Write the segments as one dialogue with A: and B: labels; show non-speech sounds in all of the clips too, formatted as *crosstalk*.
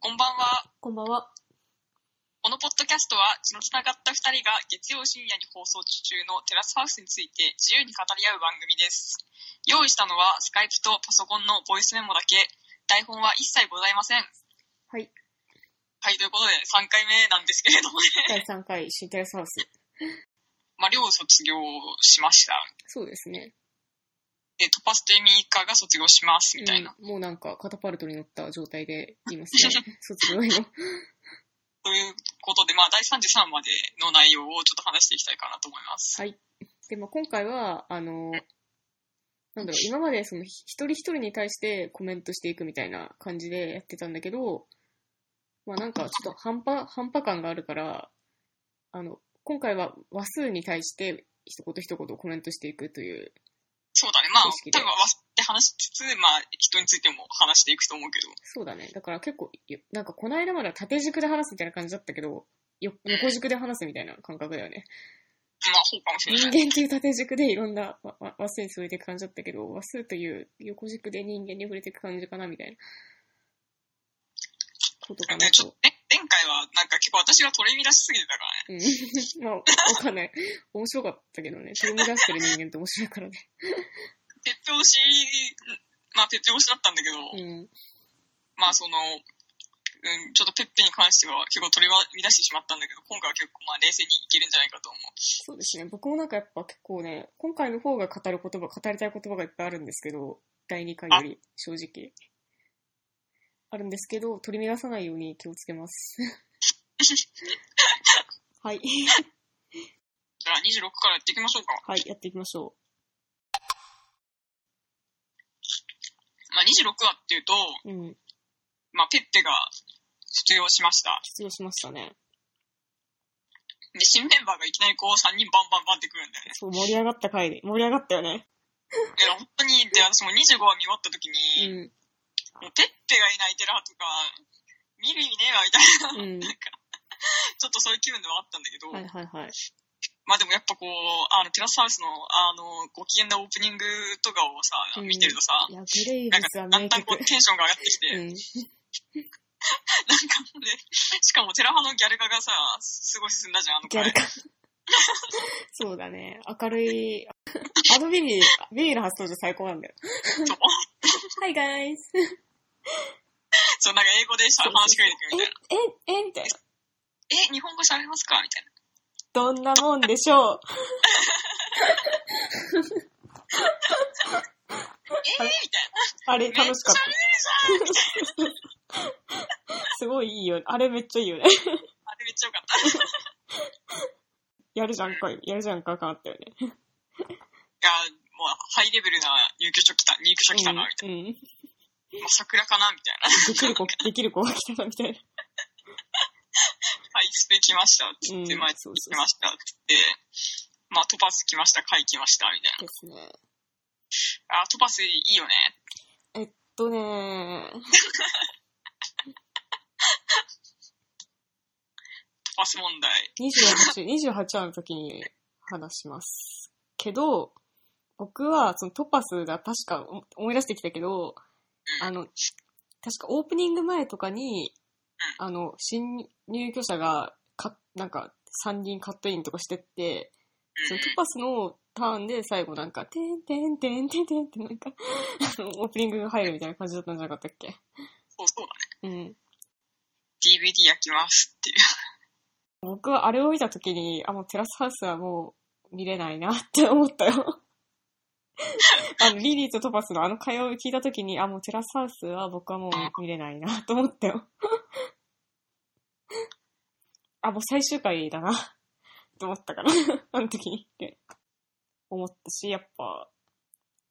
A: こんばんは。
B: こんばんは。
A: このポッドキャストは血のつながった2人が月曜深夜に放送中のテラスハウスについて自由に語り合う番組です。用意したのはスカイプとパソコンのボイスメモだけ。台本は一切ございません。
B: はい。
A: はい、ということで3回目なんですけれどもね。 *laughs*
B: 第3回、新体サウス。
A: まあ、寮を卒業しました。
B: そうですね。
A: で、トパスとエミイカが卒業します、みたいな。
B: うん、もうなんか、カタパルトに乗った状態でいますね。 *laughs* 卒業への。
A: ということで、まあ、第33話までの内容をちょっと話していきたいかなと思います。
B: はい。で、まあ、今回は、あの、なんだろう、今までその、ひ一人一人に対してコメントしていくみたいな感じでやってたんだけど、まあ、なんか、ちょっと半端、半端感があるから、あの、今回は話数に対して、一言一言コメントしていくという。
A: そうだね。まあ、多
B: 正式で
A: 分忘って話しつつ、まあ、人についても話していくと思うけど。
B: そうだね。だから結構、よなんかこの間までは縦軸で話すみたいな感じだったけど、よ横軸で話すみたいな感覚だよね。
A: まあ、そうかもしれ
B: 人
A: ない。
B: 間という縦軸でいろんなわわ和数に触れていく感じだったけど、和数という横軸で人間に触れていく感じかなみたいな。ことかな
A: で、ちょっ
B: と
A: と。、ね、前回はなんか結構私が取り乱しすぎてたからね。
B: うん。 *laughs* まあ、わかんない。面白かったけどね。取り乱してる人間って面白いからね。
A: ペッペ押し、まあ、ペッペ押しだったんだけど、
B: うん。
A: まあ、その、うん、ちょっとペッペに関しては結構取り乱してしまったんだけど、今回は結構まあ冷静にいけるんじゃないかと思う。
B: そうですね。僕もなんかやっぱ結構ね、今回の方が語る言葉、語りたい言葉がいっぱいあるんですけど、第2回より、正直。あるんですけど、取り乱さないように気をつ
A: *laughs*
B: けます。はい。
A: じゃあ26からやっていきましょうか。
B: はい、やっていきましょ
A: まあ、26話っていうと、
B: う。うん。
A: まあ、ペッペが卒業しました。
B: 失業しましたね。
A: で、新メンバーがいきなりこう3人バンバンバンってくるんだよね。
B: そう、盛り上がった回で。盛り上がったよね。
A: いや、本当に、で、その25話見終わった時
B: う
A: に、
B: ん。
A: もうペッペがいないテラとか、見る意味ねえわ、みたいな、ち
B: うん。
A: ょっとそういう気分ではあったんだけど、
B: はいはいはい。
A: まあでもやっぱこう、あの、テラスハウスの、あの、ご機嫌なオープニングとかをさ、
B: うん
A: 見てるとさ、
B: いや、グレイ
A: な
B: ブ
A: ん
B: スは
A: か、だん
B: 名
A: だんこ
B: 曲
A: う、。テンションが上がってきて、
B: うん。
A: なんかもうね、しかもテラ派のギャル化がさ、すごい進んだじゃん、あの
B: ギャル
A: 回。 *laughs*
B: か。そうだね。明るい。アドビビ、ビビの発想じゃ最高なんだよ。
A: そう
B: Hi guys!
A: そう、なんか英語でさ、話しかけてくるみたいな。
B: え、え、え、みたいな。
A: え、日本語喋れますかみたいな。
B: どんなもんでしょう。
A: えー、みたいな。
B: あれ、
A: めっちゃ喋れ
B: 楽
A: る
B: しかった。
A: じゃん
B: すごいいいよね。あれめっちゃいいよね。
A: あれめっちゃよかった。
B: やるじゃんか、やるじゃんか感あったよね。
A: いや、もう、ハイレベルな入居者来た、入居者来たな、みたい
B: うん。うん。で
A: な。もう桜かな、みたいな。
B: きる子、できる子が来たな、みたい
A: は
B: な。
A: い、スペ来ました、つって、
B: うん
A: まあ、
B: そうそう
A: 来ました、つって、まあ、トパス来ました、カイ来ました、みたい
B: ですね。
A: な。あ、トパスいいよね。
B: えっとね
A: トパス問題。
B: 28、28話の時に話します。けど、僕は、そのトパスが確かお思い出してきたけど、あの、確かオープニング前とかに、あの、新入居者が、か、なんか、3人カットインとかしてって、そのトパスのターンで最後なんか、てんてんてんてんてんってなんか、あの、オープニングが入るみたいな感じだったんじゃなかったっけ
A: そうそうだね。
B: うん。
A: DVD 焼きますっていう。
B: 僕はあれを見たときに、あ、もうテラスハウスはもう見れないなって思ったよ。あの、リリーとトパスのあの会話を聞いたときに、あ、もうテラスハウスは僕はもう見れないなと思ったよ。あ、もう最終回だなと思ったから、あの時にって思ったし、やっぱ、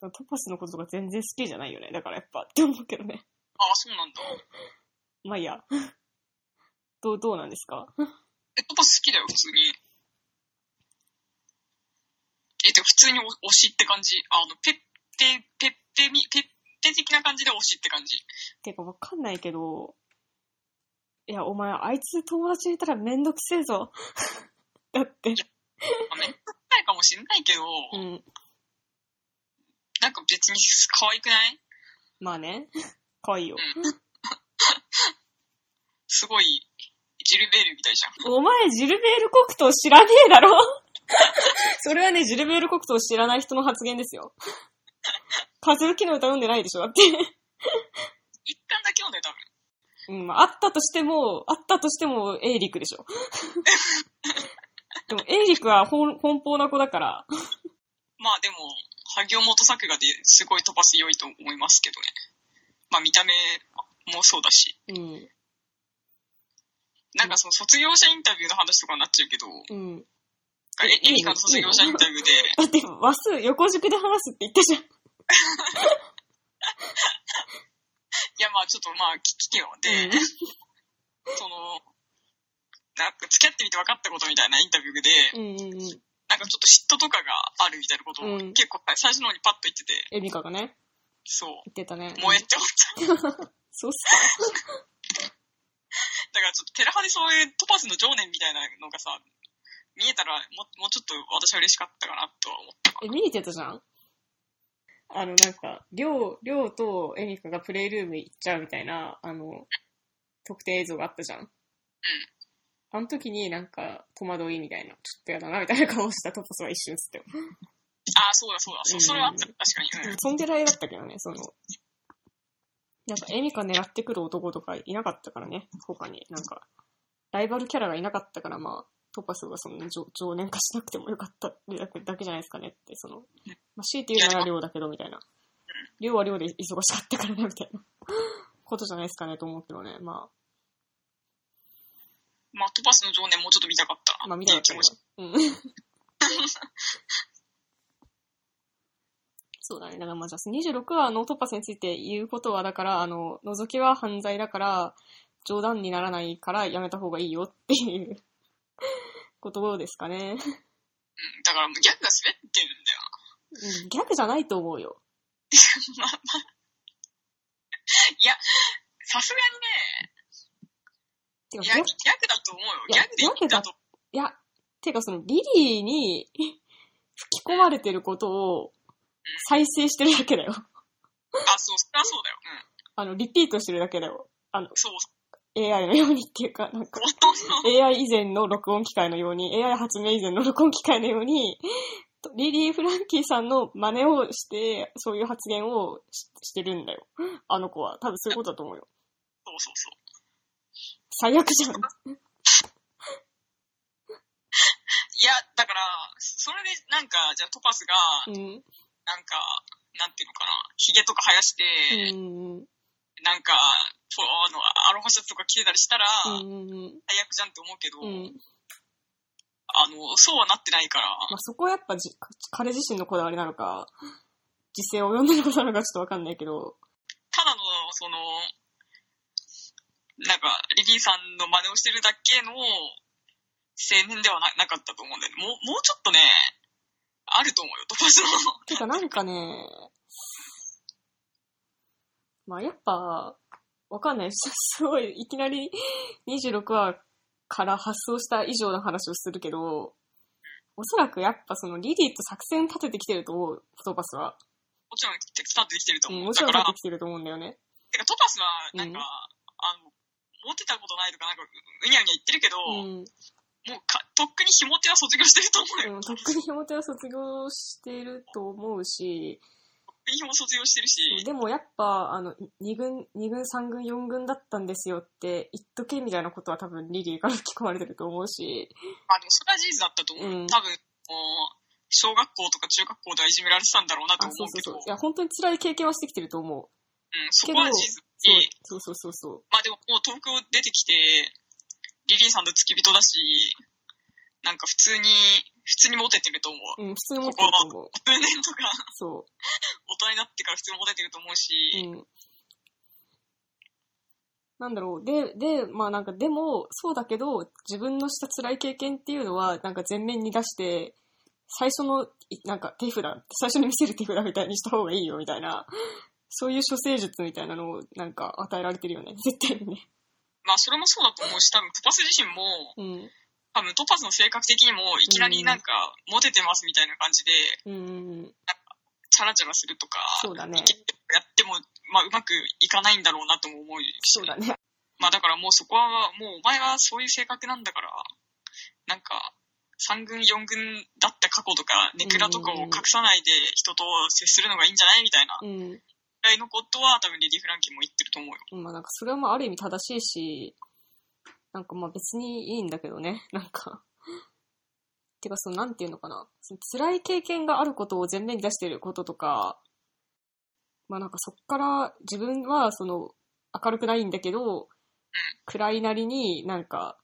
B: トパスのこととか全然好きじゃないよね。だからやっぱって思うけどね。
A: あ、そうなんだ。
B: まあいいや。どう、どうなんですか
A: え、トパス好きだよ、普通に。え、てか普通にお推しって感じ。あの、ペッペ、ペッペみ、ペッペ的な感じで推しって感じ。
B: てかわかんないけど、いや、お前、あいつ友達いたらめんどくせえぞ。 *laughs* だって、
A: まあ、めんどくさいかもしんないけど、
B: うん。
A: なんか別に可愛くない
B: まあね、可愛いよ。
A: みたいじゃん。
B: お前、ジルベール国党知らねえだろ *laughs* それはね、ジルベール国党知らない人の発言ですよ。パズル機能歌うんでないでしょだって。
A: 一巻だけ読んだよ、多分。
B: うん、まああったとしても、あったとしても、エイリックでしょ。 *laughs* でも、エイリックは奔奔放な子だから、
A: まあでも、萩尾元作画ですごい飛ばす良いと思いますけどね。まあ見た目もそうだし。
B: うん、
A: なんかその卒業者インタビューの話とかになっちゃうけど、
B: うん。
A: えエリカの卒業者インタビューで、
B: だって、和数横軸で話すって言ったじゃん。
A: いやまあちょっとまあ聞きよで、
B: うん
A: その、なんか付き合ってみて分かったことみたいなインタビューで、
B: うんうんうん。
A: なんかちょっと嫉妬とかがあるみたいなことを
B: うん
A: 結構最初の方にパッと言ってて、
B: エミカがね、
A: そう、
B: 言ってたね。
A: 萌えって思った。
B: そうっす
A: だからちょっとテラハでそういうトパスの情念みたいなのがさ、見えたらももうちょっと私は嬉しかったかなとは思った。
B: か。え、見に行ってたじゃんあの、なんか、りょう、りょうとエミカがプレイルーム行っちゃうみたいな、あの、特定映像があったじゃん。うん。あの時になんか、戸惑いみたいな、ちょっとやだなみたいな顔したトパスは一瞬映ってよ。
A: ああ、そうだそうだ。そそれはあった。確かに。うん。
B: そんでらいだったけどね、その、なんかエミカ狙ってくる男とかいなかったからね、他に。なんか、ライバルキャラがいなかったから、まあ、トパスがそんな常常年化しなくてもよかっただけだけじゃないですかねって、その、まあ、強いて言うなら量だけど、みたいな。量は量で忙しかったからな、みたいな。ことじゃないですかねと思うけどね。ま
A: まあ、トパスの情念もうちょっと見たかった
B: あ、
A: な。
B: まあ見たかった
A: っていう気
B: け
A: 持ち。
B: ど。うん。 *laughs* そうだね。だからまあじゃあ26話のトパスについて言うことは、だから、あの、覗きは犯罪だから、冗談にならないからやめた方がいいよっていう *laughs* ことですかね。
A: うん。だから、ギャグが滑ってるんだよな。
B: うんギャグじゃないと思うよ。
A: さすがに
B: てか、ギ
A: ね、ギャ
B: ャ
A: グギャグだと思うよ。
B: い
A: ギ
B: や
A: ャグでいいんだと。
B: いや、てかその、リリーに *laughs* 吹き込まれてることを再生してるだけだよ。
A: あ、そう、それはそうだよ。うん。
B: あの、リピートしてるだけだよ。あの、
A: そう、そう
B: AI のようにっていうか、なんか、
A: そう。
B: AI 以前の録音機械のように、AI 発明以前の録音機械のように、とリリー・フランキーさんの真似をして、そういう発言をししてるんだよ。あの子は。多分そういうことだと思うよ。
A: そうそうそう。
B: 最悪じゃん。
A: いや、だから、それで、なんか、じゃあトパスが、
B: うん。
A: なんか、なんていうのかな、ヒゲとか生やして、
B: うん。
A: なんか、そうあの、アロハシャツとか着てたりしたら、
B: うん。
A: 最悪じゃんって思うけど、
B: うん。
A: あの、そうはなってないから、
B: まあ、そこはやっぱじ彼自身のこだわりなのか、自制を読んでることなのかちょっとわかんないけど、
A: ただの、その、なんか、リリーさんの真似をしてるだけの青年ではななかったと思うんだよね。もう、もうちょっとね、あると思うよ、トパスの。 *laughs*
B: てかなんかね、まあやっぱ、わかんない。 *laughs* すすごい、いきなり26話から発想した以上の話をするけど、おそらくやっぱそのリリーと作戦立ててきてると思う、トーパスは。
A: もちろん、テクスタートできてると
B: う
A: 思う。
B: ん、もち
A: だ
B: ろ
A: から
B: ん立て、てきてると思うんだよね。
A: てかトパスは、なんか、
B: うん
A: あの、モテたことないとか、なんか、ううにゃうにゃ言ってるけど、
B: うん。
A: もうか、とっくに紐手は卒業してると思うよ。
B: うん、とっくに表は卒業してると思うし、
A: とっくに紐卒業してるし、
B: でもやっぱ、あの、2軍、二軍、3軍、4軍だったんですよって言っとけみたいなことは多分リリーから吹き込まれてると思うし、
A: まあでもそれは事実だったと思う。
B: うん
A: 多分、もう小学校とか中学校ではいじめられてたんだろうなと
B: あ、
A: 思
B: そう
A: う
B: そ
A: け
B: うそう
A: ど、う。
B: いや、本当に辛い経験はしてきてると思う。
A: ん、そこは事実
B: そ
A: で
B: う、そうそうそうそ
A: まあでももう東京出てきて、リリーさんと付き人だし、なんか普通に、普通にモテてると思う。
B: う。うん、普通に持ってると思う。
A: 数年とか、
B: そ
A: 大人になってから普通にモテてると思う
B: う。
A: し、
B: うん。なんだろう。で、で、まあなんか、でも、そうだけど、自分のした辛い経験っていうのは、なんか全面に出して、最初の、いなんか手札、最初に見せる手札みたいにした方がいいよ、みたいな。そういう処世術みたいなのを、なんか、与えられてるよね。絶対にね。
A: まあそれもそうだと思うし、多分トパス自身も、
B: うん。
A: 多分トパスの性格的にも、いきなりなんか、モテてますみたいな感じで、
B: うん。
A: チャラチャラするとか、
B: そうだね。
A: やっても、まあ、うまくいかないんだろうなとも思うし、
B: そうだね。
A: まあだからもうそこは、もうお前はそういう性格なんだから、なんか、3軍、4軍だった過去とか、ネクラとかを隠さないで人と接するのがいいんじゃないみたいな、ぐ
B: うん。
A: らいのことは多分レディ・フランキンも言ってると思うよ。
B: まあなんかそれはまあある意味正しいし、なんかまあ別にいいんだけどね、 *laughs* なんか。てかそのなんていうのかな、その辛い経験があることを前面に出してることとか、まあなんかそっから自分はその明るくないんだけど、暗いなりになんか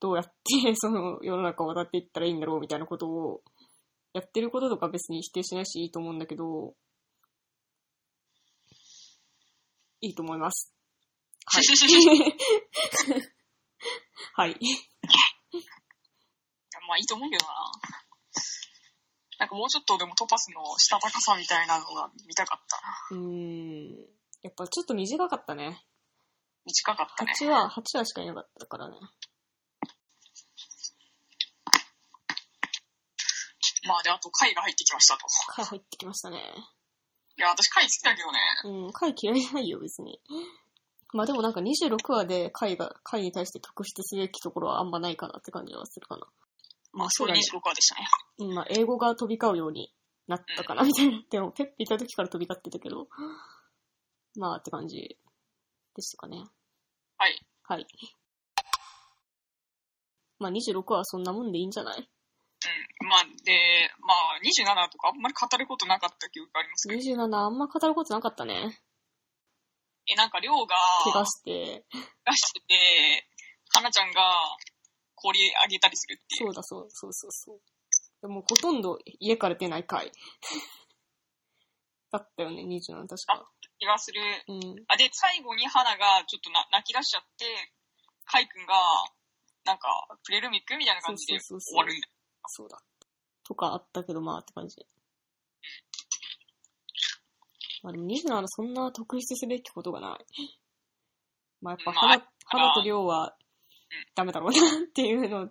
B: どうやってその世の中を渡っていったらいいんだろうみたいなことをやってることとか別に否定しないしいいと思うんだけど、いいと思います。
A: *laughs*
B: はい。 *laughs* はい。
A: まあいいと思うけどな。なんかもうちょっとでもトパスのしたたかさみたいなのが見たかったな。
B: うーん。やっぱちょっと短かったね。
A: 短かったね。
B: 8話、8話しかいなかったからね。
A: まあで、あと貝が入ってきましたと。
B: 回入ってきましたね。
A: いや、私貝好きだけどね。
B: うん、回嫌いじゃないよ、別に。まあでもなんか26話で回が、回に対して特筆すべきところはあんまないかなって感じはするかな。まあそうだね
A: 26話でしたね。
B: うん、まあ英語が飛び交うようになったかな、みたいな。でも、ペッピいた時から飛び交ってたけど。まあって感じでしたかね。
A: はい。
B: はい。まあ26話はそんなもんでいいんじゃない
A: うん。まあ、で、まあ、27とかあんまり語ることなかった記憶がありますけど、
B: 27あんま語ることなかったね。
A: え、なんか、りょうが、
B: 怪我して。
A: 怪我してて、はなちゃんが、氷あげたりするってい。
B: そううだそう、そうそうそう。でもほとんど家から出ない回。だったよね、27確か。
A: 気がする。
B: うん。
A: あ、で、最後にはなが、ちょっとな泣き出しちゃって、かいくんが、なんか、プレルミックみたいな感じで終
B: そうそうそうそう
A: わるんだよ。
B: そうだ。とかあったけど、まあって感じ。まあでも27はそんな特筆すべきことがない。まあやっぱ
A: まあ
B: 花、花と量はダメだろうなっていうの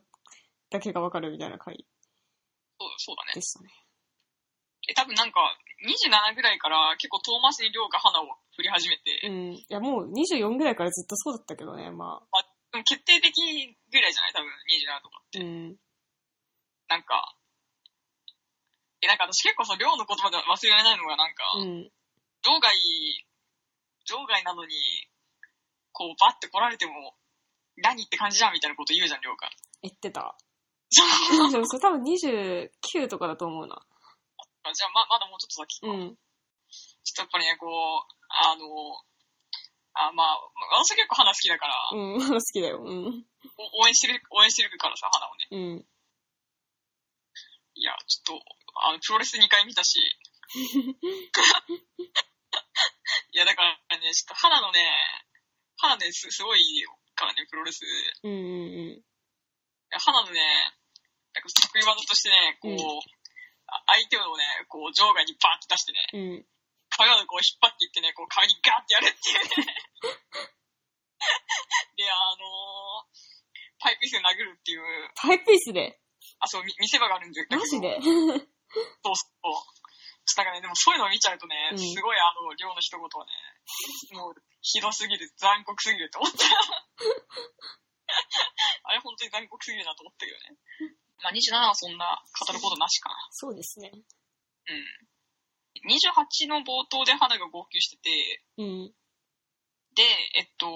B: だけがわかるみたいな回
A: そうそうだね。
B: でしたね。
A: え、多分なんか、27ぐらいから結構遠回しにりょうが花を振り始めて、
B: うん。いやもう24ぐらいからずっとそうだったけどね、まあ。
A: でも決定的ぐらいじゃない多分27とか。
B: うん。
A: なんか、え、なんか私結構その、りょうの言葉で忘れられないのが、なんか、
B: うん。
A: 場外、場外なのに、こう、バッて来られても、何って感じじゃんみたいなこと言うじゃん、りょうが。
B: 言ってた。
A: そう
B: でも *laughs* それ多分29とかだと思うな。
A: じゃあ、ま、まだもうちょっと先か。
B: うん。
A: ちょっとやっぱりね、こう、あの、あまあ、私結構花好きだから、
B: うん。 *laughs* 好きだよ。うん。
A: お応援してる、応援してるからさ、花をね。
B: うん。
A: いや、ちょっと、あの、プロレス2回見た
B: *laughs*
A: し。いや、だからね、ちょっと花のね、花ね、す、すごいからね、プロレス。
B: うんうん
A: 花のね、なんか得意技としてね、こう、
B: うん
A: あ相手をね、こう、場外にバーって出してね、
B: うん。うん。
A: 壁をこう引っ張っていってね、こう壁にガーってやるって
B: *laughs*
A: いうね。で、あのー、パイプ椅子を殴るっていう、
B: タイプイスで。
A: あ、そう、み見せ場があるんだけど
B: マジ
A: そ
B: で。
A: うそう。ちょっとなんかね、でもそういうのを見ちゃうとね、
B: うん
A: すごいあの、量の一言はね、もう、ひどすぎる、残酷すぎるって思った。 *laughs* あれ本当に残酷すぎるなと思ったけどね。まあ27はそんな語ることなしかな。
B: そうですね。
A: うん。28の冒頭で花が号泣してて、
B: うん。
A: で、えっと、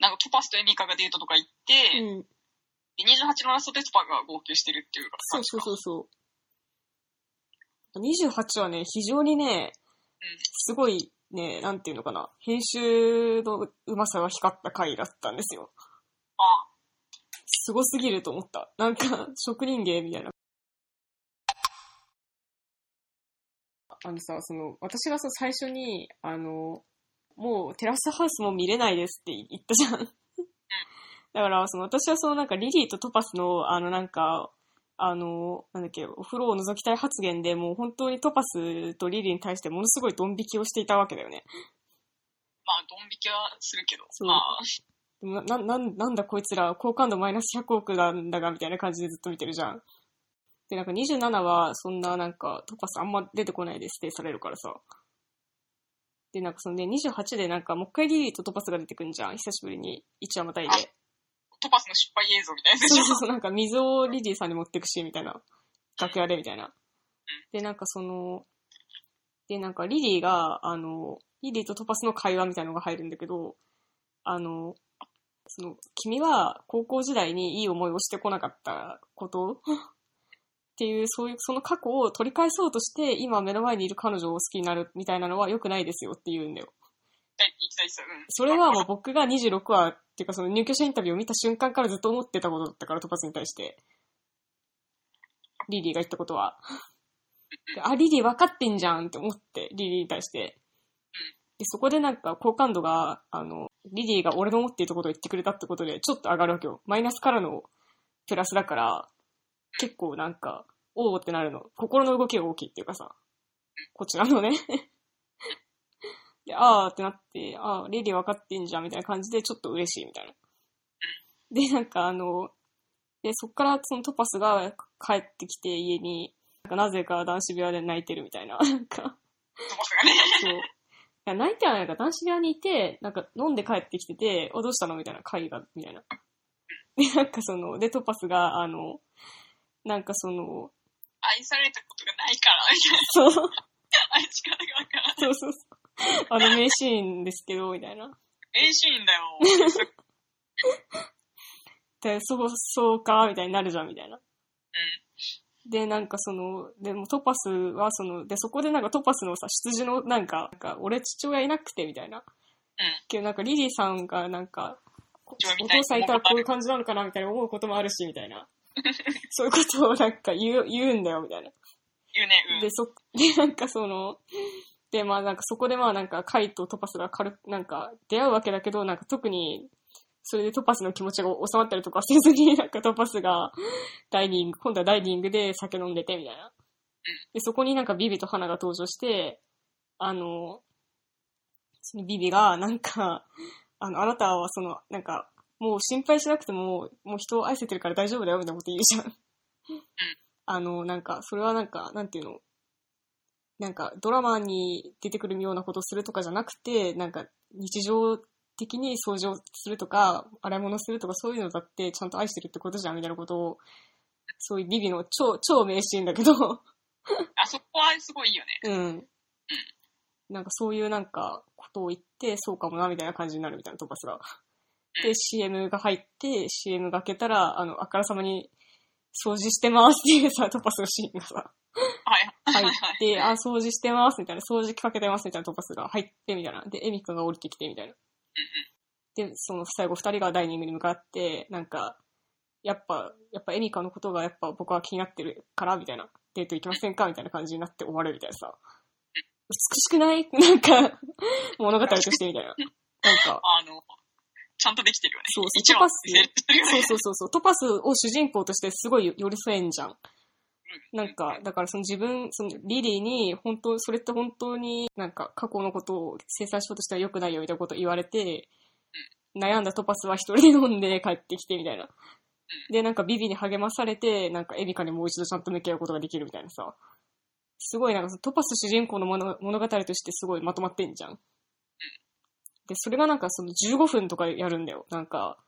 A: なんかトパスとエミカがデートとか行って、
B: うん。
A: で28のラストでトパが号泣してるっていう
B: そう
A: 感じ
B: そ
A: か
B: うそうそう。28はね、非常にね
A: うん、
B: すごいね、なんていうのかな、編集のうまさが光った回だったんですよ。
A: あ、
B: すごすぎると思った。なんか、職人芸みたいな。あのさ、その、私がさ、最初に、あの、もうテラスハウスも見れないですって言ったじゃん。だから、その、私はそのなんか、リリーとトパスの、あのなんか、あの、なんだっけ、お風呂を覗きたい発言でもう本当にトパスとリリーに対してものすごいドン引きをしていたわけだよね。
A: まあ、ドン引きはするけど、
B: そう
A: まあ、
B: でもな、な、なんなんだこいつら、好感度マイナス100億なんだが、みたいな感じでずっと見てるじゃん。で、なんか27は、そんななんか、トパスあんま出てこないでステイされるからさ。で、なんかそのね、28でなんかもう一回リリーとトパスが出てくんじゃん。久しぶりに。1話またいで
A: あ。トパスの失敗映像みたいなやつ
B: そ
A: で
B: う
A: し
B: そ
A: ょ
B: う。そう、なんか水をリリーさんに持ってくし、みたいな。楽屋で、みたいな。で、なんかその、で、なんかリリーが、あの、リリーとトパスの会話みたいなのが入るんだけど、あの、その、君は高校時代にいい思いをしてこなかったことっていう、そういう、その過去を取り返そうとして、今目の前にいる彼女を好きになるみたいなのは良くないですよって言うんだよ。
A: 行きたいですよ。うん。
B: それはもう僕が26話っていうかその入居者インタビューを見た瞬間からずっと思ってたことだったから、トパスに対して。リリーが言ったことは。であ、リリー分かってんじゃんって思って、リリーに対して。でそこでなんか好感度が、あの、リリーが俺の思っていたことを言ってくれたってことで、ちょっと上がるわけよ。マイナスからのプラスだから、結構なんか、おおってなるの。心の動きが大きいっていうかさ、こちらのね。で、あーってなって、あー、リリー分かってんじゃん、みたいな感じで、ちょっと嬉しい、みたいな。で、なんかあの、で、そっからそのトパスが帰ってきて家に、なんかなぜか男子部屋で泣いてるみたいな、 *laughs* なんか、
A: トパスがね。
B: そう。いや泣いてはないから男子部屋にいて、なんか飲んで帰ってきてて、お、どうしたのみたいな、会が、みたいな。で、なんかその、で、トパスが、あの、なんかその、 *laughs*
A: 愛されたことがないから、みたい
B: そう、そう
A: な。愛し方がわからん。
B: そうそう。あの名シーンですけど、みたいな。
A: 名シーンだよ。すっ
B: で、そう、そうか、みたいになるじゃん、みたいな。で、なんかその、でもトパスはその、で、そこでなんかトパスのさ、羊のなんか、なんか俺父親いなくて、みたいな。けどなんかリリーさんがなんか、こ
A: 父親
B: お
A: みたい
B: 父さんいたらこういう感じなのかな、みたいな思うこともあるし、みたいな。そういうことをなんか言う、言うんだよ、みたいな。
A: 言うね、うん。
B: で、そ、 *laughs* で、なんかその、で、まあなんかそこでまあなんか、カイとトパスが軽く、なんか出会うわけだけど、なんか特に、それでトパスの気持ちが収まったりとかせずに、 *laughs* なんかトパスが、ダイニング、今度はダイニングで酒飲んでて、みたいな。で、そこになんかビビと花が登場して、あの、そのビビが、なんか、あの、あなたはその、なんか、もう心配しなくても、もう人を愛せてるから大丈夫だよ、みたいなこと言うじゃん。あの、なんか、それはなんか、なんていうの、なんかドラマに出てくるようなことをするとかじゃなくて、なんか日常的に掃除をするとか、洗い物するとかそういうのだってちゃんと愛してるってことじゃんみたいなことを、そういうビビの超、超名シーンだけど、
A: あそこはすごいいいよね。
B: *laughs* うん。なんかそういうなんかことを言って、そうかもなみたいな感じになるみたいなトーパスが。で、CM が入って、CM が開けたら、あの、あからさまに掃除してますっていうさ、トーパスのシーンがさ。
A: はい。
B: 入っ
A: はい。
B: て、あ、掃除してます、みたいな、掃除機かけてます、みたいなトパスが入って、みたいな。で、エミカが降りてきて、
A: *laughs*
B: みたいな。で、その最後二人がダイニングに向かって、なんか、やっぱ、やっぱエミカのことがやっぱ僕は気になってるから、みたいな。デート行きませんかみたいな感じになって終わるみたいなさ。美しくないなんか、
A: *laughs*
B: 物語としてみたいな。なんか、
A: あの、ちゃんとできてるよね。
B: そうそう
A: 一
B: ト
A: 応
B: パス、
A: 成立してるよね
B: そうそうそうそう。トパスを主人公としてすごい寄り添えんじゃん。なんか、だからその自分、そのリリーに、本当、それって本当になんか過去のことを生産しようとしては良くないよみたいなこと言われて、悩んだトパスは一人で飲んで帰ってきてみたいな。で、なんかビビに励まされて、なんかエミカにもう一度ちゃんと向き合うことができるみたいなさ。すごいなんかそのトパス主人公の物物語としてすごいまとまってんじゃん。で、それがなんかその15分とかやるんだよ。なんか、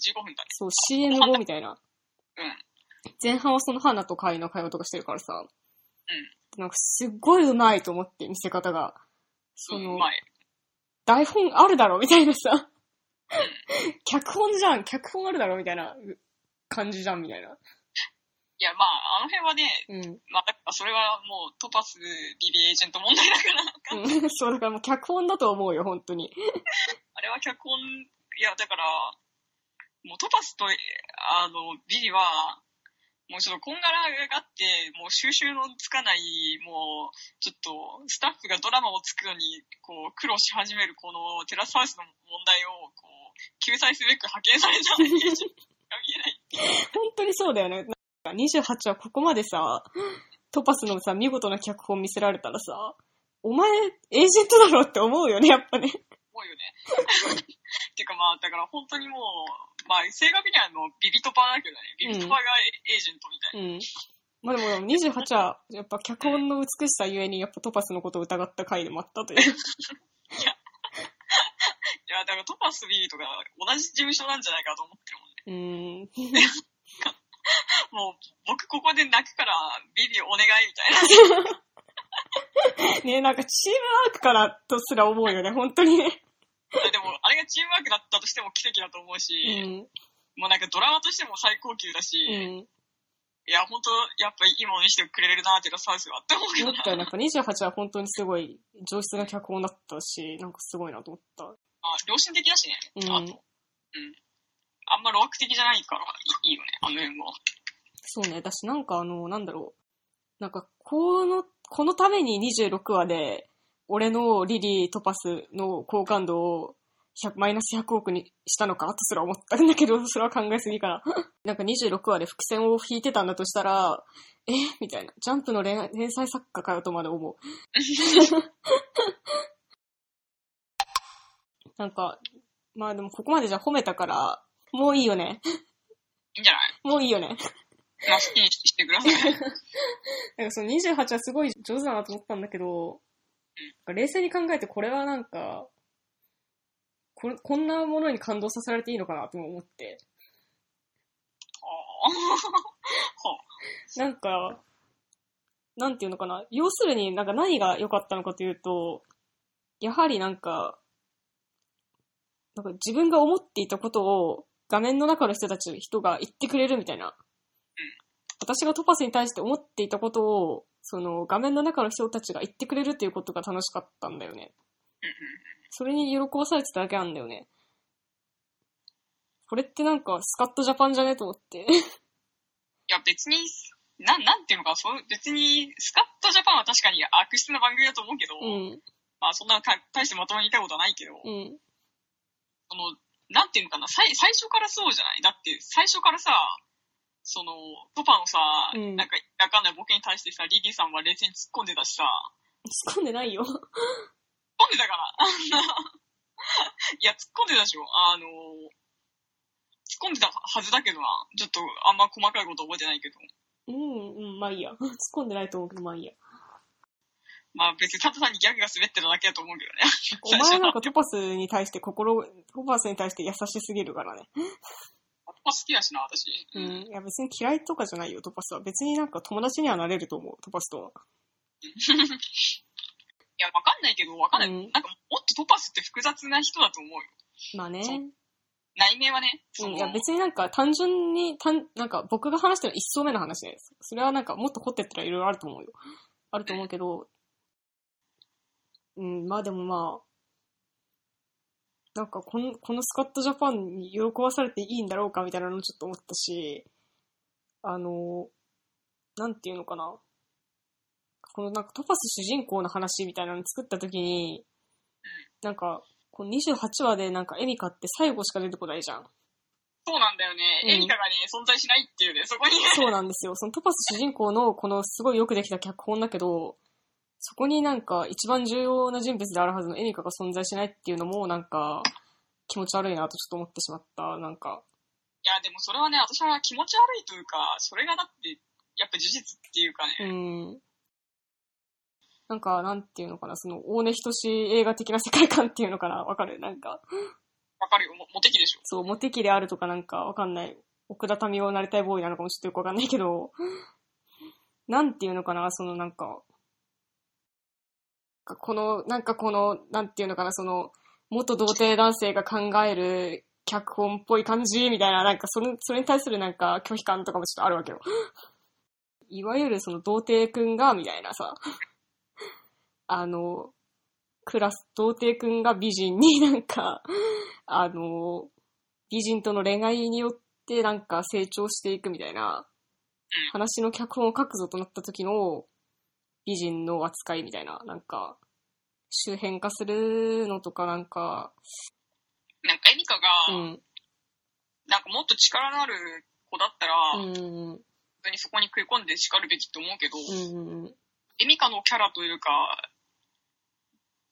A: 15分だね。
B: そう、CM 後みたいな。
A: うん。
B: 前半はその花と会の会話とかしてるからさ。
A: ん
B: なんかすっごいうまいと思って、見せ方が。そ
A: うん、
B: の
A: う、まい。
B: 台本あるだろみたいなさ。 *laughs* 脚本じゃん脚本あるだろみたいなう感じじゃんみたいな。
A: いや、まあ、あの辺はね、
B: うん。
A: まあ、だからそれはもうトパス、ビビエージェント問題だから、
B: うん、 *laughs* そう、だからもう脚本だと思うよ、本当に。
A: あれは脚本、いや、だから、もうトパスと、えあの、ビリは、もうちょっとこんがらがって、もう収集のつかない、もう、ちょっと、スタッフがドラマを作るのに、こう、苦労し始める、この、テラスハウスの問題を、こう、救済すべく派遣されたのに、が見えない。
B: 本当にそうだよね。なんか28はここまでさ、トパスのさ、見事な脚本見せられたらさ、お前、エージェントだろって思うよね、やっぱね。
A: 多いよね。 *laughs* てかまあ、だから本当にもう、まあ、正確にはあの、ビビトパだけどね、ビビトパがエージェントみたいな。
B: うん。まあでもでも28は、やっぱ脚本の美しさゆえに、やっぱトパスのことを疑った回でもあったという。
A: いや、だからトパスビーとか同じ事務所なんじゃないかと思ってるもんね。
B: *laughs* うーん。
A: もう、僕ここで泣くから、ビビお願いみたいな。
B: ねなんかチームワークからとすら思うよね、本当にね。 *laughs*
A: でも、あれがチームワークだったとしても奇跡だと思う
B: う
A: し、
B: ん。
A: もうなんかドラマとしても最高級だし、
B: うん。
A: いや、本当やっぱいいものにしてくれるなっていうのはサウスはって思うけ
B: 思
A: ど
B: っ
A: な。
B: たよ。なんか28は本当にすごい上質な脚本だったし、なんかすごいなと思った。
A: あ良心的だしね。
B: うん
A: あと、うん。あんま老悪的じゃないからいいいよね、あの辺
B: *laughs*
A: も。
B: そうね。だし、なんかあの、なんだろう。なんか、この、このために26話で、俺のリリー・トパスの好感度を100マイナス100億にしたのかとすら思ったんだけど、それは考えすぎかな。 *laughs* なんか26話で伏線を引いてたんだとしたら、えみたいな。ジャンプの連連載作家かよとまで思う。なんか、まあでもここまでじゃあ褒めたから、もういいよね。
A: いいんじゃない
B: もういいよね。
A: まあ、好きにしてください。
B: *laughs*
A: うん。
B: なんかその28はすごい上手だなと思ったんだけど、なんか冷静に考えてこれはなんか、これこんなものに感動させられていいのかなとも思って。なんか、なんていうのかな。要するになんか何が良かったのかというと、やはりなんか、なんか自分が思っていたことを画面の中の人たち、人が言ってくれるみたいな。私がトパスに対して思っていたことを、その画面の中の人たちが言ってくれるっていうことが楽しかったんだよね。それに喜ばされてただけなんだよね。これってなんかスカットジャパンじゃねと思って。
A: いや、別に、なん、なんていうのか、そう、別に、スカットジャパンは確かに悪質な番組だと思うけど、
B: うん、
A: まあ、そんなか、大してまともに言いたいことはないけど、
B: うん、
A: その、なんていうのかな、最、最初からそうじゃないだって、最初からさ、その、トパのさ、
B: うん
A: なんか、わかんないボケに対してさ、リリーさんは冷静に突っ込んでたしさ、
B: 突っ込んでないよ。
A: 突っ込んでたから、あんな。 *laughs* いや、突っ込んでたでしょ。あの、突っ込んでたはずだけどな。ちょっと、あんま細かいこと覚えてないけど。
B: *laughs* うん、うん、まあいいや。突っ込んでないと思うけど、まあいいや。
A: まあ別にただ単にギャグが滑ってただけだと思うけどね。
B: お前
A: *laughs*
B: なんかトパスに対して心、トパスに対して優しすぎるからね。
A: パパ好きだしな、私。
B: うん。いや別に嫌いとかじゃないよ、トパスは。別になんか友達にはなれると思う、トパスとは。
A: いや、わかんないけど、わかんない。
B: うん
A: なんか、もっとトパスって複雑な人だと思うよ。
B: まあね。
A: 内面はね。
B: う
A: そ
B: ん。
A: の
B: いや別になんか単純に、単、なんか僕が話してる一層目の話です。それはなんかもっと凝ってったらいろいろあると思うよ。あると思うけど、うん、まあでもまあ、なんかこの、このスカットジャパンに喜ばされていいんだろうかみたいなのちょっと思ったし、あの、なんていうのかな。このなんかトパス主人公の話みたいなの作った時に、なんか、この28話でなんかエミカって最後しか出てこないじゃん。
A: そうなんだよね。
B: うん
A: エリカがね、存在しないっていうね、そこにね。
B: そうなんですよ。そのトパス主人公のこのすごいよくできた脚本だけど、そこになんか一番重要な人物であるはずのエミカが存在しないっていうのもなんか気持ち悪いなとちょっと思ってしまった。なんか、
A: いや、でもそれはね、私は気持ち悪いというか、それがだって、やっぱ事実っていうか
B: う
A: ね。
B: ん。なんか、なんていうのかな、その、大根等しい映画的な世界観っていうのかな、わかるなんか、
A: わかるよ。もモテ期でしょ。
B: そう、モテ期であるとかなんかわかんない、奥田民をなりたいボーイなのかもちょっとよくわかんないけど、なんていうのかな、そのなんか、かこの、なんかこの、なんていうのかな、その、元童貞男性が考える脚本っぽい感じみたいな、なんかそれ、それに対するなんか拒否感とかもちょっとあるわけよ。いわゆるその童貞くんが、みたいなさ、あの、クラス、童貞くんが美人になんか、あの、美人との恋愛によってなんか成長していくみたいな
A: うん
B: 話の脚本を書くぞとなった時の美人の扱いみたいな、なんか、周辺化するのとかなんか、
A: なんかエリカが、
B: うん、
A: なんかもっと力のある子だったら、
B: う
A: 本
B: ん、うん、
A: 当にそこに食い込んで叱るべきと思うけど、
B: うん、うん
A: エミカのキャラというか、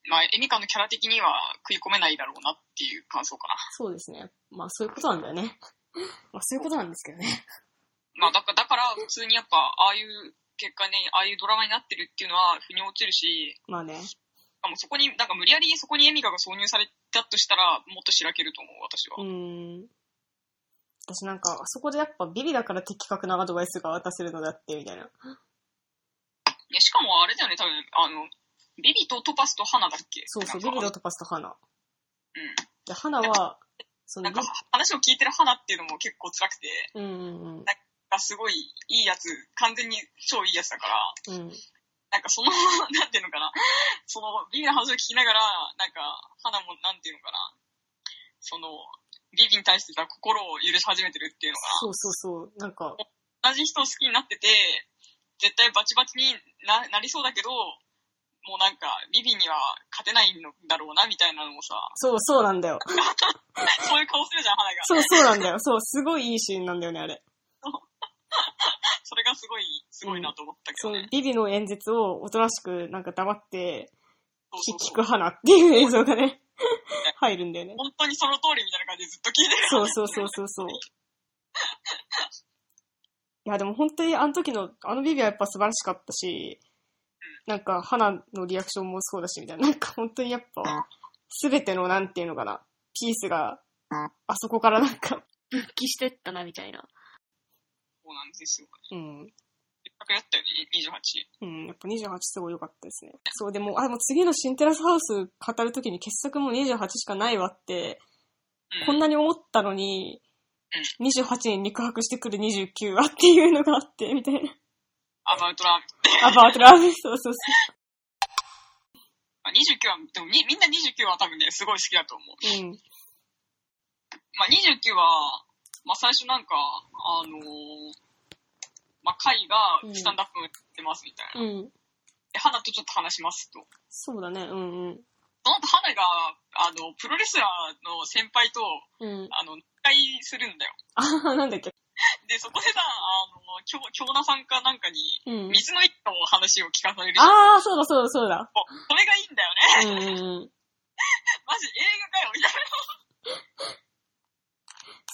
A: まあ、エミカのキャラ的には食い込めないだろうなっていう感想かな。 *laughs*
B: そうですね。まあそういうことなんだよね。まあそういうことなんですけどね。
A: まあ、だから、だから普通にやっぱ、ああいう結果ね、ああいうドラマになってるっていうのは、腑に落ちるし、
B: まあね。
A: しかもそこに、なんか無理やりそこにエミカが挿入されたとしたら、もっとしらけると思う、私は。
B: うーん。私なんか、そこでやっぱビリだから的確なアドバイスが渡せるのだって、みたいな。
A: ねしかもあれだよね、多分、あの、ビビとトパスとハナだっけ
B: そうそう、ビ
A: なん
B: リ
A: か
B: だとパスと花。
A: うん。
B: で、花は、そ
A: な
B: の
A: んか、話を聞いてる花っていうのも結構辛くて、
B: うんうんうん。
A: あすごいいいやつ、完全に超いいやつだから、
B: うん。
A: なんかその、なんていうのかな、その、ビビの話を聞きながら、なんか、花も、なんていうのかな、その、ビビに対してさ、心を許し始めてるっていうのが、
B: そうそうそう。なんか、
A: 同じ人を好きになってて、絶対バチバチにななりそうだけど、もうなんか、ビビには勝てないのだろうな、みたいなのもさ、
B: そうそうなんだよ。
A: そういう顔するじゃん、花が。
B: そうそうなんだよ。そう、すごいいいシーンなんだよね、あれ。
A: それがすごい、すごいなと思ったけ
B: そ
A: ど
B: う
A: ね。、
B: ビビの演説をおとなしくなんか黙って、
A: そうそうそう
B: 聞く花っていう映像がね、入るんだよね。
A: 本当にその通りみたいな感じでずっと聞いてる。
B: そうそうそうそうそう。いや、でも本当にあの時の、あのビビはやっぱ素晴らしかったし、なんか花のリアクションもそうだし、みたいな。なんか本当にやっぱ、すべてのなんていうのかな、ピースが、あそこからなんか、復帰してったな、みたいな。
A: そうなんですよ。
B: うん。
A: せっかくやったよね、28。
B: うん、やっぱ28すごい良かったですね。そう、でも、あ、でも次の新テラスハウス語るときに傑作も28しかないわって、
A: うん、
B: こんなに思ったのに、28に肉薄してくる29はっていうのがあって、みたいな。
A: アバウトラーメン。
B: アバートラーメン、そうそうそう。
A: まあ、29は、でもみみんな29は多分ね、すごい好きだと思う。
B: うん。
A: まあ、29は、まあ、最初なんか、あのーまあ、カイが
B: うん
A: スタンダップ打ってますみたいな。
B: うん。
A: で、花とちょっと話しますと。
B: そうだね、うんうん。
A: その後、花が、あの、プロレスラーの先輩と、
B: うん。
A: あの、一回するんだよ。
B: あははなんだっけ。
A: で、そこでさ、あの、京京奈さんかなんかに、
B: うん。
A: 水の一家の話を聞かされるじゃん。
B: ああ、そうだそうだそうだ。
A: それがいいんだよね。 *laughs*
B: うんうんうん。
A: マジ映画かよ、みたいな。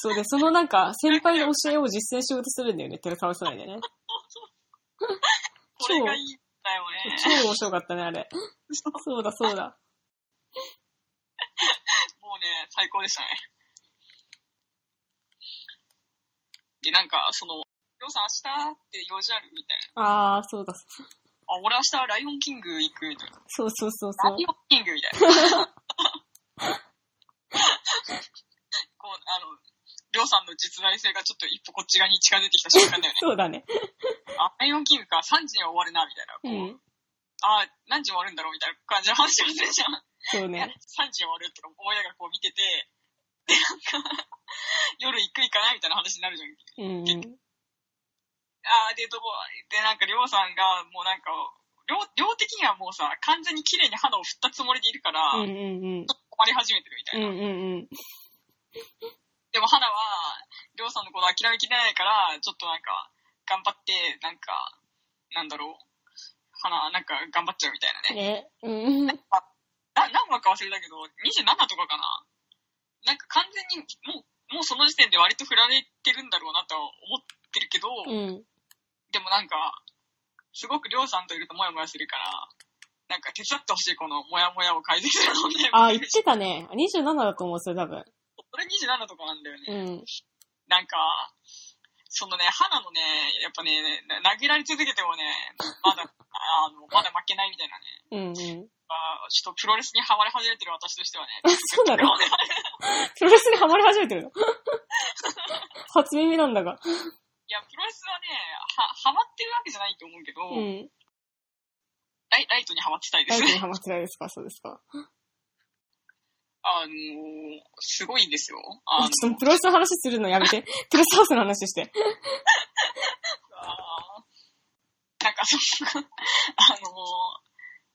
B: そうで、そのなんか、先輩の教えを実践しようとするんだよね、テラサウス内でね。
A: これがいいんだよね。
B: 超面白かったね、あ *laughs* れ。そうだそうだ。
A: もうね、最高でしたね。で、なんか、その、りょうさん明日って用事あるみたい
B: ああ、そうだ。
A: な。あ、俺明日ライオンキング行くみたいな。
B: そうそうそう
A: ラ
B: そう
A: イ。オンキングみたいな。
B: *laughs*
A: こう、あの、りょうさんの実在性がちょっと一歩こっち側に近づいてきた瞬間
B: *laughs*
A: だよね。
B: そうだね。
A: あ、ライオンキングか、3時には終わるな、みたいな。
B: う
A: こう、
B: ん。
A: あ、何時終わるんだろうみたいな感じの話をするじゃん。
B: そう
A: いや
B: ね。
A: 3時に終わるとか思いながらこう見てて、で、 *laughs* なんか、夜行く行かないみたいな話になるじゃん。
B: うん。
A: あーで、どこ、で、なんか、りょうさんが、もうなんか、りょう、りょう的にはもうさ、完全に綺麗に花を振ったつもりでいるから、
B: う
A: ち
B: んう
A: ょっ
B: んうん。
A: と困り始めてるみた
B: う
A: い
B: ん
A: な。
B: うんうん。
A: でも花は、りょうさんのこと諦めきれないから、ちょっとなんか、頑張って、なんか、なんだろう、花、なんか、頑張っちゃうみたいなね。
B: ね。うん。
A: な、何話か忘れたけど、27とかかななんか完全に、もう、もうその時点で割と振られてるんだろうなとは思ってるけど、
B: うん。
A: でもなんか、すごくりょうさんといるとモヤモヤするから、なんか手伝ってほしいこのモヤモヤを解決するのね。
B: あー、言ってたね。27だと思う、それ多分。
A: *laughs* それ27とかなんだよ
B: う
A: ね。
B: ん。
A: なんか、そのね、花のね、やっぱね、な投げられ続けてもね、まだ、あの、まだ負けないみたいなね。
B: うんうん。 *laughs* そ
A: あーちょっとプロレスにハマり始めてる私としてはね。
B: *laughs* うな
A: でもね
B: のプロレスにハマり始め *laughs* てるの初耳なんだが。
A: いや、プロレスはね、は、ハマってるわけじゃないと思うけど、
B: うん。
A: ライライトにハマってたいで
B: ライ
A: す
B: トに
A: ね。
B: ハマってないですかそうですか。
A: *laughs* あのーすごいですよ。あ
B: え
A: の
B: ちょっとプロレスの話するのやめて。テラスハウスの話して。
A: あーなんかその、 *laughs* あのー、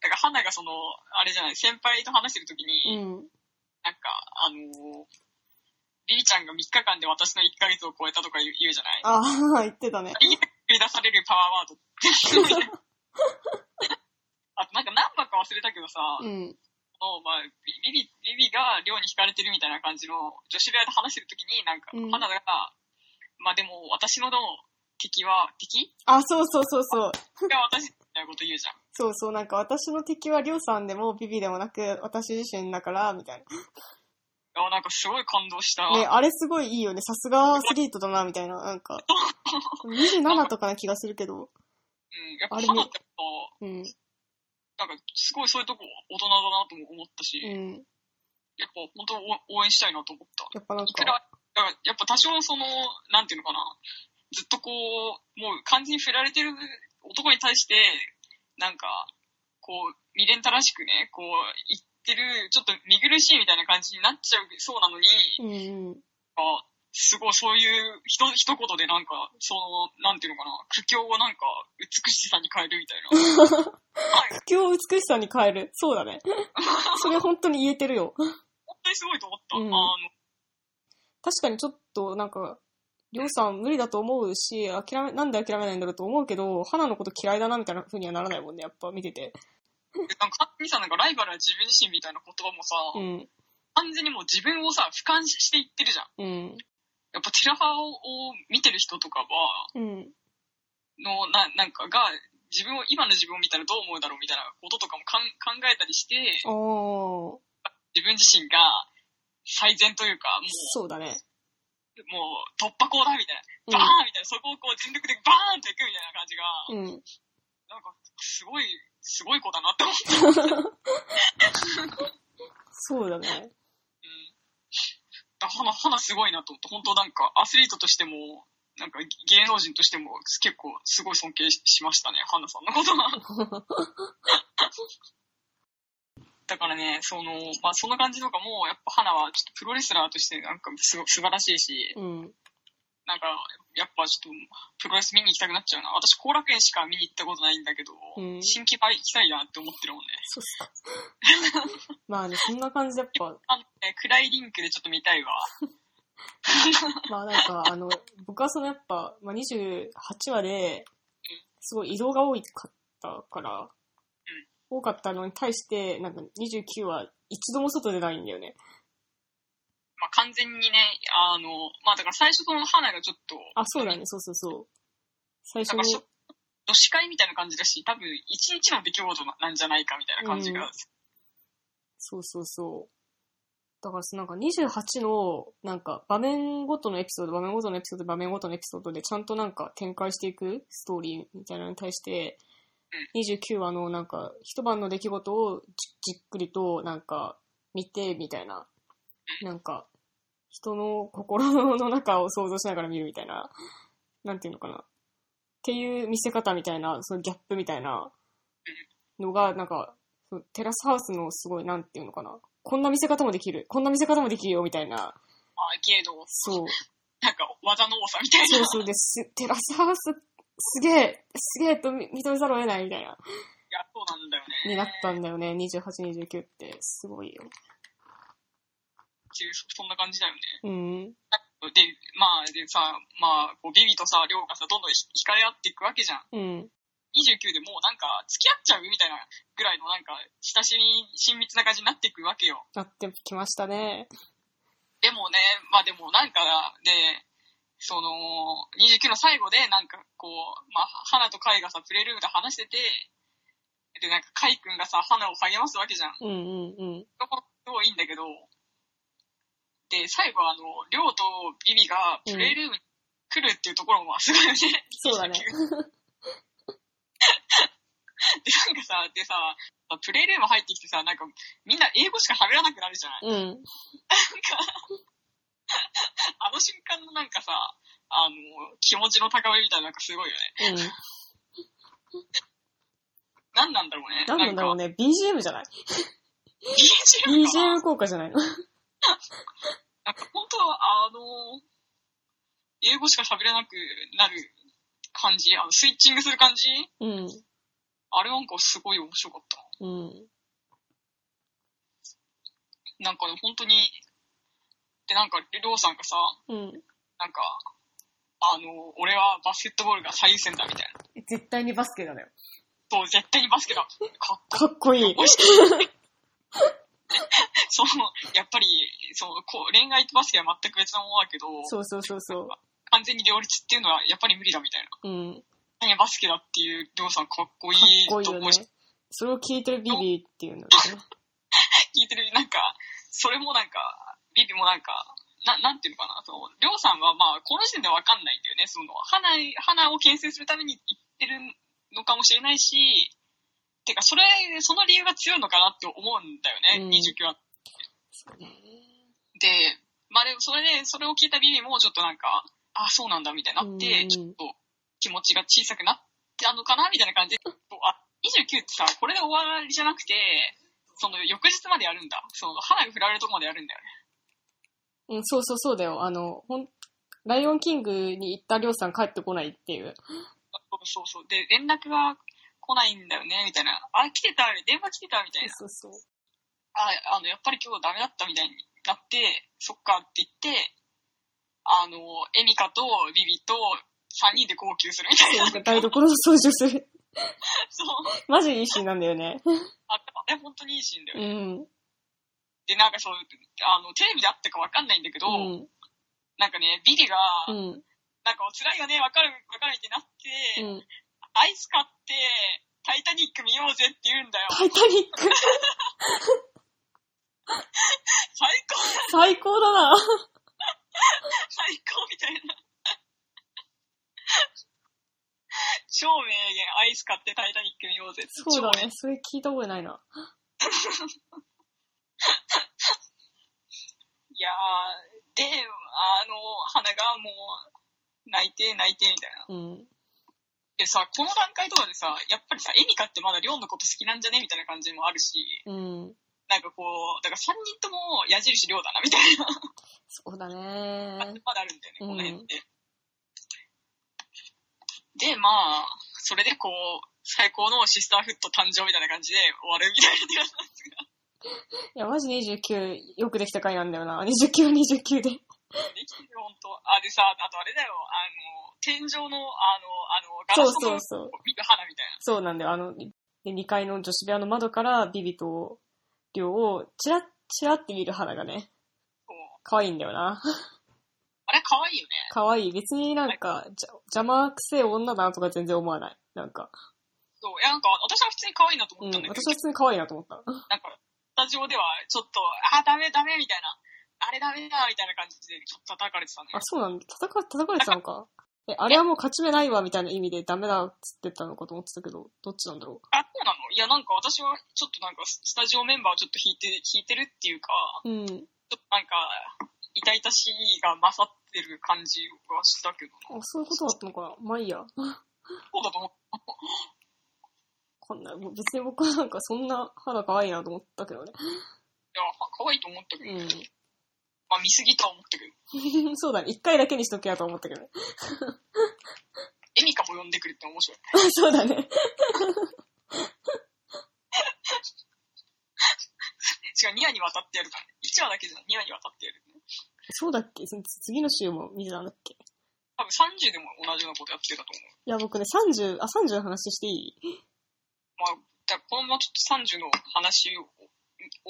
A: だから花がその、あれじゃない、先輩と話してるとき
B: う
A: に、
B: ん。
A: なんか、あのー、リリちゃんが3日間で私の1ヶ月を超えたとか言う言うじゃない。
B: ああ、言ってたね。
A: 言い出されるパワーワード。
B: *laughs*
A: あとなんか何話か忘れたけどさ、
B: うん。
A: の、まあ、ビビビ、ビビが寮に惹かれてるみたいな感じの女子部屋で話してるときに、なんか、
B: うん
A: 花が、まあでも私のどう敵は、敵
B: あ、そうそうそうそう。
A: が私みたいなこと言うじゃん。
B: そうそう、なんか私の敵はりょうさんでもビビでもなく、私自身だから、みたい
A: あなんかすごい感動した。
B: な。ね、あれすごいいいよね。さすがアスリートだな、みたいな。なんか、27とかな気がするけど。
A: うん。やっぱ
B: あれ
A: 花って
B: うん。
A: なんかすごいそういうとこ大人だなとも思ったし、
B: うん。
A: やっぱ本当応援したいなと思った。
B: やっぱなん
A: いく
B: か、
A: ら、だからやっぱ多少その、なんていうのかな、ずっとこう、もう完全に振られてる男に対して、なんか、こう、未練たらしくね、こう、言ってる、ちょっと見苦しいみたいな感じになっちゃうそうなのに、
B: うんうん。
A: あすごいそういうひと一言でなんか、その、なんていうのかな、苦境をなんか、美しさに変えるみたいな。
B: *laughs*
A: はい、
B: 苦境を美しさに変える。そうだね。それ本当に言えてるよ。
A: 本当にすごいと思った。
B: うん
A: あの、
B: 確かにちょっとなんか、りょうさん無理だと思うし、諦め、なんで諦めないんだろうと思うけど、花のこと嫌いだなみたいな風にはならないもんね、やっぱ見てて。
A: なんか、神さんなんかライバルは自分自身みたいな言葉もさ、
B: うん、
A: 完全にもう自分をさ、俯瞰していってるじゃん。
B: うん、
A: やっぱテラファを見てる人とかは、
B: うん、
A: の、な、なんかが、自分を、今の自分を見たらどう思うだろうみたいなこととかもかん考えたりして、
B: あー、
A: 自分自身が最善というか、も
B: そうだね。
A: う、もう突破口だみたいな、バーンみたいな、そこをこう全力でバーンと行くみたいな感じが、
B: うん、うん。
A: なんか、すごい、すごい子だなって思った。
B: そうだね。
A: うん。だ花、花すごいなと思って、本当なんか、アスリートとしても、なんか芸能人としても結構すごい尊敬ししましたね、花さんのことは。
B: *laughs*
A: だからね、その、まあ、そんな感じとかも、やっぱ花はちょっとプロレスラーとしてなんかすご素晴らしいし、
B: うん、
A: なんか、やっぱちょっと、プロレス見に行きたくなっちゃうな。私、後楽園しか見に行ったことないんだけど、
B: うん
A: 新規場行きたいなって思ってるもんね。
B: そうっすか。まあね、そんな感じでやっぱ、
A: あのね、暗いリンクでちょっと見たいわ。
B: まあなんか、あの、僕はそのやっぱ、まあ28話で、すごい移動が多かったから、多かったのに対して、なんか29話、一度も外出ないんだよね。
A: まあ、完全にね、あの、まあ、だから最初その花がちょっと、
B: あ、そうだね、そうそうそう。最初
A: なんか
B: に
A: そ、、女子会みたいな感じだし、多分一日の出来事なんじゃないかみたいな感じが、
B: うんそうそうそう。だからそのなんか28の、なんか場面ごとのエピソード、場面ごとのエピソード、場面ごとのエピソードでちゃんとなんか展開していくストーリーみたいなのに対して、29話のなんか一晩の出来事をじじっくりとなんか見てみたいな、なんか人の心の中を想像しながら見るみたいな、なんていうのかな。っていう見せ方みたいな、そのギャップみたいなのが、なんか、そのテラスハウスのすごい、なんていうのかな。こんな見せ方もできる。こんな見せ方もできるよ、みたい
A: あ
B: な。
A: あ、ゲード、
B: そう。
A: なんか技の多さみたい
B: そう
A: な。
B: そうです。 *laughs* テラスハウス、すげえ、すげえと認めざるを得ないみたい
A: い
B: な、
A: や、そうなんだよね。
B: になったんだよね。28、29って。すごいよ。
A: っていうそんな感じだよね。
B: うん。
A: で、まあ、でさ、まあ、こうビビとさ、りょうがさ、どんどんひ惹かれ合っていくわけじゃん。
B: うん。
A: 29でもうなんか、付き合っちゃうみたいなぐらいのなんか、親しみ、親密な感じになっていくわけよ。
B: なってきましたね。
A: でもね、まあでもなんかね、その、29の最後でなんかこう、まあ、花と海がさ、プレイルームで話してて、で、なんか海くんがさ、花を励ますわけじゃん。
B: うんうんうん。
A: そこすごいいいんだけど、で、最後はあの、りょうとビビがプレイルームに来るっていうところもすごいよね。
B: そうだね
A: で、なんかさ、でさ、プレイルーム入ってきてさ、なんかみんな英語しか喋らなくなるじゃない
B: うん。
A: あの瞬間のなんかさ、あの、気持ちの高めみたいななんかすごいよね。なんなんだろうね。
B: うん。なんだろう
A: ね。
B: ね。BGM じゃない
A: BGM かな
B: ?BGM 効果じゃないの
A: なんか本当は、あの、英語しか喋れなくなる感じ、あの、スイッチングする感じ
B: うん。
A: あれなんかすごい面白かった
B: うん。
A: な。なんかね、本当に、で、なんか、りょうさんがさ、
B: うん。
A: なんか、あの、俺はバスケットボールが最優先だみたいな。
B: 絶対にバスケだよ。
A: そう、絶対にバスケだ。かっ
B: かっこいい。
A: おいしい。その、やっぱり、その、こう、恋愛とバスケは全く別なものだけど、
B: そうそうそうそう。
A: 完全に両立っていうのはやっぱり無理だみたいな。
B: うん。か
A: 何やバスケだっていうりょうさんかっこい
B: っ
A: い
B: こいい
A: と
B: よ
A: 思
B: ね
A: うし、。
B: それを聞いてるビビーっていうんだろうね。
A: 聞いてる、なんか、それもなんか、ビビもなんか、ななんていうのかな、その、りょうさんはまあ、この時点でわかんないんだよね、その、花、花を形成するために言ってるのかもしれないし、てか、それ、その理由が強いのかなって思うんだよね、
B: うん
A: 29は。
B: そうね
A: で、まあでもそれで、それを聞いたビビもちょっとなんか、ああ、そうなんだ、みたいになって、
B: うん
A: ちょっと気持ちが小さくなったのかな、みたいな感じで、こうあ、29ってさ、これで終わりじゃなくて、その翌日までやるんだ。その花が振られるとこまでやるんだよね。
B: うん、そうそうそうだよ。あの、ほん、ライオンキングに行ったりょうさん帰ってこないっていう。
A: そうそうそう。で、連絡が来ないんだよね、みたいな。あ、来てた、電話来てた、みたいな。
B: そうそう。
A: あ、あの、やっぱり今日ダメだったみたいになって、そっかって言って、あの、エミカとビビと3人で号泣するみたいな。
B: そうか、台所を掃除する。
A: *laughs*
B: *laughs*
A: そう。
B: マジいいシーンなんだよね。
A: あ、あれ本当にいいシーンだよ
B: う
A: ね。
B: ん。
A: で、なんかそう、あの、テレビであったかわかんないんだけど、
B: うん。
A: なんかね、ビリが、
B: うん。
A: なんかお辛いよね、わかる、わかるってなって、
B: うん。
A: アイス買って、タイタニック見ようぜって言うん
B: *laughs*
A: だよ。
B: タイタニック、
A: 最高、
B: 最高だな。
A: 最高みたいな。 *laughs* 超名言、アイス買ってタイタニック見ようぜって。
B: そうだ
A: 超
B: ね。それ聞いた覚えないな。
A: いやー、で、あの、花がもう、泣いて、泣いて、みたいな。
B: うん。
A: でさ、この段階とかでさ、やっぱりさ、エミカってまだリョンのこと好きなんじゃねみたいな感じもあるし、
B: うん。
A: なんかこう、だから3人とも矢印リョウだな、みたいな
B: そうだね
A: 感じ。まだあるんだよね、この辺って。で、まあ、それでこう、最高のシスターフット誕生みたいな感じで終わるみたいな。
B: いや、マジ29、よくできた回なんだよな。29、29で。
A: できてるよ、ほんと。あ、でさ、あとあれだよ、あの、天井の、あの、あの、ガラス
B: そう
A: の
B: そうそう
A: 見る花みたいな。
B: そうなんだよ。あの、で2階の女子部屋の窓からビビと亮をチラッチラって見る花がね、
A: そう
B: 可愛いんだよな。 *laughs*
A: あれ、可愛いよね。
B: 可愛い。別になんか、じゃ邪魔くせえ女だなとか全然思わない。なんか、
A: そう。いや、なんか、私は普通に可愛いなと
B: う
A: 思
B: ん
A: ったん、だけど、
B: 私は普通に可愛いなと思った。
A: なんか、スタジオでは、ちょっと、あ、ダメダメみたいな、あれダメだみたいな感じで、ちょっと叩かれてたね。
B: あ、そうなんだ。叩か、叩かれてたのか。 *laughs* え、あれはもう勝ち目ないわみたいな意味でダメだっつってたのかと思ってたけど、どっちなんだろ
A: あ、そうなのいや、なんか私は、ちょっとなんか、スタジオメンバーをちょっと引いて、引いてるっていうか、
B: う。うん。
A: ちょっとなんか、痛々しいが勝ってる感じはしたけどな、
B: あ、そういうことだったのかな。まあいいや。
A: そうだと思う。
B: こんな、もう別に僕はなんかそんな肌可愛いなと思ったけどね。
A: いや、可愛いと思ったけど、
B: う
A: まあ見すぎとは思ったけど、
B: ん。 *laughs* そうだね。一回だけにしとけやと思ったけどね。
A: エミカも呼んでくるって面白い。
B: そうだね。
A: 違う、2話にわたってやるからね。1話だけじゃない、2話にわたってやる、ね。
B: そうだっけその次の週も見てたんだっけ
A: 多分30でも同じようなことやってたと思う。
B: いや、僕ね、30、あ、30の話していい
A: まあ、じゃあこのままちょっと30の話を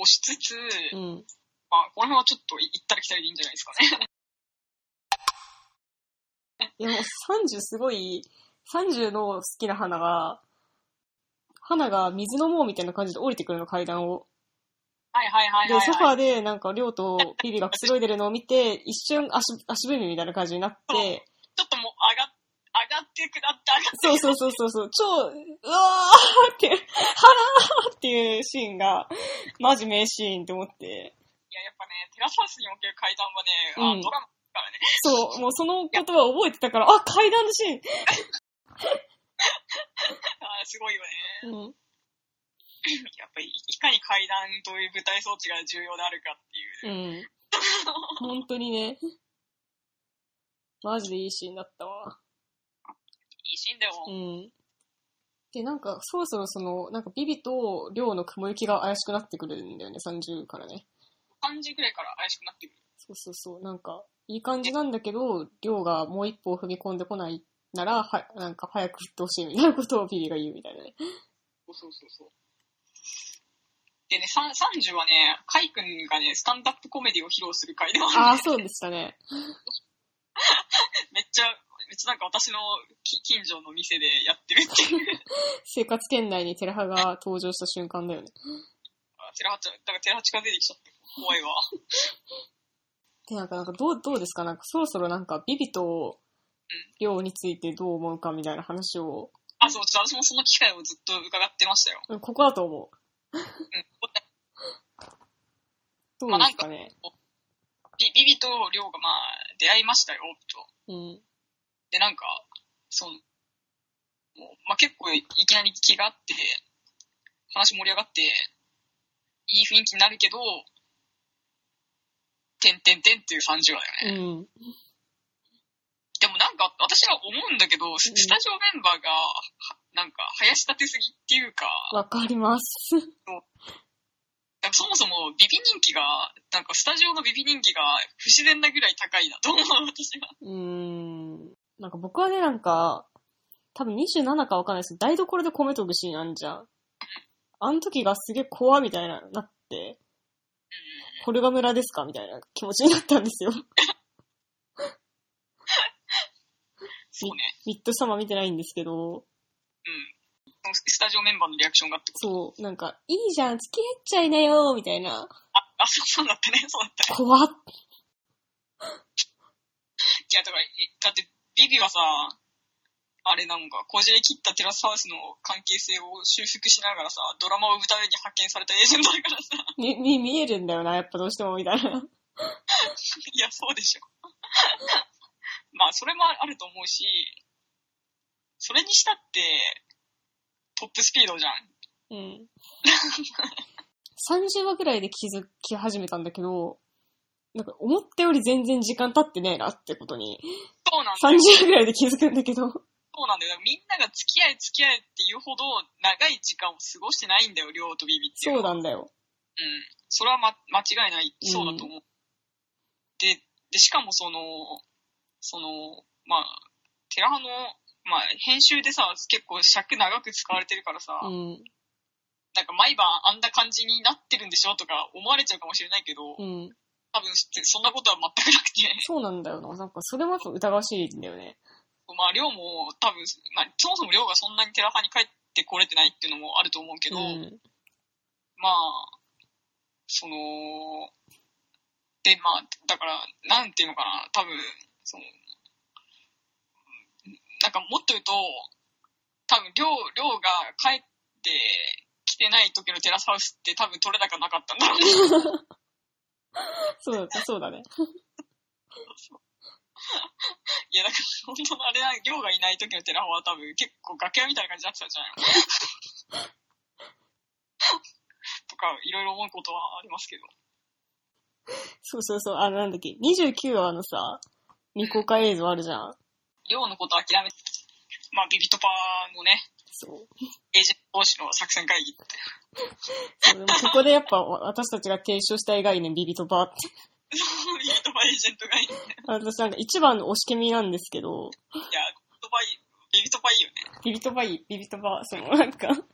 A: をしつつ、
B: うん。
A: まあ、この辺はちょっと行ったり来たりでいいんじゃないですかね。 *laughs*
B: いや、もう30すごい、30の好きな花が、花が水のもうみたいな感じで降りてくるの、階段を。
A: はいはいはい
B: で
A: はい、、
B: ソフ
A: はい。
B: ァーでなんか、りょうとビビがくつろいでるのを見て、一瞬足、足踏みみたいな感じになって、
A: ちょっともう上が、上がって下って上がって。
B: そうそうそうそうそう、超、うわーって、はらーっていうシーンが、マジ名シーンって思って。
A: いや、やっぱね、テラスハウスにおける階段はね、あ
B: うん
A: ドラマですからね。 *laughs*
B: そう、もうその言葉覚えてたから、あ、階段のシーン
A: あーすごいよね。 *laughs*
B: うん。
A: やっぱり、いかに階段という舞台装置が重要であるかっていう。
B: うん。本当にね。マジでいいシーンだったわ。
A: いいシーンだよ。
B: うん。で、なんか、そろそろその、なんかビビとリョウの雲行きが怪しくなってくるんだよね、30からね。
A: 3時ぐらいから怪しくなってくる。
B: そうそうそう、なんか、いい感じなんだけど、リョウがもう一歩踏み込んでこないなら、は、なんか早く振ってほしいみたいなことをビビが言うみたいなね。
A: そうそうそうそう。でね、さん30はね、カイ君がね、スタンダップコメディを披露する回でもあ
B: あ
A: るん
B: あ、
A: で
B: そうでしたね。
A: めめっちゃ、めっちゃなんか私のき近所の店でやってるっていう。
B: 生活圏内にテラハが登場した瞬間だよね。
A: あテラハちゃん、だからテラハ近づいてきちゃって怖いわ。
B: で、なんか、なんかどう、どうですかなんか、そろそろなんか、ビビと、量についてどう思うかみたいな話を、
A: あ、そう、ちょっと私もその機会をずっと伺ってましたよ。
B: うんここだと思う。
A: うん。
B: どうですかね。
A: ビビビとリョウがまあ、出会いましたよ、と。
B: うん。
A: で、なんか、その、もうまあ、結構いきなり気があって、話盛り上がって、いい雰囲気になるけど、てんてんてんっていう30話だよね。
B: うん。
A: でもなんか、私は思うんだけど、ス
B: うん
A: スタジオメンバーが、はなんか、林立てすぎっていうか、
B: わかります。 *laughs*
A: なんかそもそもビビ人気が、なんかスタジオのビビ人気が不自然なぐらい高いなと思う、私は。
B: うーん。なんか僕はね、なんか、多分27かわかんないですけど、台所で米研ぐシーンあんじゃん。あの時がすげえ怖みたいな、なって、これが村ですかみたいな気持ちになったんですよ。 *laughs*
A: そうね。
B: ミッド様見てないんですけど、
A: そのスタジオメンバーのリアクションがってこと。
B: そう、なんか、いいじゃん、付き合っちゃいなよみたいな、
A: あ、そうそうだったね、そうだったね。
B: 怖
A: い
B: っ。
A: や、だから、えだって、ビビはさ、あれなんか、こじれ切ったテラスハウスの関係性を修復しながらさ、ドラマを歌うために派遣されたエージェントだからさ、 *laughs*
B: に、 *laughs* に見えるんだよな、やっぱどうしても、みたい
A: い
B: な。
A: や、そうでしょ。 *laughs* まあ、それもあると思うし、それにしたって、トップスピードじゃん。
B: *laughs* うん。30話ぐらいで気づき始めたんだけど、なんか思ったより全然時間経ってねえなってことに、
A: そうなんだよ。
B: 30話ぐらいで気づくんだけ
A: そ
B: ど、
A: うなんだよ。だからみんなが付き合え付き合えっていうほど長い時間を過ごしてないんだよ、りょうとビビってい
B: そう
A: のは。
B: うなんだ
A: う
B: よ。
A: ん。それは、ま、間違いない。そうだと思う。で、で、しかもその、その、まあ、テラハの、まあ、編集でさ、結構尺長く使われてるからさ、
B: うん、
A: なんか毎晩あんな感じになってるんでしょとか思われちゃうかもしれないけど、
B: うん。
A: 多分そそんなことは全くなくて、 *laughs*
B: そうなんだよな。なんかそれもやっぱ疑わしいんだよね。
A: まあ、りょうも多分、まあ、そもそもりょうがそんなにテラハに帰ってこれてないっていうのもあると思うけ
B: う
A: ど、
B: ん。
A: まあ、その、で、まあ、だから、なんていうのかな、多分、その、なんかもっと言うと、多分、量、量が帰ってきてない時のテラスハウスって多分取れ高なかったんだろうね。
B: そうだった、そうだね。
A: いや、だから、本当のあれな、量がいない時のテラハは多分結構楽屋みたいな感じになってたんじゃないのとか、いろいろ思うことはありますけど。
B: そうそうそう、あの、なんだっけ、29話のさ、未公開映像あるじゃん。
A: 量のこと諦めて、まあ、ビビトパーのね、
B: そ
A: エ
B: う。
A: ージェント同士の作戦会
B: *laughs*
A: 議って。
B: そうでもここでやっぱ私たちが提唱したい概念、ビビとバーって。
A: ビビトバエージェント会議。い
B: 私なんか一番の押しけみなんですけど、
A: や、ドバイ、ビビトバいいよね。
B: ビビとバイ、ビビとバー、そのなんか、
A: もうビビ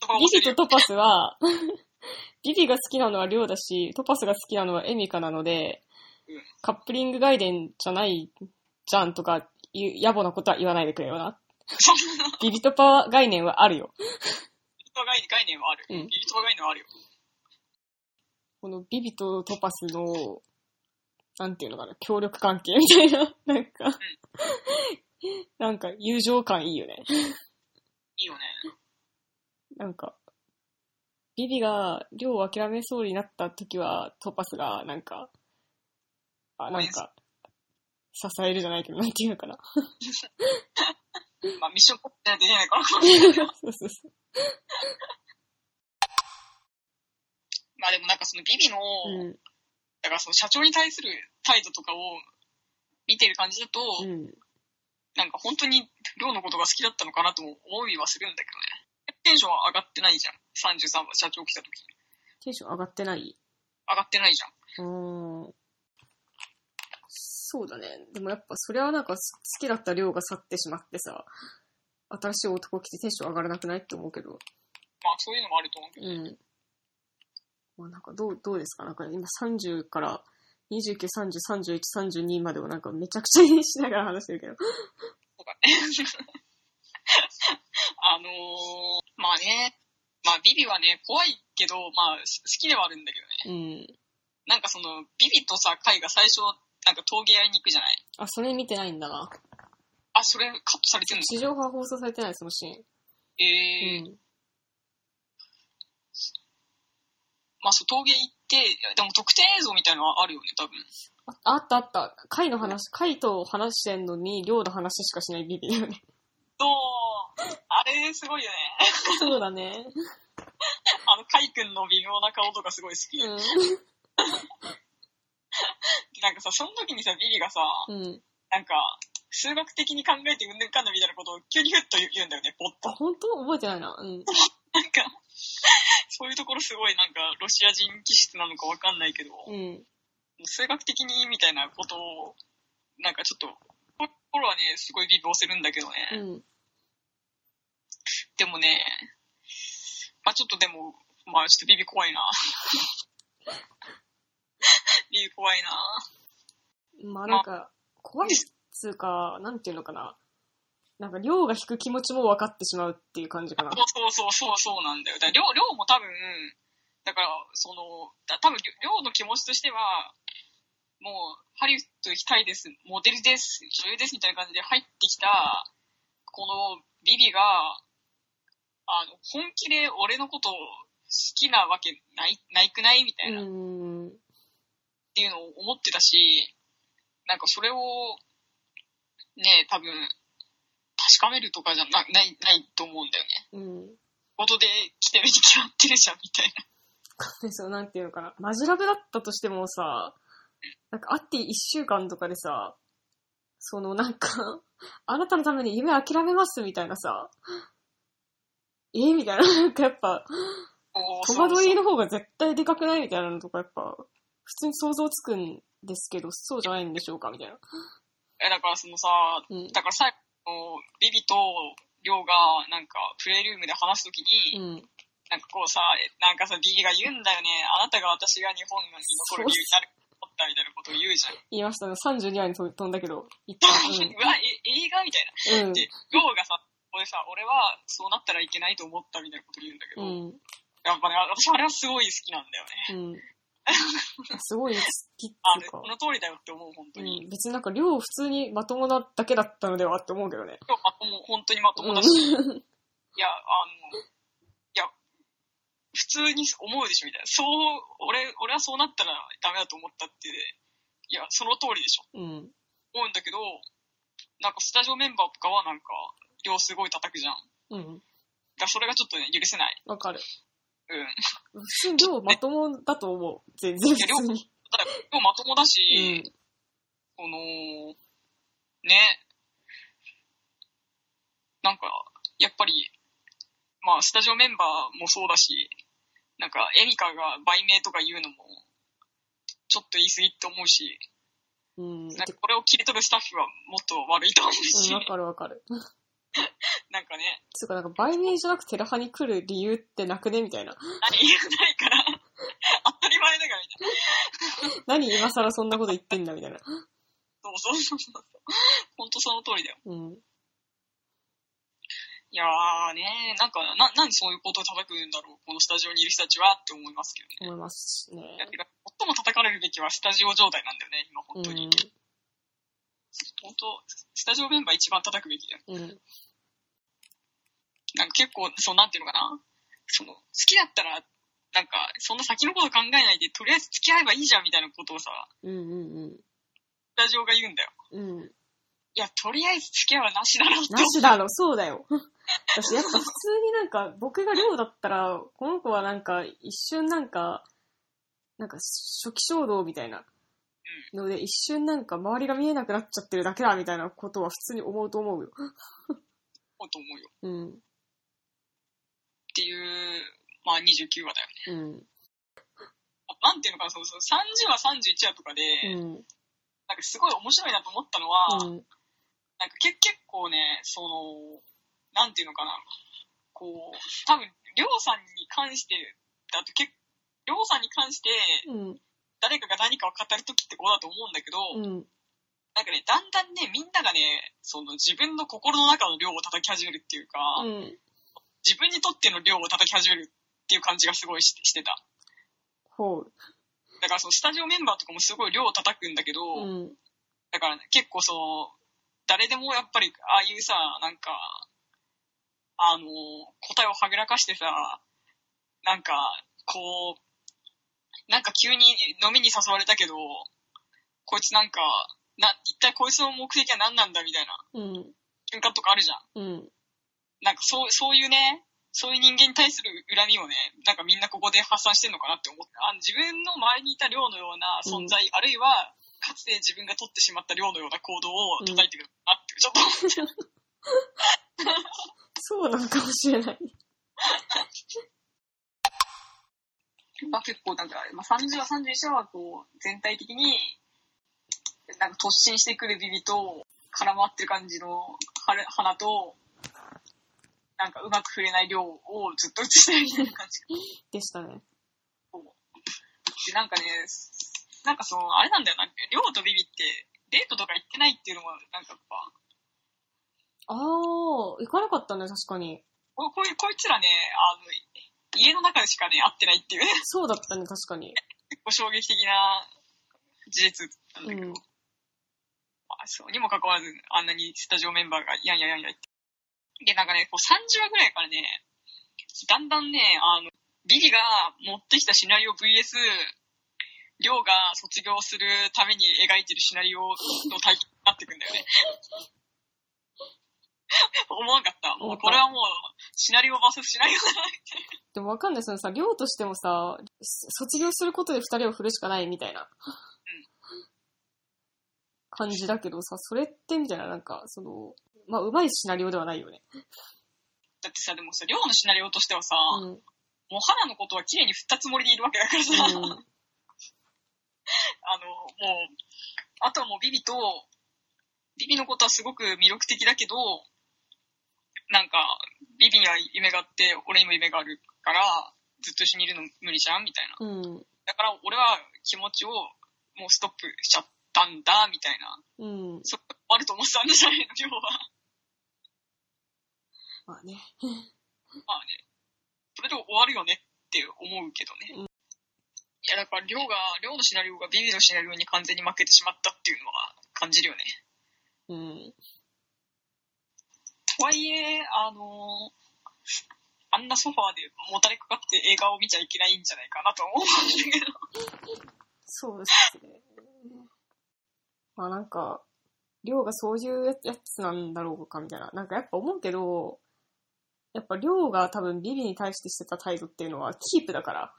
A: トバ
B: ビ
A: 推せ
B: ビ
A: る
B: と
A: よ
B: トパスは、 *laughs* ビビが好きなのはリョウだし、トパスが好きなのはエミカなので
A: うん、
B: カップリング外伝じゃないじゃんとか、いう野暮なことは言わないでくれよな。
A: そんな、ビ
B: ビビトパ概念はあるよ。
A: ビトバ概念概念はある。
B: うん
A: ビビトバ概念はあるよ。
B: このビビとトパスの、なんていうのかな、協力関係みたいな、なんか、なんか友情感いいよね。
A: いいよね。
B: なんか、ビビが寮を諦めそうになった時は、トパスが、なんか、あ、なんか、支えるじゃないけど、なんていうのか *laughs* な。
A: まあ、ミッションコンプないといけないから。 *laughs*
B: そうそうそう。
A: まあでもなんかそのビビの、
B: うん。
A: だからその社長に対する態度とかを見てる感じだと、
B: うん。
A: なんか本当に寮のことが好きだったのかなとも思いはするんだけどね。テンションは上がってないじゃん。33番社長来た時。
B: テンション上がってない
A: 上がってないじゃん。
B: うーん。そうだね。でもやっぱ、それはなんか、す好きだった寮が去ってしまってさ、新しい男来てテンション上がらなくないって思うけど。
A: まあそういうのもあると思うけど。
B: うん。まあなんかどう、どうですかなんか今30から29、30、31、32までをなんかめちゃくちゃ *laughs* にしながら話してるけど。
A: そうだね。 *laughs* あのー、まあね、まあビビはね、怖いけど、まあす好きではあるんだけどね。
B: うん。
A: なんかその、ビビとさ、カイが最初、なんか陶芸やりに行くじゃない
B: あ、それ見てないんだな。
A: あ、それカットされてるんだ。
B: 地上波は放送されてない、そのシーン。
A: ええ
B: うん。
A: まあそう、陶芸行って、でも特典映像みたいのはあるよね、多分。
B: ああったあった。回の話、回と話してんのに、量の話しかしないビビだ *laughs* よね。
A: そう、あれすごいよね。 *laughs*
B: そうだね。
A: あの、カイ君の微妙な顔とかすごい好き。
B: うん。
A: なんかさ、その時にさ、ビビがさ、
B: うん。
A: なんか、数学的に考えてうんぬんかんぬんみたいなことを急にふっと言うんだよね、ぼっ
B: あ、
A: と。
B: 本当覚えてないな。うん。
A: なんか、そういうところすごいなんか、ロシア人気質なのかわかんないけど、
B: うん。
A: 数学的にみたいなことを、なんかちょっと、この頃はね、すごいビビ押せるんだけど
B: う
A: ね。
B: ん。
A: でもね、まあちょっとでも、まあちょっとビビ怖いな。 *laughs* ビビ怖いな。
B: まあなんか、怖いっつうか、なんていうのかな。なんか、量が引く気持ちも分かってしまうっていう感じかな。
A: そうそうそうそうそうなんだよ。だから、りょうりょうも多分、だから、その、だ多分りょりょうの気持ちとしては、もう、ハリウッド行きたいです、モデルです、女優です、みたいな感じで入ってきた、このビビが、あの、本気で俺のことを好きなわけない、ないくないみた
B: う
A: いな、っ
B: ん。
A: ていうのを思ってたし、なんかそれを、ね、多分、確かめるとかじゃなない、ないと思うんだよね。
B: うん。
A: ことで来てるに決まってるじゃんみたいな。
B: で、そう、なんていうのかな。マジラブだったとしてもさ、なんか、あって一週間とかでさ、そのなんか、あなたのために夢諦めますみたいなさ、えみたいな、なんかやっぱ、戸惑い
A: の
B: の方が絶対でかくないみたいなのとかやっぱ、普通に想像つくんですけど、そうじゃないんでしょうかみたいな。
A: え、だからそのさ、
B: うん。
A: だからさ、こうビビとリョウがなんかプレイルームで話すときに、
B: うん。
A: なんかこうさ、えなんかさ、ビビが言うんだよね、あなたが私が日本に残る理由になると思ったみたいなことを言うじゃん。
B: 言いましたね。32話に飛飛んだけど、言
A: *laughs*
B: っ
A: うわ、え、映画みたいな。
B: た。うん。
A: で、リョウがさ、俺さ、俺はそうなったらいけないと思ったみたいなこと言うんだけ
B: う
A: ど、
B: ん。
A: やっぱね、私あれはすごい好きなんだよね。
B: *laughs* うん。うん。すごい好き
A: あ
B: ってい
A: れ、
B: うか
A: こ。の通りだよって思う、本当に。
B: うん、別になんか量普通にまともなだけだったのではって思うけどね。
A: 今日まと *laughs* も、本当にまともだし、いや、あの、いや、普通に思うでしょ、みたいな。そう、俺、俺はそうなったらダメだと思ったって、いや、その通りでしょ。
B: うん。
A: 思うんだけど、なんかスタジオメンバーとかはなんか、量すごい叩くじゃん。
B: うん。
A: だからそれがちょっとね、許せない。
B: わかる。
A: うん。
B: 普通に量まともだと思う。全然
A: いや
B: 普 *laughs* 通に。
A: ただ、量まともだ
B: う
A: し、
B: ん。
A: この、ね、なんか、やっぱり、まあ、スタジオメンバーもそうだし、なんか、エミカが売名とか言うのも、ちょっと言い過ぎって思うし、
B: うん。
A: なんかこれを切り取るスタッフはもっと悪いと思う
B: う
A: し、
B: ん、わ
A: な
B: かるわかる。
A: んかね、
B: つうかなんか売名じゃなくテラハに来る理由ってなくねみたいな。 *laughs*
A: 何言えないから、当たり前だからみたいな。
B: 何今更そんなこと言ってんだみたいな。
A: そうそうそうそう。ほんとその通りだよ。
B: うん。
A: いやーねなんか、な、なんでそういうことを叩くんだろう、このスタジオにいる人たちはって思いますけどね。
B: 思いますね。
A: だけど、最も叩かれるべきはスタジオ状態なんだよね、今
B: う
A: 本当に。
B: ん。
A: 本当、スタジオメンバー一番叩くべきだよ。
B: うん。
A: なんか結構、そう、なんていうのかな。その、好きだったら、なんか、そんな先のこと考えないで、とりあえず付き合えばいいじゃんみたいなことをさ、
B: うんうん
A: スタジオが言うんだよ。
B: うん。うん。
A: いや、とりあえず付き合いはなしだろって。
B: なしだろ、そうだよ。私、やっぱ普通になんか、僕が寮だったら、この子はなんか、一瞬なんか、なんか、初期衝動みたいな。ので、一瞬なんか、周りが見えなくなっちゃってるだけだ、みたいなことは普通に思うと思うよ。
A: 思うと思うよ。っ
B: うん。
A: ていう、まあ29話だよね。
B: うん。
A: あなんていうのかな、そうそう、30話、31話とかで、
B: うん。
A: なんかすごい面白いなと思ったのは、
B: うん。
A: なんかけ結構ね、その、なんていうのかな、こう、多分、りょうさんに関してだと結りょうさんに関して、
B: うん。
A: 誰かが何かを語る時ってこうだと思うんだけど、
B: うん。
A: なんかね、だんだんね、みんながね、その自分の心の中の量を叩き始めるっていうか、
B: うん。
A: 自分にとっての量を叩き始めるっていう感じがすごいししてた。
B: ほう。
A: だからそのスタジオメンバーとかもすごい量を叩くんだけど、
B: うん。
A: だから、ね、結構その、誰でもやっぱり、ああいうさ、なんか、あの、答えをはぐらかしてさ、なんか、こう、なんか急に飲みに誘われたけど、こいつなんか、な、一体こいつの目的は何なんだみたいな
B: うん。
A: 瞬間とかあるじゃん。
B: うん。
A: なんかそう、そういうね、そういう人間に対する恨みをね、なんかみんなここで発散してんのかなって思って、あ自分の周りにいた量のような存在、あるいは、かつて自分が取ってしまった量のような行動を叩いてくるなって、ちょっと思って、
B: そうなのかもしれない。
A: まあ結構なんか、まあ、30話、31話はこう、全体的に、なんか突進してくるビビと、絡まってる感じの花花と、なんかうまく触れない量をずっと映してるみたいな感じ。
B: でしたね。
A: でなんかね、なんかその、あれなんだよな、りょうとビビって、デートとか行ってないっていうのも、なんかやっぱ、
B: ああ、行かなかったね、確かに。
A: ここいこいつらね、あの、家の中でしかね、会ってないっていう、
B: そうだったね、確かに。
A: 結構衝撃的な事実なんだけど、
B: うん
A: まあ、そうにもかかわらず、あんなにスタジオメンバーが、やんやんやんやん言って。で、なんかね、こう30話ぐらいからね、だんだんね、あの、ビリが持ってきたシナリオ VS、りょうが卒業するために描いてるシナリオの対決になってくんだよね。 *laughs* 思わんかった。もうこれはもう、シナリオ VS シナリオだな。
B: でもわかんない、そのさ、寮としてもさ、卒業することで二人を振るしかないみたいな。感じだけどさ、それってみたいな、なんか、その、まあ、うまいシナリオではないよね。
A: だってさ、でもさ、りょうのシナリオとしてはさ、
B: うん。うん。
A: もう花のことは綺麗に振ったつもりでいるわけだからさ、 *laughs* あの、もう、あとはもうビビと、ビビのことはすごく魅力的だけど、なんか、ビビには夢があって、俺にも夢があるから、ずっと一緒にいるの無理じゃんみたいな。
B: うん。
A: だから俺は気持ちをもうストップしちゃったんだ、みたいな。
B: うん。
A: そっか、終わると思ってたんじゃないの、要は。
B: まあね。
A: まあね、それで終わるよねって思うけどね。いや、だから、りょうが、りょうのシナリオがビビのシナリオに完全に負けてしまったっていうのは感じるよね。
B: うん。
A: とはいえ、あのあんなソファーでもたれかかって映画を見ちゃいけないんじゃないかなとは思う
B: *laughs*
A: んだけど。
B: そうですね。まあなんか、量がそういうややつなんだろうかみたいな。なんかやっぱ思うけど、やっぱ量が多分ビビに対してしてた態度っていうのはキープだから、
A: あ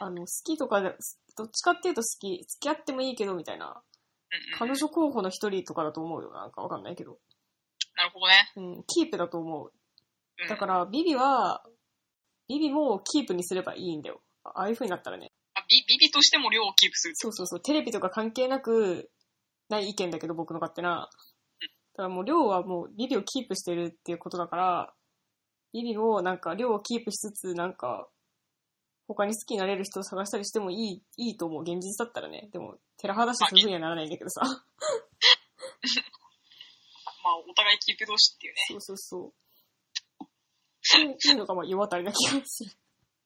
A: あ、
B: あの、好きとかで、どっちかっていうと好き、付き合ってもいいけどみたいな、
A: うんうん。
B: 彼女候補の一人とかだと思うよ。なんかわかんないけど。
A: なるほどね。
B: うん、キープだと思う。
A: うん、
B: だからビビは、ビビもキープにすればいいんだよ。あああいう風になったらね。
A: あビビビとしても量をキープするって
B: そうそうそう、テレビとか関係なく、ない意見だけど、僕の勝手な。だからもう、量はもう、ビビをキープしてるっていうことだから、ビビをなんか、量をキープしつつ、なんか、他に好きになれる人を探したりしてもいい、いいと思う。現実だったらね。でも、テラハだし、そういう風にはならないんだけどさ。
A: まあ、お互いキープ同士っていうね。
B: そうそうそう。そういうのが、まあ、世渡りな気がする。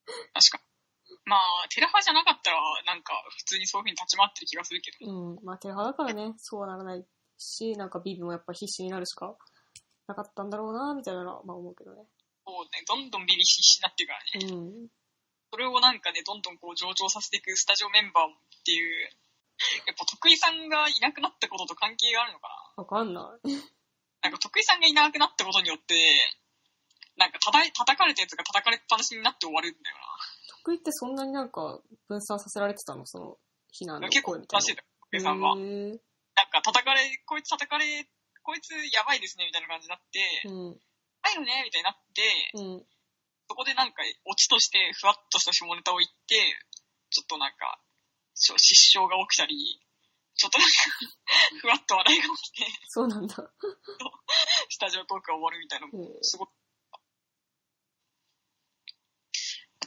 A: 確かに。まあ、テラハじゃなかったら、なんか、普通にそういう風に立ち回ってる気がするけど。
B: うん。まあ、テラハだからね、そうはならないし、なんか、ビビもやっぱ必死になるしかなかったんだろうな、みたいなのは、まあ、思うけどね。
A: そうね、どんどんビビ必死になってるからね。
B: うん。
A: それをなんかね、どんどんこう上長させていくスタジオメンバーっていう、やっぱ徳井さんがいなくなったことと関係があるのか
B: わかんない。
A: ななんか徳井さんがいなくなったことによって、なんか叩い叩かれたやつが叩かれっぱなしになって終わるんだよ
B: 得意ってそんなになんか分散させられてたのその、避難
A: な。
B: の
A: 結構
B: 声みた
A: ら
B: い
A: しい
B: な。
A: だよ、徳井さんは。
B: へー
A: なんか叩かれ、こいつ叩かれ、こいつやばいですね、みたいな感じになって、
B: うん。
A: 入るね、みたいになって、
B: うん。
A: そこでなんか、オチとして、ふわっとした下ネタを言って、ちょっとなんか、しょ失笑が起きたり、ちょっとなんか、ふわっと笑いが起きて、
B: そうなんだ。
A: スタジオトークが終わるみたいなの
B: う
A: も、
B: ん
A: すごく。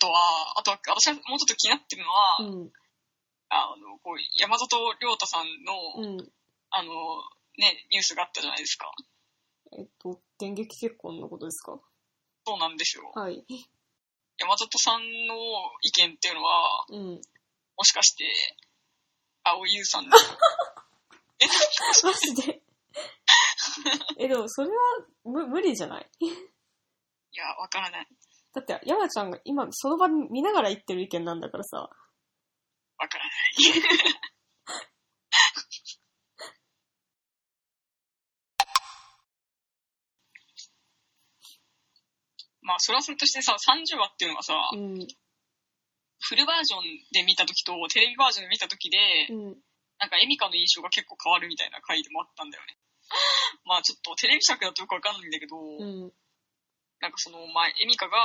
A: とは、あとは、私がもうちょっと気になってるのは、
B: うん。
A: あの、こう、山里亮太さんの、
B: うん。
A: あの、ね、ニュースがあったじゃないですか。
B: えっと、電撃結婚のことですか
A: そうなんですよ。
B: はい。
A: 山里さんの意見っていうのは、
B: うん。
A: もしかして、青井優さんの。え、 *laughs*
B: マジで *laughs* え、でもそれは無無理じゃない
A: いや、わからない。
B: だって、山ちゃんが今、その場に見ながら言ってる意見なんだからさ。
A: わからない。 *laughs* まあ、それはそれとしてさ、30話っていうのがさ、
B: うん。
A: フルバージョンで見た時と、テレビバージョンで見た時で、
B: うん。
A: なんかエミカの印象が結構変わるみたいな回でもあったんだよね。まあちょっとテレビ尺だとよくわかんないんだけど、
B: うん。
A: なんかその、まあエミカが、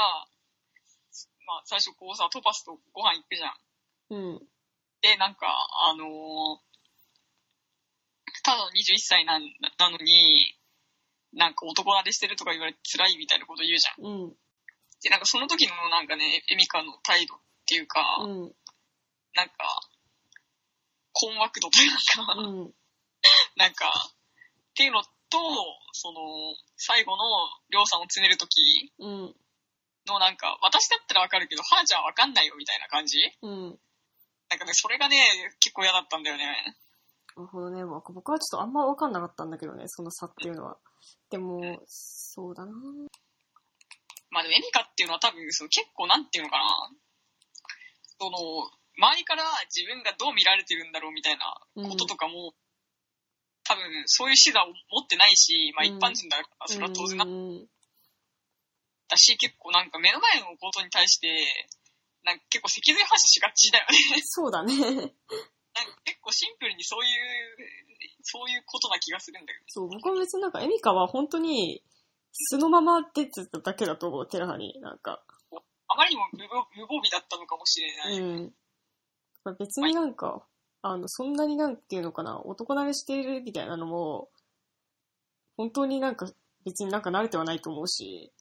A: まあ最初こうさ、トパスとご飯行くじゃん。
B: うん。
A: で、なんか、あのーただの21歳なんなのに、なんか男慣れしてるとか言われて辛いみたいなこと言うじゃん。
B: うん。
A: で、なんかその時のなんかね、エミカの態度っていうか、
B: うん。
A: なんか、困惑度というか、
B: うん。
A: なんか、っていうのと、その、最後のりょうさんを詰めるとき
B: うん。
A: のなんか、私だったらわかるけど、はーちゃんはわかんないよみたいな感じ
B: うん。
A: なんかね、それがね、結構嫌だったんだよね。
B: なるほどね。まあ僕はちょっとあんま分かんなかったんだけどね、その差っていうのは。でも、そうだな
A: まあでも、エミカっていうのは多分、その結構なんていうのかな、その、周りから自分がどう見られてるんだろうみたいなこととかも、多分、そういう視座を持ってないし、まあ
B: う
A: 一
B: ん
A: 般人だから、それは当然な
B: うんうん
A: だし、結構なんか目の前のことに対して、なんか結構脊髄反射しがちだよね。 *laughs*
B: そうだね。 *laughs*
A: なんか結構シンプルにそういう、そういうことな気がするんだけど、
B: そう、僕は別になんか、エミカは本当に、素のまま出てただけだと思う、テラハに。なんか。
A: あまりにも無防無防備だったのかもしれな
B: う
A: い。
B: ん。まあ別になんか、あの、そんなになんていうのかな、男慣れしているみたいなのも、本当になんか、別になんか慣れてはないと思うし、
A: い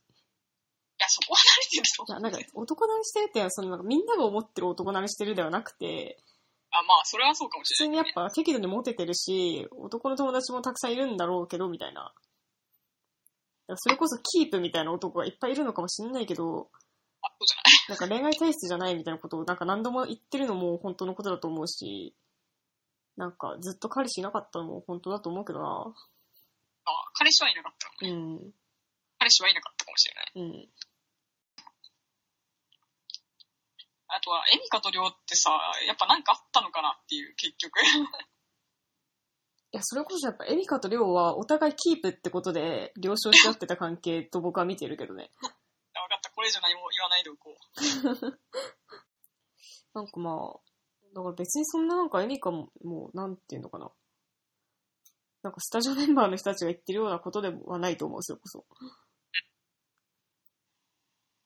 A: や、そこは慣れてると
B: い
A: 思
B: や、
A: う。
B: なんか、男慣れしてるって、そのなんかみんなが思ってる男慣れしてるではなくて、
A: あ、まあ、それはそうかもし
B: 普通
A: れ
B: に
A: ない、
B: やっ
A: ね。
B: ぱ適度にモテてるし、男の友達もたくさんいるんだろうけど、みたいな。だからそれこそキープみたいな男がいっぱいいるのかもしれないけど、
A: あ、そうじゃない。
B: なんか恋愛体質じゃないみたいなことをなんか何度も言ってるのも本当のことだと思うし、なんかずっと彼氏いなかったのも本当だと思うけどな。
A: あ、彼氏はいなかった。
B: うん。
A: 彼氏はいなかったかもしれない。
B: うん。
A: あとは、エミカとリョウってさ、やっぱなんかあったのかなっていう、結局。
B: いや、それこそやっぱエミカとリョウはお互いキープってことで了承し合ってた関係と僕は見てるけどね。
A: あ *laughs* わかった、これ以上何も言わないでおこう。
B: なんかまあ、だから別にそんななんかエミカも、もうなんていうのかな。なんかスタジオメンバーの人たちが言ってるようなことではないと思う、それこそ。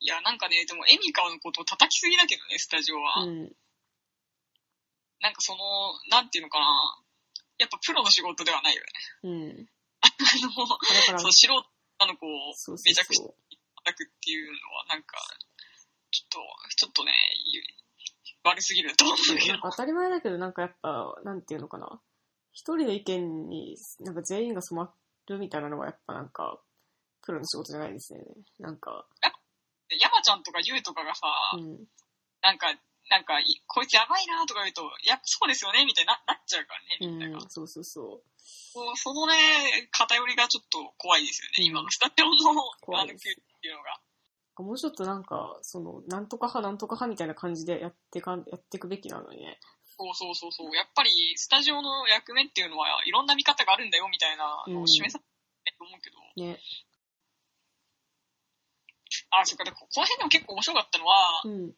A: いや、なんかね、でもエミカのことを叩きすぎだけどね、スタジオは。
B: うん。
A: なんかその、なんていうのかな。やっぱプロの仕事では
B: *laughs*
A: ないよね。
B: うん。
A: あの、
B: だか
A: *laughs* そ
B: ら、そう
A: の素人の子を
B: そう
A: めちゃくちゃ
B: そう。
A: 叩くっていうのはなんか、ちょっと、ちょっとね、ゆ悪すぎると思うんだけ
B: な
A: ど
B: ん。か当たり前だけど、なんかやっぱ、なんていうのかな。一人の意見に、なんか全員が染まるみたいなのはやっぱなんか、プロの仕事じゃないですよね。なんか、
A: 山ちゃんとかゆうとかがさ、
B: うん。
A: なんか、なんか、いこいつやばいなとか言うと、いや、そうですよねみたいにななっちゃうからね、
B: う
A: みんなが
B: ん。、そうそうそう。
A: こうそのね、偏りがちょっと怖いですよね、今のスタジオの、
B: 怖
A: あ
B: い
A: の、
B: で
A: 空
B: す
A: 気っていうのが。
B: もうちょっとなんか、その、なんとか派なんとか派みたいな感じでやってかん、やっていくべきなのにね。
A: そうそうそうそう。やっぱり、スタジオの役目っていうのは、いろんな見方があるんだよ、みたいなのを示さないと思うけど、
B: ね。
A: あ、そっか、でここの辺でも結構面白かったのは、
B: うん。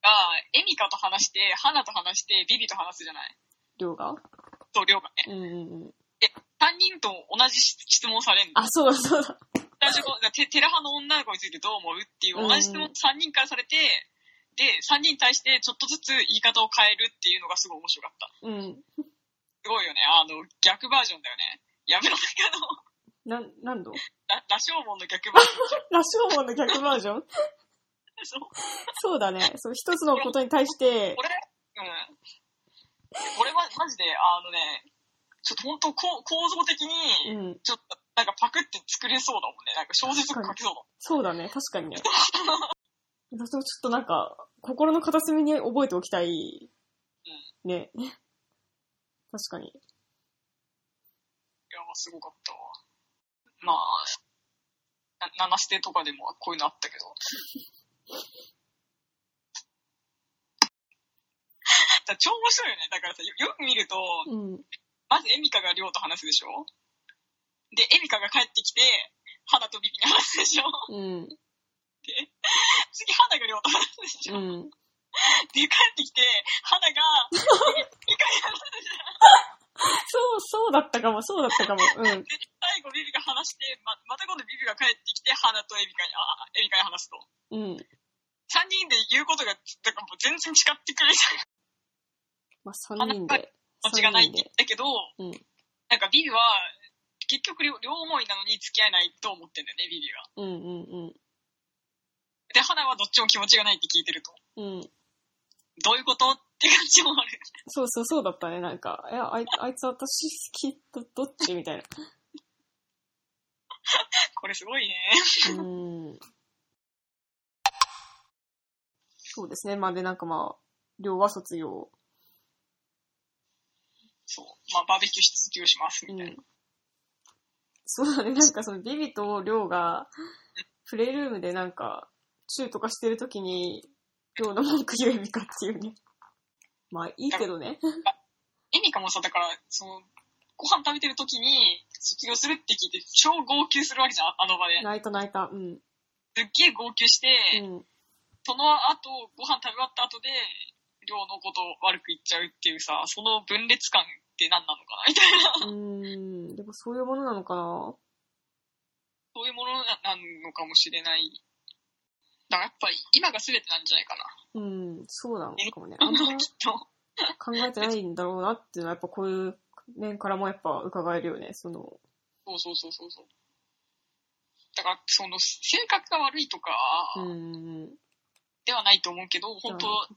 A: が、エミカと話して、ハナと話して、ビビと話すじゃない
B: 量が
A: と、りょうがね。
B: うんうんうん。
A: 3人と同じ質問されるの。
B: あ、そうだそうだ。
A: スタジオ、てテラ派の女の子についてどう思うっていう、同じ質問
B: うん
A: 3人からされて、で、3人に対してちょっとずつ言い方を変えるっていうのがすごい面白かった。
B: うん。
A: すごいよね。あの、逆バージョンだよね。やめろ、あの、
B: なん、何度
A: ララショウモンの逆バージョン。
B: ラッシュホーモンの逆バージョン *laughs*
A: そう
B: そうだね。そう、一つのことに対して、
A: 俺、うん。俺はマジで、あのね、ちょっと本当こう構造的
B: う
A: に、
B: ん。
A: ちょっとなんかパクって作れそうだもんね。なんか小説とか書けそうだもん。
B: そうだね。確かにね。私もちょっとなんか、心の片隅に覚えておきたい。ね。確かに。
A: いや、すごかったわ。まあ、な七捨てとかでもこういうのあったけど。 *laughs* だから超面白いよね。だからさ、よよく見ると、
B: うん。
A: まずエミカが亮と話すでしょで、エミカが帰ってきて、花とビビに話すでしょ *laughs*
B: うん。
A: 次、花が亮と話すでし
B: う
A: ょ、
B: ん。
A: で、帰ってきて、花が、ビビが話すでしょ
B: そう、そうだったかも、そうだったかも。うん。
A: 最後ビビが話して、ま、また今度ビビが帰ってきて、花とエミカに、あ、エミカに話すと。
B: うん。
A: 三人で言うことが、だからもう全然違ってくれる
B: まあ、三人で。
A: 感じがない
B: 三
A: ん
B: 人で。
A: だけど、
B: うん
A: なんかビビは、結局両両思いなのに付き合えないと思ってんだよね、ビビは。
B: うんうん
A: で、花はどっちも気持ちがないって聞いてると。
B: うん。うん。
A: どういうことって感じもある。
B: そうそう、そうだったね。なんか、いや、あいあいつ私好きとどっちみたいな。
A: これすごいね。
B: うん。そうですね。まあ、で、なんかまあ、寮は卒業。
A: そう。まあ、バーベキュー出業します、みたいな。
B: そうだね、なんかそのビビとリョウが、プレイルームでなんか、チューとかしてるときに、リョウの文句言う意味かっていう *laughs* ね。まあいいけどね。
A: エミカもさ、だから、その、ご飯食べてる時に卒業するって聞いて、超号泣するわけじゃん、あの場で。
B: 泣いた泣いた。うん。
A: すっげえ号泣して、
B: うん。
A: その後、ご飯食べ終わった後で、量のことを悪く言っちゃうっていうさ、その分裂感って何なのかなみたいな。
B: うーん。でもそういうものなのかな
A: そういうものななのかもしれない。だからやっぱり、今が全てなんじゃないかな。
B: うん。そうなのかもね。
A: あ
B: あんま
A: きっと。
B: 考えてないんだろうなっていうのは、やっぱこういう面からもやっぱ伺えるよね。その、
A: そうそうそうそうそう。だから、その、性格が悪いとか、
B: うん。
A: ではないと思うけど、本当
B: う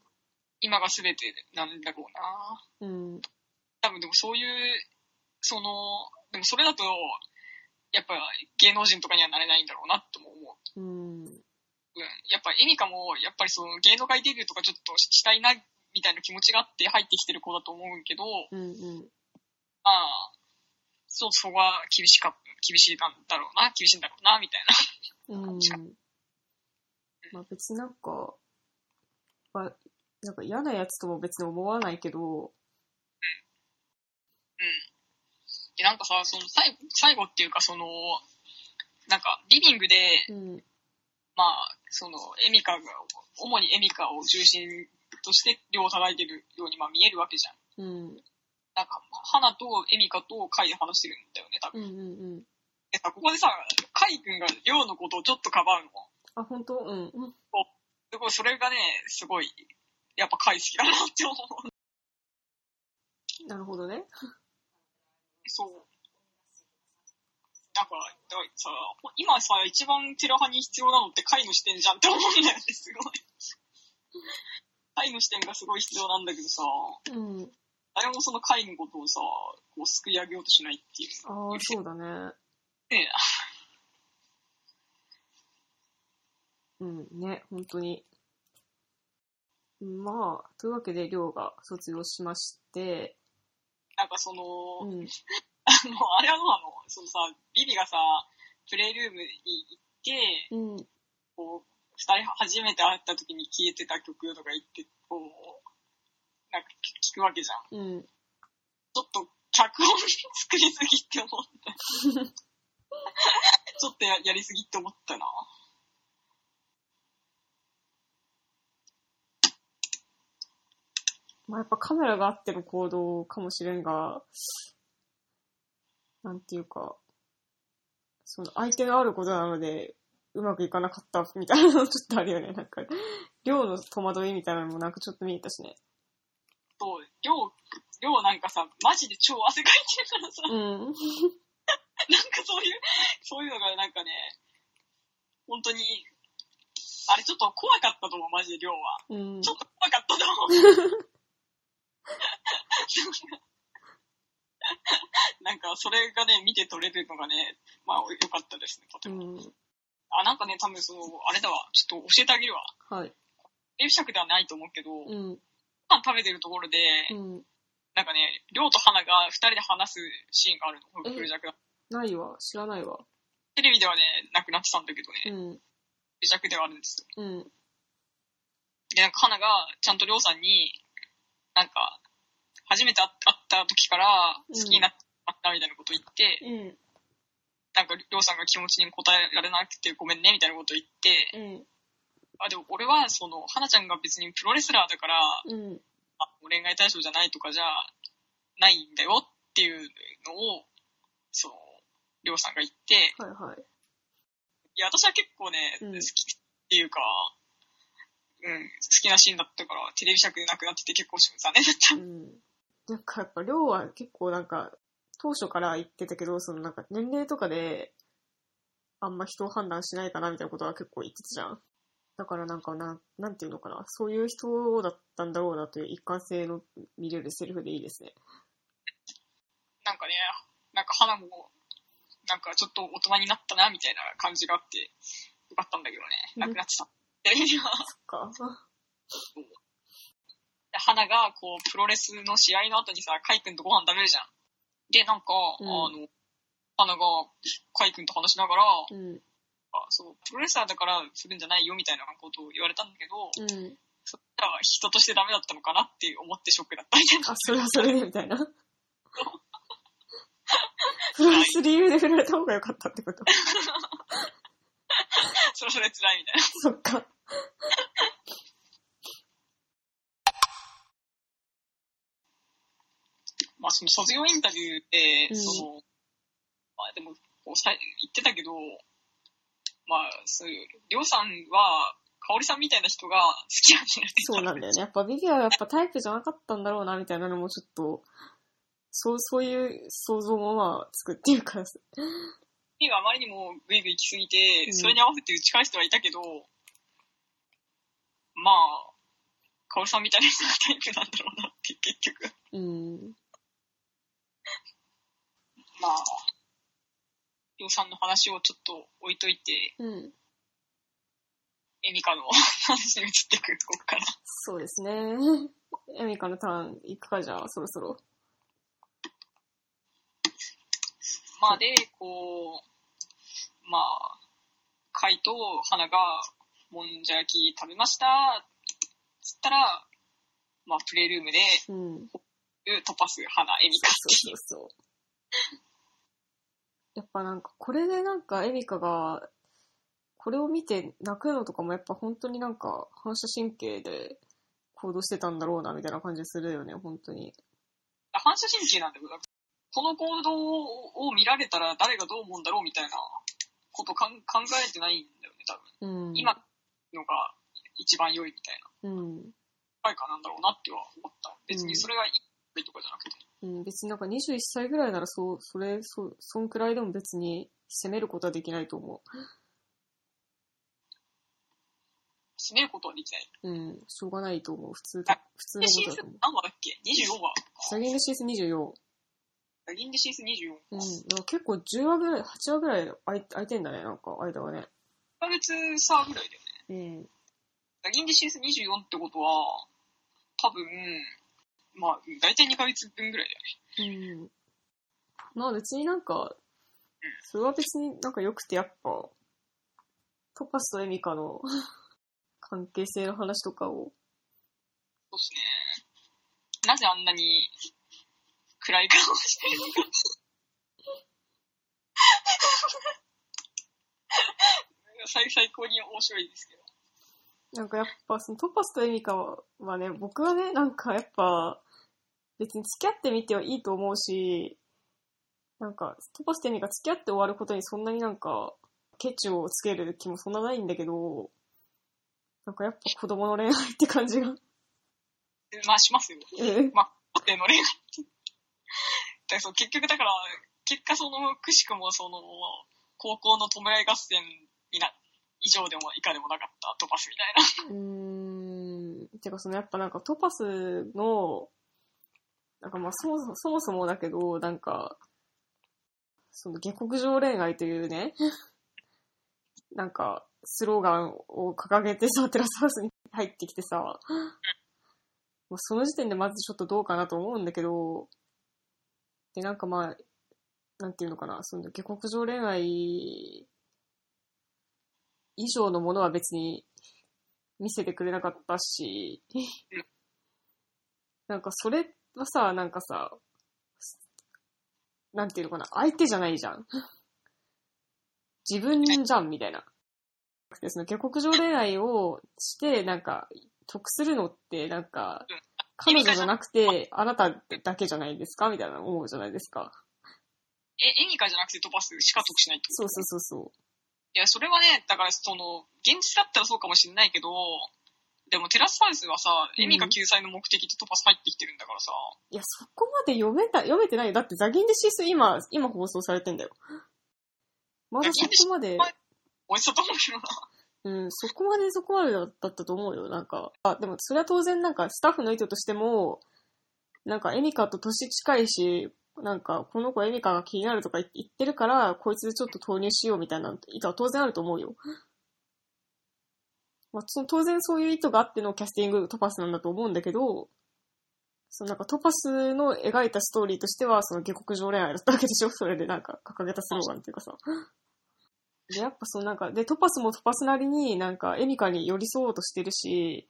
A: 今が全てなんだろうな。
B: うん。
A: 多分でもそういう、その、でもそれだと、やっぱ芸能人とかにはなれないんだろうなとも思う。
B: うん。
A: うん、やっぱエミカも、やっぱりその芸能界デビューとかちょっとしたいな、みたいな気持ちがあって入ってきてる子だと思うけど、
B: うん。うん。
A: まあ、そう、そこは厳しかっ厳しいなんだろうな、厳しいんだろうな、みたいな。 *laughs*
B: うん。まあ別になんか、まあ、なんか嫌なやつとも別に思わないけど、
A: で、なんかさ、その最後、最後っていうかその、なんかリビングで、
B: うん。
A: まあ、その、エミカが、主にエミカを中心として、両を叩いてるように、まあ見えるわけじゃん。
B: うん。
A: なんか、花とエミカとカイで話してるんだよね、多分。
B: うんうんうん。
A: でさ、ここでさ、カイ君が両のことをちょっとかばうの。
B: あ、本当うん。
A: すごい、それがね、すごい、やっぱ回好きだなって思う。
B: なるほどね。
A: そう。だから、だからさ、今さ、一番テラハに必要なのって回の視点じゃんって思うんだよね、すごい。回の視点がすごい必要なんだけどさ、
B: うん。
A: 誰もその回のことをさ、こう、救い上げようとしないっていう。
B: ああ、そうだね。
A: ね
B: うん。ね、本当に。まあ、というわけで、りょうが卒業しまして、
A: なんかその、あ
B: うん。
A: の、あれはどうなのそのさ、ビビがさ、プレイルームに行って、
B: うん。
A: こう、二人初めて会った時に消えてた曲とか言って、こう、なんか聞くわけじゃん。
B: うん。
A: ちょっと脚本作りすぎって思った。 *laughs* ちょっとややりすぎって思ったな。
B: まあ、やっぱカメラが合ってる行動かもしれんが、なんていうか、その相手があることなので、うまくいかなかったみたいなのちょっとあるよね。なんか、量の戸惑いみたいなのもなんかちょっと見えたしね。
A: と、りょう、りょうなんかさ、マジで超汗かいてるからさ、 *laughs* なん
B: うん。
A: かそういう、そういうのがなんかね、本当に、あれちょっと怖かったと思う、マジで、量は。
B: うん
A: ちょっと怖かった
B: *laughs*
A: と思う。なんか、それがね、見て取れるのがね、まあ、良かったですね、とて
B: う
A: も。
B: ん。
A: あ、なんかね、多分その、あれだわ、ちょっと教えてあげるわ。
B: はい。
A: 冷不足ではないと思うけど、ご
B: うん。
A: 飯食べてるところで、
B: うん。
A: なんかね、りょうと花が二人で話すシーンがあるの、
B: え
A: フルジャクだ。
B: ないわ。知らないわ。
A: テレビではね、なくなってたんだけど
B: う
A: ね、
B: ん。
A: フルジャクではあるんですよ。
B: うん。
A: で、なんか花がちゃんとりょうさんに、なんか、初めて会った時から好きになったみたいなこと言って、
B: うん。
A: なんか、りょうさんが気持ちに応えられなくてごめんね、みたいなこと言って、
B: うん。
A: あ、でも俺は、その、花ちゃんが別にプロレスラーだから、
B: うん。
A: あ恋愛対象じゃないとかじゃないんだよっていうのを、その、りょうさんが言って、
B: はいはい。
A: いや、私は結構ね、
B: うん
A: 好きっていうか、うん、好きなシーンだったから、テレビ尺でなくなってて結構残念だった。
B: うん。なんかやっぱ、りょうは結構なんか、当初から言ってたけど、そのなんか年齢とかで、あんま人を判断しないかなみたいなことは結構言ってたじゃん。だからなんか、なん、なんていうのかな。そういう人だったんだろうなという一貫性の見れるセリフでいいですね。
A: なんかね、なんか花も、なんかちょっと大人になったな、みたいな感じがあって、よかったんだけどね、なくなってた。テレビは。
B: か。
A: で花が、こう、プロレスの試合の後にさ、カイ君とご飯食べるじゃん。で、なんか、
B: うん
A: あの、花が、カイ君と話しながら、
B: うん。
A: あそう、プロレスラーだからするんじゃないよ、みたいなことを言われたんだけど、
B: うん。
A: そしたら人としてダメだったのかなって思ってショックだったみたいな。 *laughs*
B: あ、それはそれでみたいな。 *laughs* プロレス理由で振られた方が良かったってこと。
A: それそれ辛いみたいな。
B: そっか。
A: まあ、その卒業インタビューで、
B: うん
A: その、まあでも、こうさ言ってたけど、まあ、そういう、りょうさんは、かおりさんみたいな人が好きなんじゃないですか
B: そうなんだよね。やっぱビデオはやっぱタイプじゃなかったんだろうな、みたいなのもちょっと、そう、そういう想像もまあつくっていうか、
A: 手があまりにもグイグイ行きすぎて、
B: うん
A: それに合わせて打ち返してはいたけど、まあ、かおりさんみたいな人がタイプなんだろうなって、結局。
B: うん。
A: まあ、りょうさんの話をちょっと置いといて、
B: うん。
A: エミカの話に移っていく、ここから。
B: そうですね。エミカのターン行くかじゃあ、そろそろ。
A: まあで、こう、まあ、カイと花が、もんじゃ焼き食べました、つったら、まあ、プレイルームで、
B: うん。
A: トパス、花、エミカって
B: そ
A: いう
B: うそうそう。やっぱなんか、これでなんか、エリカが、これを見て泣くのとかもやっぱ本当になんか、反射神経で行動してたんだろうな、みたいな感じするよね、本当に。
A: 反射神経なんだけど、この行動を見られたら誰がどう思うんだろうみたいなことかん考えてないんだよね、多分。
B: うん。
A: 今のが一番良いみたいな。
B: うん。
A: 快感なんだろうなっては思った。別にそれがいいとかじゃなくて。
B: うん、別になんか21歳ぐらいならそう、それ、そ、そんくらいでも別に責めることはできないと思
A: 締めることはできない。
B: う。うん、しょうがないと思う。普通だ、普通の
A: で、
B: こ
A: シー
B: とだ
A: ズ
B: と思
A: ン
B: う。
A: 何話だっけ ?24 話。
B: ジャギングシーズン24。
A: ラギンでシーズン24
B: うん、
A: 話。
B: なんか結構10話ぐらい、8話ぐらい空い空いてんだね、なんか間がね。
A: 1ヶ月差ぐらいだよね。
B: うん。
A: ラギンでシーズン24ってことは、多分、まあ、大体2ヶ月分ぐらいだよね。
B: うん。まあ別になんか、それは別になんか良くてやっぱ、トパスとエミカの *laughs* 関係性の話とかを、
A: そうですね。なぜあんなに暗い顔をしてるのか。 *laughs* 最最高に面白いですけど。
B: なんかやっぱそのトパスとエミカはね、僕はね、なんかやっぱ別に付き合ってみてはいいと思うし、なんかトパスとエミカ付き合って終わることにそんなになんかケチをつける気もそんなないんだけど、なんかやっぱ子供の恋愛って感じが。
A: まあしますよ。
B: *laughs* え
A: 固定の恋愛。だからそう結局だから、結果その、くしくもその、高校の弔い合戦にな、以上でも以下でもなかったトパスみたいな。 *laughs*
B: うーん。てか、そのやっぱなんかトパスの、なんかまあそもそもそもそもだけど、なんか、その下克上恋愛というね、なんかスローガンを掲げてさ、テラスハウスに入ってきてさ、もうその時点でまずちょっとどうかなと思うんだけど、で、なんかまあ、なんていうのかな、その下克上恋愛以上のものは別に見せてくれなかったし
A: うん、
B: なんかそれはさ、なんかさ、なんていうのかな、相手じゃないじゃん。自分じゃん、みたいな。でその下克上恋愛をして、なんか、得するのって、なんか
A: うん、
B: 彼女じゃなくて、あなただけじゃないですかみたいな思うじゃないですか。
A: え、エニカじゃなくてトパスしか得しないってこと
B: そうそうそうそう。
A: いや、それはね、だからその、現実だったらそうかもしれないけど、でもテラスハウスはさ、
B: うん
A: エミカ救済の目的でトパス入ってきてるんだからさ、
B: いや、そこまで読めた、読めてないよ。だってザギンデシス今、今放送されてんだよ。まだそこまで、
A: おいしさと思うけどな。
B: うん、そこまでそこまでだったと思うよ。なんか、あ、でもそれは当然なんかスタッフの意図としても、なんかエミカと年近いし、なんかこの子エミカが気になるとか言言ってるから、こいつでちょっと投入しようみたいな意図は当然あると思うよ。まあ、その当然そういう意図があってのキャスティングトパスなんだと思うんだけど、そのなんかトパスの描いたストーリーとしては、その下克上恋愛だったわけでしょそれでなんか掲げたスローガンっていうかさ。で、やっぱそのなんか、で、トパスもトパスなりになんかエミカに寄り添おうとしてるし、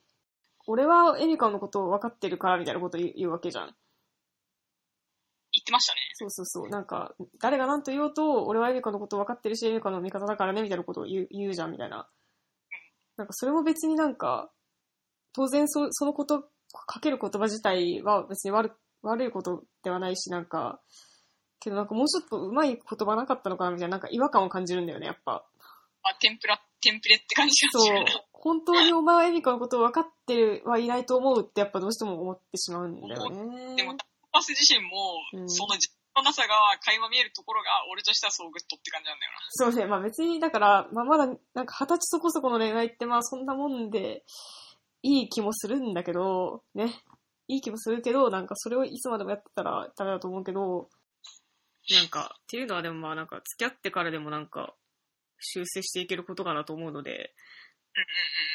B: 俺はエミカのことを分かってるからみたいなこと言う言うわけじゃん。
A: 言ってましたね。
B: そうそうそう。なんか、誰が何と言おうと、俺はエミカのこと分かってるし、エミカの味方だからね、みたいなことを言う言うじゃん、みたいな。なんか、それも別になんか、当然そ、そのこと、かける言葉自体は別に悪、悪いことではないし、なんか、けどなんかもうちょっと上手い言葉なかったのかな、みたいな、なんか違和感を感じるんだよね、やっぱ。
A: あ、テンプラ、テンプレって感じがす
B: そう
A: る。。
B: 本当にお前はエミカのことを分かってはいないと思うって、やっぱどうしても思ってしまうんだよね。
A: でも、トパス自身も、
B: うん
A: その自分のなさが垣間見えるところが、俺としてはそうグッドって感じなんだよな。
B: そうね、まあ別に、だから、まあまだ、なんか二十歳そこそこの恋愛ってまあそんなもんで、いい気もするんだけど、ね。いい気もするけど、なんかそれをいつまでもやってたらダメだと思うけど、なんか、っていうのはでもまあなんか付き合ってからでもなんか、修正していけることかなと思うので、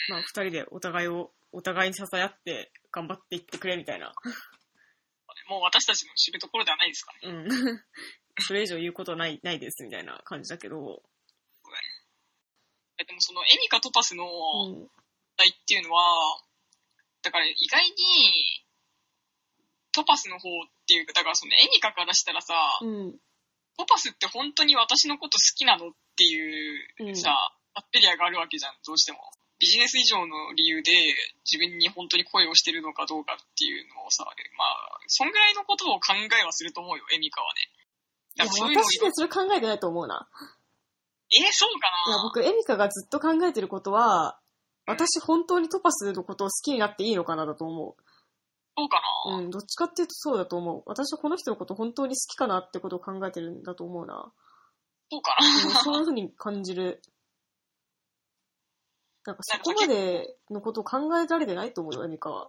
B: まあ二人でお互いを、お互いに支え合って頑張っていってくれみたいな。
A: もう私たちの知るところではないですからね。
B: うん。 *laughs* それ以上言うことはない、ないですみたいな感じだけど、
A: でもその、エミカトパスの問
B: ん。
A: 題っていうのは、だから意外に、トパスの方っていうか、だからそのエミカからしたらさ、
B: うん。
A: トパスって本当に私のこと好きなのっていうさ、アッペリアがあるわけじゃん、どうしても。ビジネス以上の理由で自分に本当に恋をしてるのかどうかっていうのをさ、まあ、そんぐらいのことを考えはすると思うよ、エミカはね。
B: いや、
A: だからそういうのを
B: 私ね、それ考えてないと思うな。
A: えーそうか
B: いや、
A: な
B: 僕、エミカがずっと考えてることは、私本当にトパスのことを好きになっていいのかなだと思
A: そうか
B: う。
A: な、
B: うん、どっちかっていうとそうだと思う。私はこの人のこと本当に好きかなってことを考えてるんだと思うな。
A: そうかな
B: うん、そういうふうに感じる。なんかそこまでのことを考えられてないと思うよ、エミカは。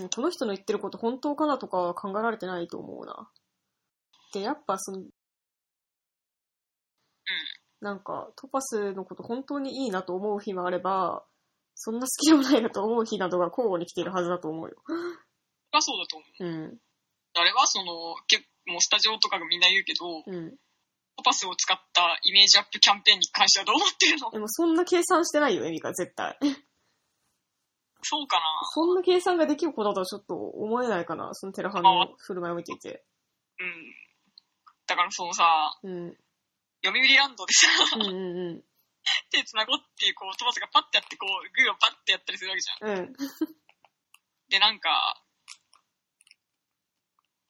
B: うん、この人の言ってること本当かなとかは考えられてないと思うな。で、やっぱその、なんか、トパスのこと本当にいいなと思う日もあれば、そんな好きでもないなと思う日などが交互に来ているはずだと思うよ。
A: 僕はそうだと思う。
B: うん、
A: あれはその、結もうスタジオとかがみんな言うけど、
B: うん。
A: トパスを使ったイメージアップキャンペーンに関してはどう思ってるの
B: でもそんな計算してないよ、エミカ、絶対。
A: そうかな
B: そんな計算ができる子だとはちょっと思えないかな、そのテラハの振る舞いを見ていて。
A: うん。だからそのさ、
B: うん。
A: 読売ランドでさ、
B: うんうんうん。
A: 手繋ごうっていう、こう、トマスがパッてやって、こう、グーをパッてやったりするわけじゃん。
B: うん。
A: で、なんか、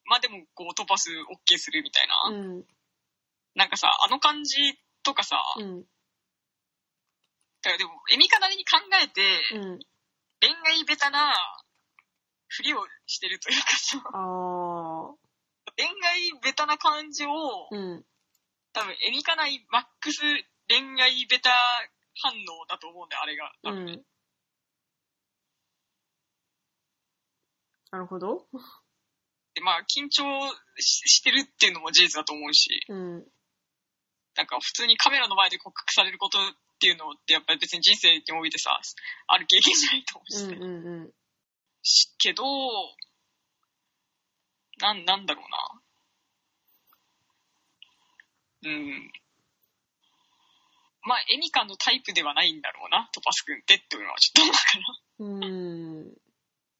A: まあでも、こう、トパス OK するみたいな。
B: うん。
A: なんかさ、あの感じとかさ、
B: うん。
A: だからでも、エミカなりに考えて、
B: うん。
A: 恋愛ベタな、ふりをしてるというかさ、 *laughs*
B: あ
A: 恋愛ベタな感じを、
B: ー。うん。
A: 多分、エミカ内マックス恋愛ベタ反応だと思うんで、あれが。多
B: う
A: 分
B: ん。なるほど。
A: で、まあ、緊張ししてるっていうのも事実だと思うし、
B: うん。
A: なんか普通にカメラの前で告白されることっていうのって、やっぱり別に人生においてさ、ある経験じゃないと思うし、
B: うんうんうん。
A: しけど、なん、なんだろうな。うん。まあ、エミカのタイプではないんだろうな、トパス君ってっていうのはちょっと思 *laughs* うかな。
B: うん。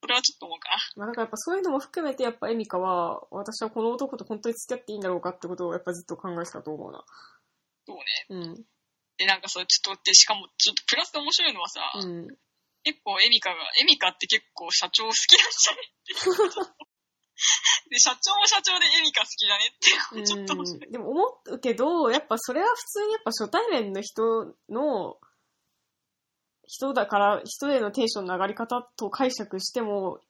A: それはちょっと思うかな。
B: まあだからやっぱそういうのも含めてやっぱエミカは、私はこの男と本当に付き合っていいんだろうかってことをやっぱずっと考えてたと思うな。
A: そうね。
B: うん。
A: で、なんかそう、ちょっと、で、しかも、ちょっとプラスで面白いのはさ、
B: うん。
A: 結構エミカが、エミカって結構社長好きなんじゃねっていう。で、社長も社長でエミカ好きだねっていうのがちょっと面白い。
B: うんでも思うけど、やっぱそれは普通にやっぱ初対面の人の、人だから、人へのテンションの上がり方と解釈しても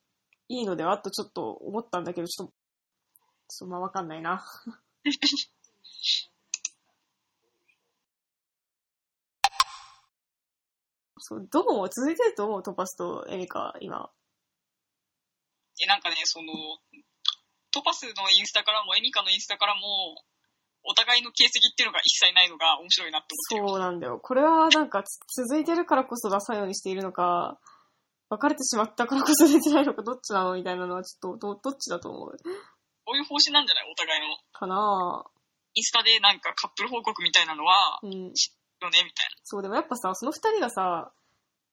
B: いいのではとちょっと思ったんだけど、ちょっと、ちょっとまあわかんないな。そう、どうも続いてると思う、トパスとエミカ、今。
A: え、なんかね、その、トパスのインスタからも、エミカのインスタからも、お互いの形跡っていうのが一切ないのが面白いなって思ってる。
B: そうなんだよ。これはなんかつ続いてるからこそ出さんようにしているのか、別れてしまったからこそ出てないのか、どっちなのみたいなのはちょっと、ど、どっちだと思う
A: こういう方針なんじゃないお互いの。
B: かなぁ
A: インスタでなんかカップル報告みたいなのは、
B: うん。
A: よね、みたいな。
B: そう、でもやっぱさ、その二人がさ、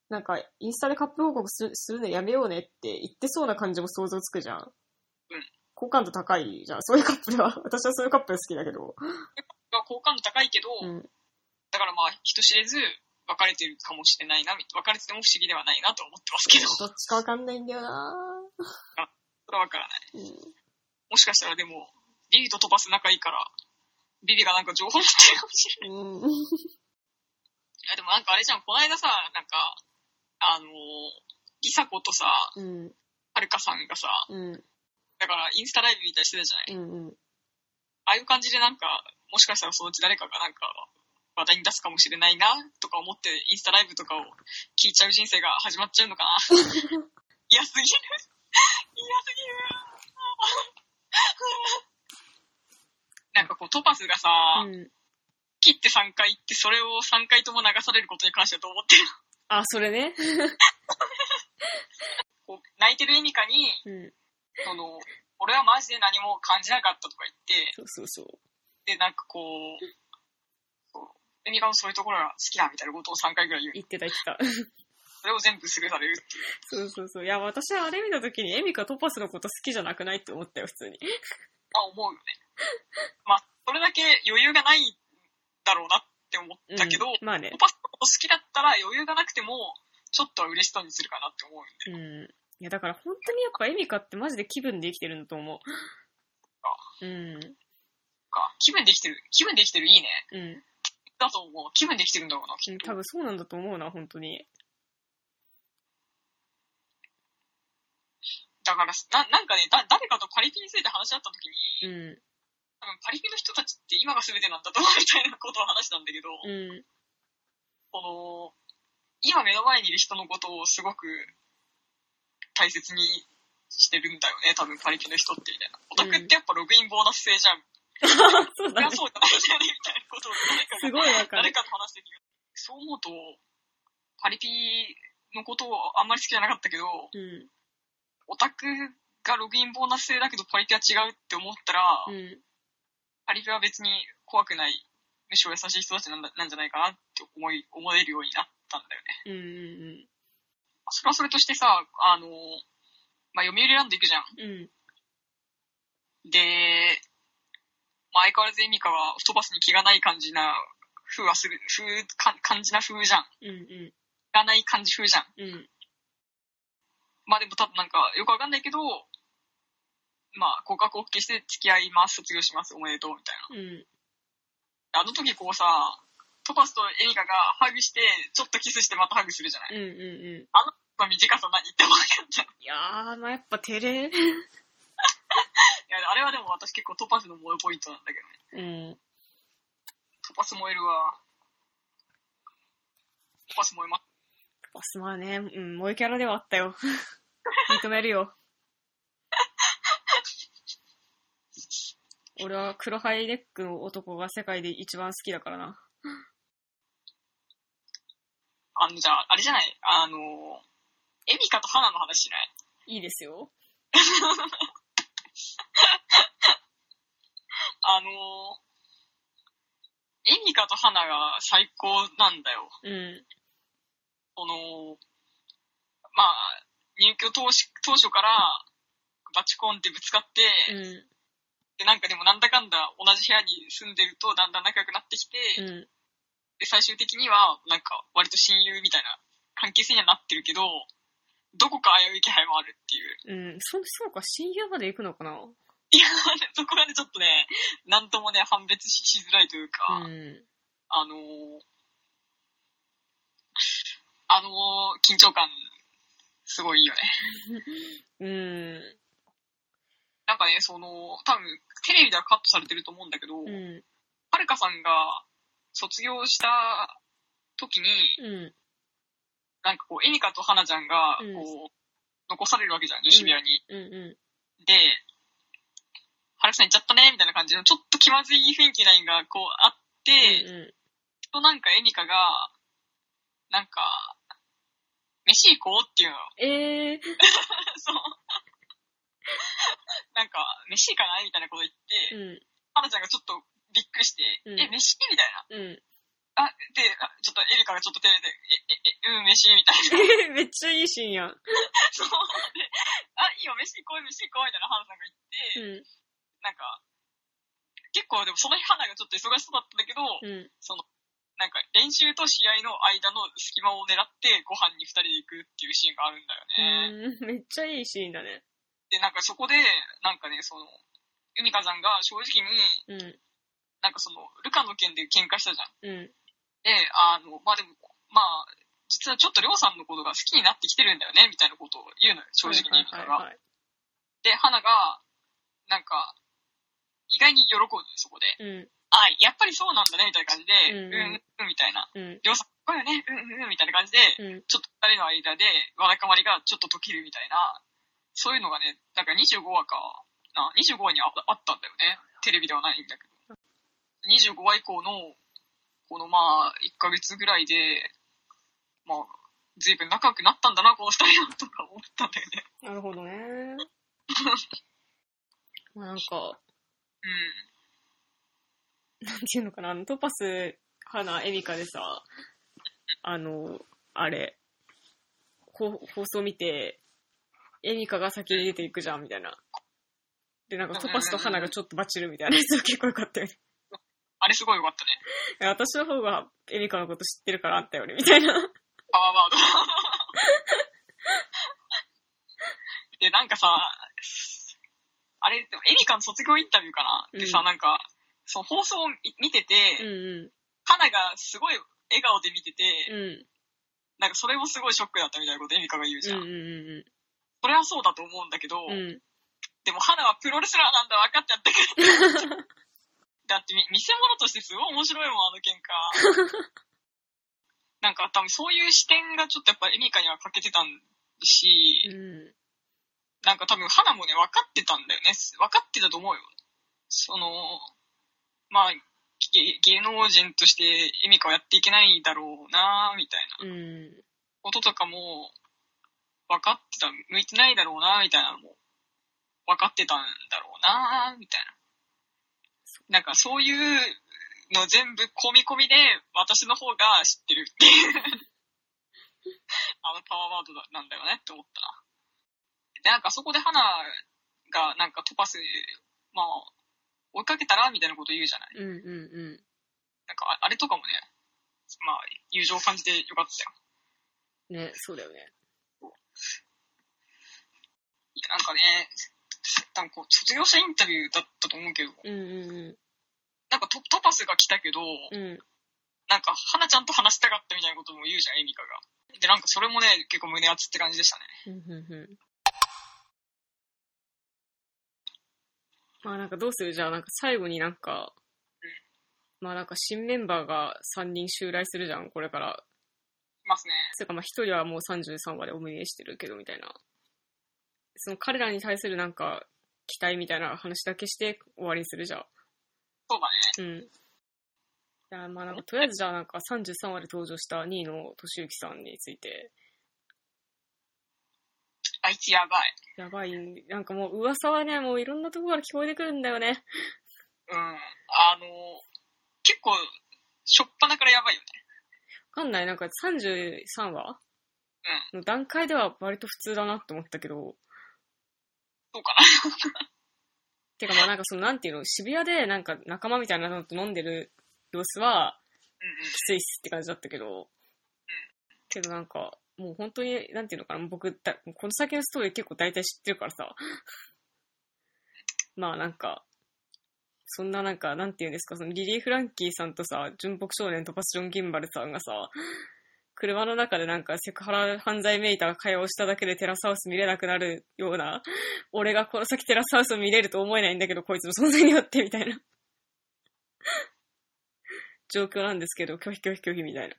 B: なんか、インスタでカップル報告するするのやめようねって言ってそうな感じも想像つくじゃん。
A: うん。
B: 好感度高いじゃん。そういうカップルは。 *laughs* 私はそういうカップル好きだけど。
A: が好感度高いけど、
B: うん。
A: だからまあ、人知れず、別れてるかもしれないな、み別れてても不思議ではないなと思ってますけど、 *laughs* そ
B: どっちかわかんないんだよな
A: れはわからない。
B: ぁうん。
A: もしかしたらでも、リリと飛ばす仲いいから、リリがなんか情報持ってるかもしれない。
B: うん。
A: いや、でもなんかあれじゃん、この間さ、なんか、あのー、りさことさ、は
B: うん。
A: るかさんがさ、
B: うん。
A: だからインスタライブみたいにしてたじゃない。
B: うん。うん。
A: ああいう感じでなんか、もしかしたらそのうち誰かがなんか、話題に出すかもしれないな、とか思って、インスタライブとかを聞いちゃう人生が始まっちゃうの *laughs* かな。嫌すぎる。嫌 *laughs* すぎる。なんかこう、トパスがさ、
B: うん。
A: 切って3回行って、それを3回とも流されることに関してはどう思ってる *laughs*
B: あ、それね。
A: こう泣いてるエミカに、
B: うん。
A: その、俺はマジで何も感じなかったとか言っ
B: そうそうそう。
A: て、で、なんかこう、こうエミカのそういうところが好きだみたいなことを3回ぐらい言う。
B: 言ってた言ってた。
A: それを全部スルーされるっていう。
B: そうそうそう。いや、私はあれ見た時にエミカトパスのこと好きじゃなくないって思ったよ、普通に。
A: あ、思
B: *laughs*
A: うよね。まあ、それだけ余裕がないんだろうなって思ったけど、
B: うんまあね
A: オ。パスのこと好きだったら余裕がなくても、ちょっとは嬉しそうにするかなって思うんで。
B: うん。いや、だから本当にやっぱエミカってマジで気分で生きてるんだと思う。うん。
A: か気分できてる、気分できてるいいね。
B: う
A: だと思う。気分できてるんだろうな、きっ
B: ん。
A: と。
B: 多分そうなんだと思うな、本当に。
A: だから、ななんかねだ、誰かとパリピについて話し合った時に、
B: うん。
A: 多分パリピの人たちって今が全てなんだと思うみたいなことを話したんだけど、
B: うん。
A: この、今目の前にいる人のことをすごく大切にしてるんだよね、多分パリピの人ってみたいな。オタクってやっぱログインボーナス制じゃん。
B: そう
A: い
B: だ
A: や
B: ね。
A: そうじゃないんだよね、みたいなことを誰かが
B: すごいわか
A: 誰
B: る。
A: かと話してる。そう思うと、パリピのことをあんまり好きじゃなかったけど、
B: うん。
A: オタクがログインボーナス制だけどパリピは違うって思ったら、
B: うん。
A: パリピは別に怖くない、むしろ優しい人たちなんだなんじゃないかなって思い、思えるようになったんだよね。
B: うん。うん
A: それはそれとしてさ、あの、まあ、読売ランド行くじゃん。
B: うん。うん。
A: で、まあ、相変わらずエミカはオトパスに気がない感じな風はする、風、か感じな風じゃん。
B: うん。
A: 気がない感じ風じゃん。
B: うん。うん。
A: まあでも多分なんかよくわかんないけど、まあ告白 OK して付き合います、卒業します、おめでとうみたいな。あ
B: うん。
A: の時こうさ、トパスとエミカがハグして、ちょっとキスしてまたハグするじゃない。
B: うん。うん。
A: まあ、短さ何言ってもわかんない。
B: いやー、まあやっぱ照れ。
A: いや、あれはでも私結構トパスの燃えポイントなんだけどね。
B: うん。
A: トパス燃えるわ。パス燃えます。
B: ボスまあね、うん、萌えキャラではあったよ。認めるよ。俺は黒ハイネックの男が世界で一番好きだからな。
A: あの、じゃあ、あれじゃないあの、エミカとハナの話しない
B: いいですよ。
A: あの、エミカとハナが最高なんだよ。
B: うん。
A: この、まあ、入居当初当初から、バチコンってぶつかって、
B: う
A: で、なんかでもなんだかんだ同じ部屋に住んでるとだんだん仲良くなってきて、
B: ん。うん。
A: で、最終的には、なんか、割と親友みたいな関係性にはなってるけど、どこか危うい気配もあるっていう。 *laughs*
B: うん。そ、そうか、親友まで行くのかない
A: や、そこがね、ちょっとね、なんともね、判別ししづらいというか、
B: うん。
A: あのーあのー緊張感、すごいいいよね。
B: うん。
A: なんかね、その、多分、テレビではカットされてると思うんだけど、
B: うん。
A: はるかさんが卒業した時に、
B: うん。
A: なんかこう、エミカと花ちゃんが、こ
B: うん
A: う、残されるわけじゃん、女子部屋に。
B: うん。う
A: で、はるかさん行っちゃったね、みたいな感じの、ちょっと気まずい雰囲気ラインがこうあって、
B: ん。う
A: となんかエミカが、なんか、飯行こうっていうの。 *laughs*
B: ん。えー。
A: そう。 *laughs* なんか、飯行かないみたいなこと言って、
B: うん。
A: 花ちゃんがちょっとびっくりして、
B: うん
A: え、飯みたいな。
B: うん。 *laughs*
A: あ、で、あちょっとエリカがちょっと照れて、え、え、え、うん、飯みたいな。 *laughs*
B: めっちゃいいシーンやん。
A: そう。で、あ、いいよ、飯行こう、飯行こう、みたいな花さんが言
B: う
A: って、
B: ん。
A: なんか、結構でもその日花がちょっと忙しそうだったんだけど、
B: うん。
A: その、なんか練習と試合の間の隙間を狙ってご飯に二人で行くっていうシーンがあるんだよね。
B: うん。めっちゃいいシーンだね。
A: で、なんかそこで、なんかね、その、ユミカさんが正直に、
B: うん。
A: なんかその、ルカの件で喧嘩したじゃん。
B: うん。
A: で、あの、まあでも、まあ、実はちょっとりょうさんのことが好きになってきてるんだよね、みたいなことを言うのよ、正直にユミカが。
B: い。
A: で、花が、なんか、意外に喜ぶのよそこで。
B: うん。
A: あ、やっぱりそうなんだね、みたいな感じで、
B: うん
A: うん、うん、みたいな。
B: うん。
A: りょうさん、こよね、うん、うん、みたいな感じで、
B: うん。
A: ちょっと二人の間で、わだかまりがちょっと解けるみたいな、そういうのがね、なんか25話かな、25話にああったんだよね。テレビではないんだけど。25話以降の、このまあ、1ヶ月ぐらいで、まあ、随分仲良くなったんだな、この二人は、とか思ったんだよね。
B: なるほどね。 *laughs* まあなんか、
A: うん。
B: なんていうのかな、あの、トパス、花、エミカでさ、あの、あれ、こう放送見て、エミカが先に出ていくじゃん、みたいな。で、なんかトパスと花がちょっとバチるみたいなやつが結構よかったよね。 *laughs*
A: あれすごい良かったね。
B: いや私の方がエミカのこと知ってるからあったよね、みたいな。
A: パワーワード。
B: *laughs*
A: で、なんかさ、あれ、でもエリカの卒業インタビューかな、で
B: う
A: さ、
B: ん
A: なんか、その放送を見見てて、
B: うんう
A: 花がすごい笑顔で見てて、
B: ん。うん。
A: なんかそれもすごいショックだったみたいなことエミカが言うじ
B: う
A: ゃ
B: ん
A: ん。
B: うん
A: それはそうだと思うんだけど、
B: うん。うん。
A: でも花はプロレスラーなんだ分かっちゃったから。
B: *laughs*
A: だってみ見せ物としてすごい面白いもん、あの喧嘩。
B: *laughs*
A: なんか多分そういう視点がちょっとやっぱエミカには欠けてたんし、
B: うん。
A: なんか多分花もね、分かってたんだよね。分かってたと思うよ。その、まあ、げ芸能人としてエミカはやっていけないだろうなみたいな
B: うん。
A: こととかも、分かってた、向いてないだろうなみたいなのも、分かってたんだろうなみたいな。なんかそういうの全部込み込みで、私の方が知ってる *laughs* っていう。あのパワーワードだなんだよねって思ったな。で、なんかそこで花がなんかトパス、まあ、追いかけたらみたいなこと言うじゃない。
B: うんうんうん。
A: なんかああれとかもね、まあ、友情を感じてよかったよ。
B: ね、そうだよね。
A: いやなんかね、多分こう、卒業者インタビューだったと思うけど、
B: うんう
A: なんかトトパスが来たけど、
B: んうん。うん。
A: なんか、花ちゃんと話したかったみたいなことも言うじゃん、エミカが。で、なんかそれもね、結構胸熱って感じでしたね。
B: うんうんうんまあなんかどうするじゃあなんか最後になんか、まあなんか新メンバーが3人襲来するじゃん、これから。
A: ますね。
B: それかまあ一人はもう33話でお目見えしてるけどみたいな。その彼らに対するなんか期待みたいな話だけして終わりにするじゃん。
A: そうだ
B: うん。いや、まあなんかとりあえずじゃあなんか33話で登場した2位の俊之さんについて、
A: ね。あいつやばい。
B: やばい、なんかもう噂はね、もういろんなとこから聞こえてくるんだよね。
A: うん。あの、結構、しょっぱなからやばいよね。
B: わかんない、なんか33話の段階では割と普通だなって思ったけど、
A: そうかな。
B: *laughs* てかまあなんかそのなんていうの、渋谷でなんか仲間みたいなのと飲んでる様子は
A: うんうん。
B: きついっすって感じだったけど、けどなんか、もう本当に、なんていうのかな、僕だ、この先のストーリー結構大体知ってるからさ、 *laughs* まあなんか、そんななんか、なんていうんですか、そのリリー・フランキーさんとさ、純朴少年トパス・ジョン・ギンバルさんがさ、車の中でなんかセクハラ犯罪めいた会話をしただけでテラスハウス見れなくなるような、俺がこの先テラスハウスを見れると思えないんだけど、こいつの存在によってみたいな。状況なんですけど、拒否拒否拒否みたい
A: う
B: な。
A: ん。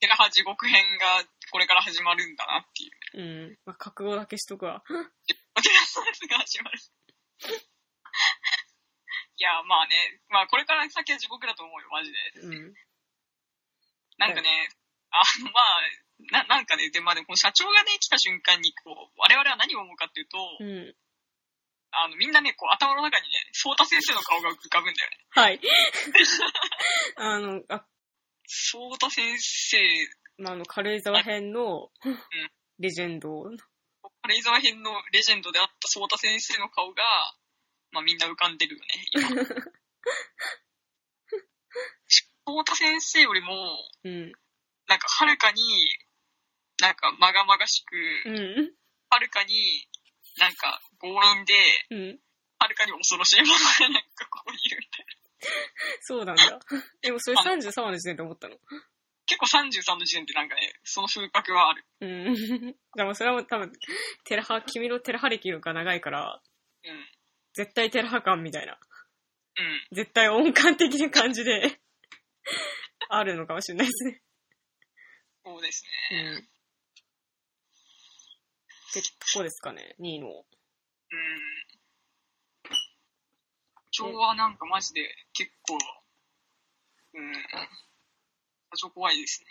A: テラハ地獄編がこれから始まるんだなっていう。
B: うん。まあ、覚悟だけしとくわ。
A: *laughs* テラスハウスが始まる。いや、まあね、まあこれから先は地獄だと思うよ、マジで。
B: うん。
A: なんかね、あの、まあ、な、なんかね、で、まあでもこの社長がね、来た瞬間に、こう、我々は何を思うかっていうと、
B: うん。
A: あの、みんなね、こう、頭の中にね、ソータ先生の顔が浮かぶんだよね。
B: *laughs* はい。あの、あ、
A: ソータ先生、
B: まあ、あの、軽井沢編の
A: ん、
B: レジェンド。
A: 軽井沢編のレジェンドであったソータ先生の顔が、まあみんな浮かんでるよ
B: *laughs*
A: ね、今。ソータ先生よりも、
B: うん。
A: なんか、はるかに、なんか、まがまがしく、
B: うん。
A: はるかに、なんか、強引で、
B: うん。
A: はるかに恐ろしいものが、なんか、こういうみたいな。
B: そうなんだ。でも、それ33話の時点で思ったの。
A: 結構33の時点でなんかね、その風格はある。
B: うん。 *laughs* でも、それはもう多分、テラハ、君のテラハ歴が長いから、
A: うん。うん。
B: 絶対テラハ感みたいな。絶対音感的な感じ *laughs* で、あるのかもしれないですね。
A: そうですね。
B: うん。ってとこですかね、2位の。
A: うん。今日はなんかマジで結構、うん。多少怖いですね。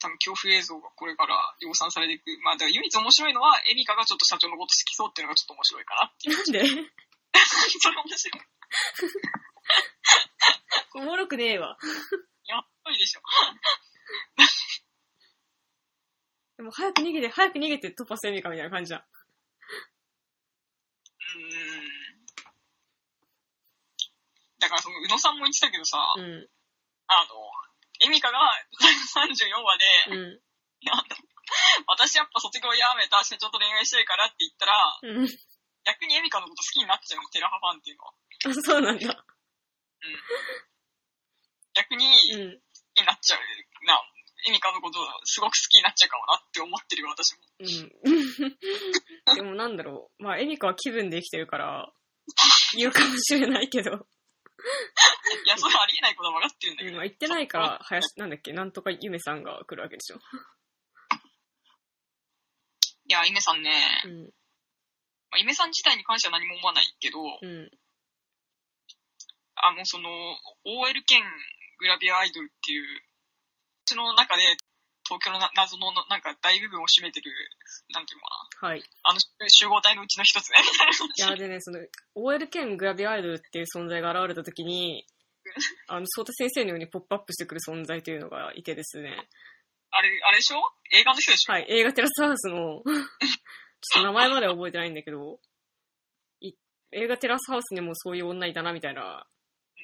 A: 多分恐怖映像がこれから量産されていく。まあ、だから唯一面白いのは、エミカがちょっと社長のこと好きそうっていうのがちょっと面白いかな。
B: なんで
A: それ面白い。
B: おもろくねえわ。
A: やっぱりでしょ。
B: でも早く逃げて、早く逃げて突破せみかみたいな感じじゃ
A: う
B: ん。
A: ん。だからその、宇野さんも言ってたけどさ、
B: う
A: あ
B: ん。
A: の、エミカが34話で、
B: うん。
A: あの私やっぱ卒業やめた社長と恋愛してるからって言ったら、
B: うん。 *laughs*
A: 逆にエミカのこと好きになっちゃうの、テラハファンっていうのは。
B: あ、そうなんだ。
A: 逆に
B: う
A: 好き
B: ん。
A: になっちゃうな。エミカのことすごく好きになっちゃうかもなって思ってるよ、私も。
B: うん。でもなんだろう。まあ、エミカは気分で生きてるから、言うかもしれないけど。
A: いや、それありえないことは分かってるんだけど。
B: 今言ってないから、林、なんだっけ、なんとかゆめさんが来るわけでしょ。
A: いや、イメさんね、
B: うん。
A: まあイメさん自体に関しては何も思わないけど、
B: うん。
A: あの、その、OL 兼グラビアアイドルっていう、うちの中で、東京のな謎のななんか大部分を占めてる、なんていうのか
B: はい。
A: な、あの集合体のうちの一つね、み *laughs* たいない
B: や、でね、その、OL 兼グラビアアイドルっていう存在が現れたときに、あの、ソータ先生のようにポップアップしてくる存在というのがいてですね。
A: あれ、あれでしょ映画の人でしょ、
B: はい、映画テラスハウスの、ちょっと名前までは覚えてないんだけど、い映画テラスハウスにもそういう女いたなみたいな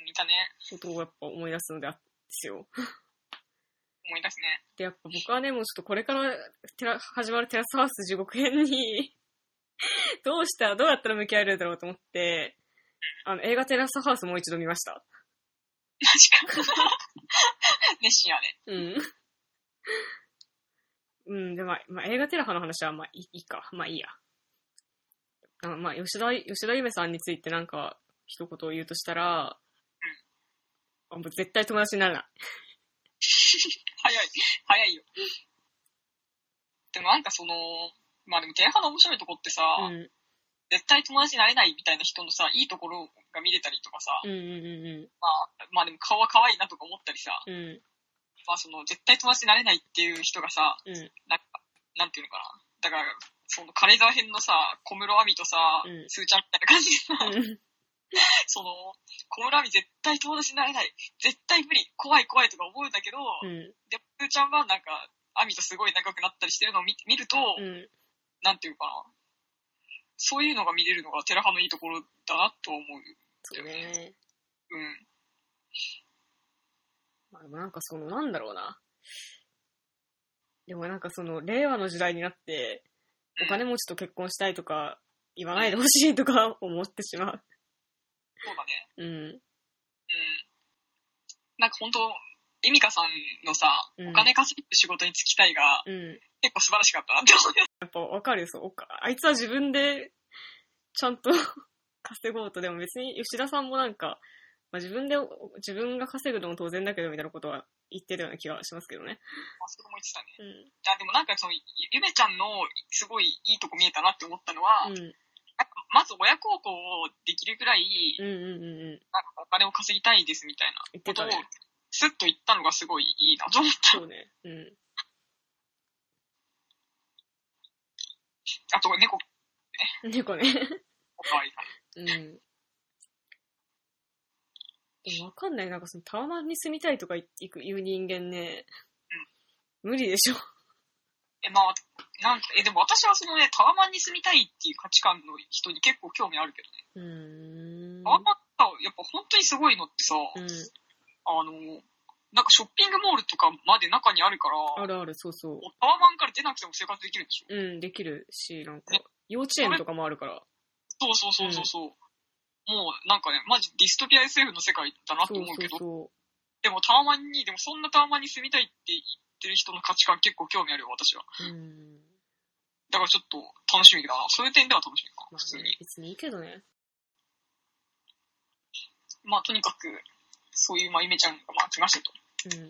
A: 見たね。
B: ことをやっぱ思い出すのであですよ。
A: 思い出すね。
B: で、やっぱ僕はね、もうちょっとこれからテラ始まるテラスハウス地獄編に、どうしたら、どうやったら向き合えるんだろうと思って、あの、映画テラスハウスもう一度見ました。
A: 確かに。 *laughs* 熱心やね。
B: うん。 *laughs* うん、で、まあ、まあ、映画テラハの話は、まあ、いいいいか。まあ、いいや。あまあ、吉田、吉田ゆめさんについてなんか、一言を言うとしたら、もう絶対友達にならない。
A: 早い、早いよ。でもなんかその、まあでも前半の面白いとこってさ、
B: うん。
A: 絶対友達になれないみたいな人のさ、いいところが見れたりとかさ、
B: うんう
A: まあ、まあでも顔は可愛いなとか思ったりさ、
B: んうんうん。うん。
A: まあその、絶対友達になれないっていう人がさ、
B: うん。
A: なんか、なんていうのかな。だから、その、金沢編のさ、小室亜美とさ、
B: うん
A: スーちゃんみたいな感じでさ、
B: うん
A: *laughs* その、小室亜美絶対友達になれない、絶対無理、怖い怖いとか思うんだけど、
B: うん
A: で、スーちゃんはなんか、亜美とすごい仲良くなったりしてるのを見見ると、
B: うん。
A: なんていうかな。そういうのが見れるのが寺派のいいところだなと思う。
B: そうね。
A: うん。
B: まあでもなんかその、なんだろうな。でもなんかその、令和の時代になって、お金持ちと結婚したいとか、言わないでほしいとか思ってしまう。
A: そうだね。
B: うん。
A: うん。なんか本当エミカさんのさ、
B: うん
A: お金稼ぐ仕事に就きたいが、
B: うん。
A: 結構素晴らしかったなって
B: *laughs*
A: 思う。
B: やっぱわかるよ、そう。おかあいつは自分で、ちゃんと *laughs* 稼ごうと。でも別に吉田さんもなんか、まあ、自分で、お自分が稼ぐのも当然だけど、みたいなことは言ってたような気がしますけどね。
A: まあ、それも言ってたね。
B: うん。
A: いや、でもなんかその、ゆゆめちゃんのすごいいいとこ見えたなって思ったのは、
B: うん。
A: なんかまず親孝行をできるぐらい、
B: うんうんうんうん。
A: なんかお金を稼ぎたいですみたいな
B: 言って
A: こと
B: た
A: を
B: ね。、
A: スッと言ったのがすごいいいなと思った。 *laughs*
B: そうね。うん。
A: あと、猫、
B: 猫ね。
A: 可愛い
B: うん。でもわかんない。なんかそのタワマンに住みたいとか行く言う人間ね、無理でしょ。
A: え、まあ、なんかえ、でも私はそのね、タワマンに住みたいっていう価値観の人に結構興味あるけどね。
B: うーん。
A: タワマンってやっぱ本当にすごいのってさ、
B: うん。
A: あの、なんかショッピングモールとかまで中にあるから、
B: あるある、そうそう。
A: もうタワマンから出なくても生活できるんでしょ。
B: うん、できるし、なんか
A: ね、
B: 幼稚園とかもあるから。
A: そうそうそうそうそう。もうなんかね、マジディストピア SF の世界だなと
B: そう
A: 思うけど、
B: そ
A: でもタワマンに、でもそんなタワマンに住みたいって言ってる人の価値観結構興味あるよ、私は。
B: うそう。うん。
A: だからちょっと楽しみだな。そういう点では楽しみかな、
B: ま
A: 普
B: あ
A: 通
B: ね
A: に。、
B: 別にいいけどね。
A: まあとにかく、そういう、まあ、ゆめちゃんが、まあ、来ましたと。
B: うん。
A: 意外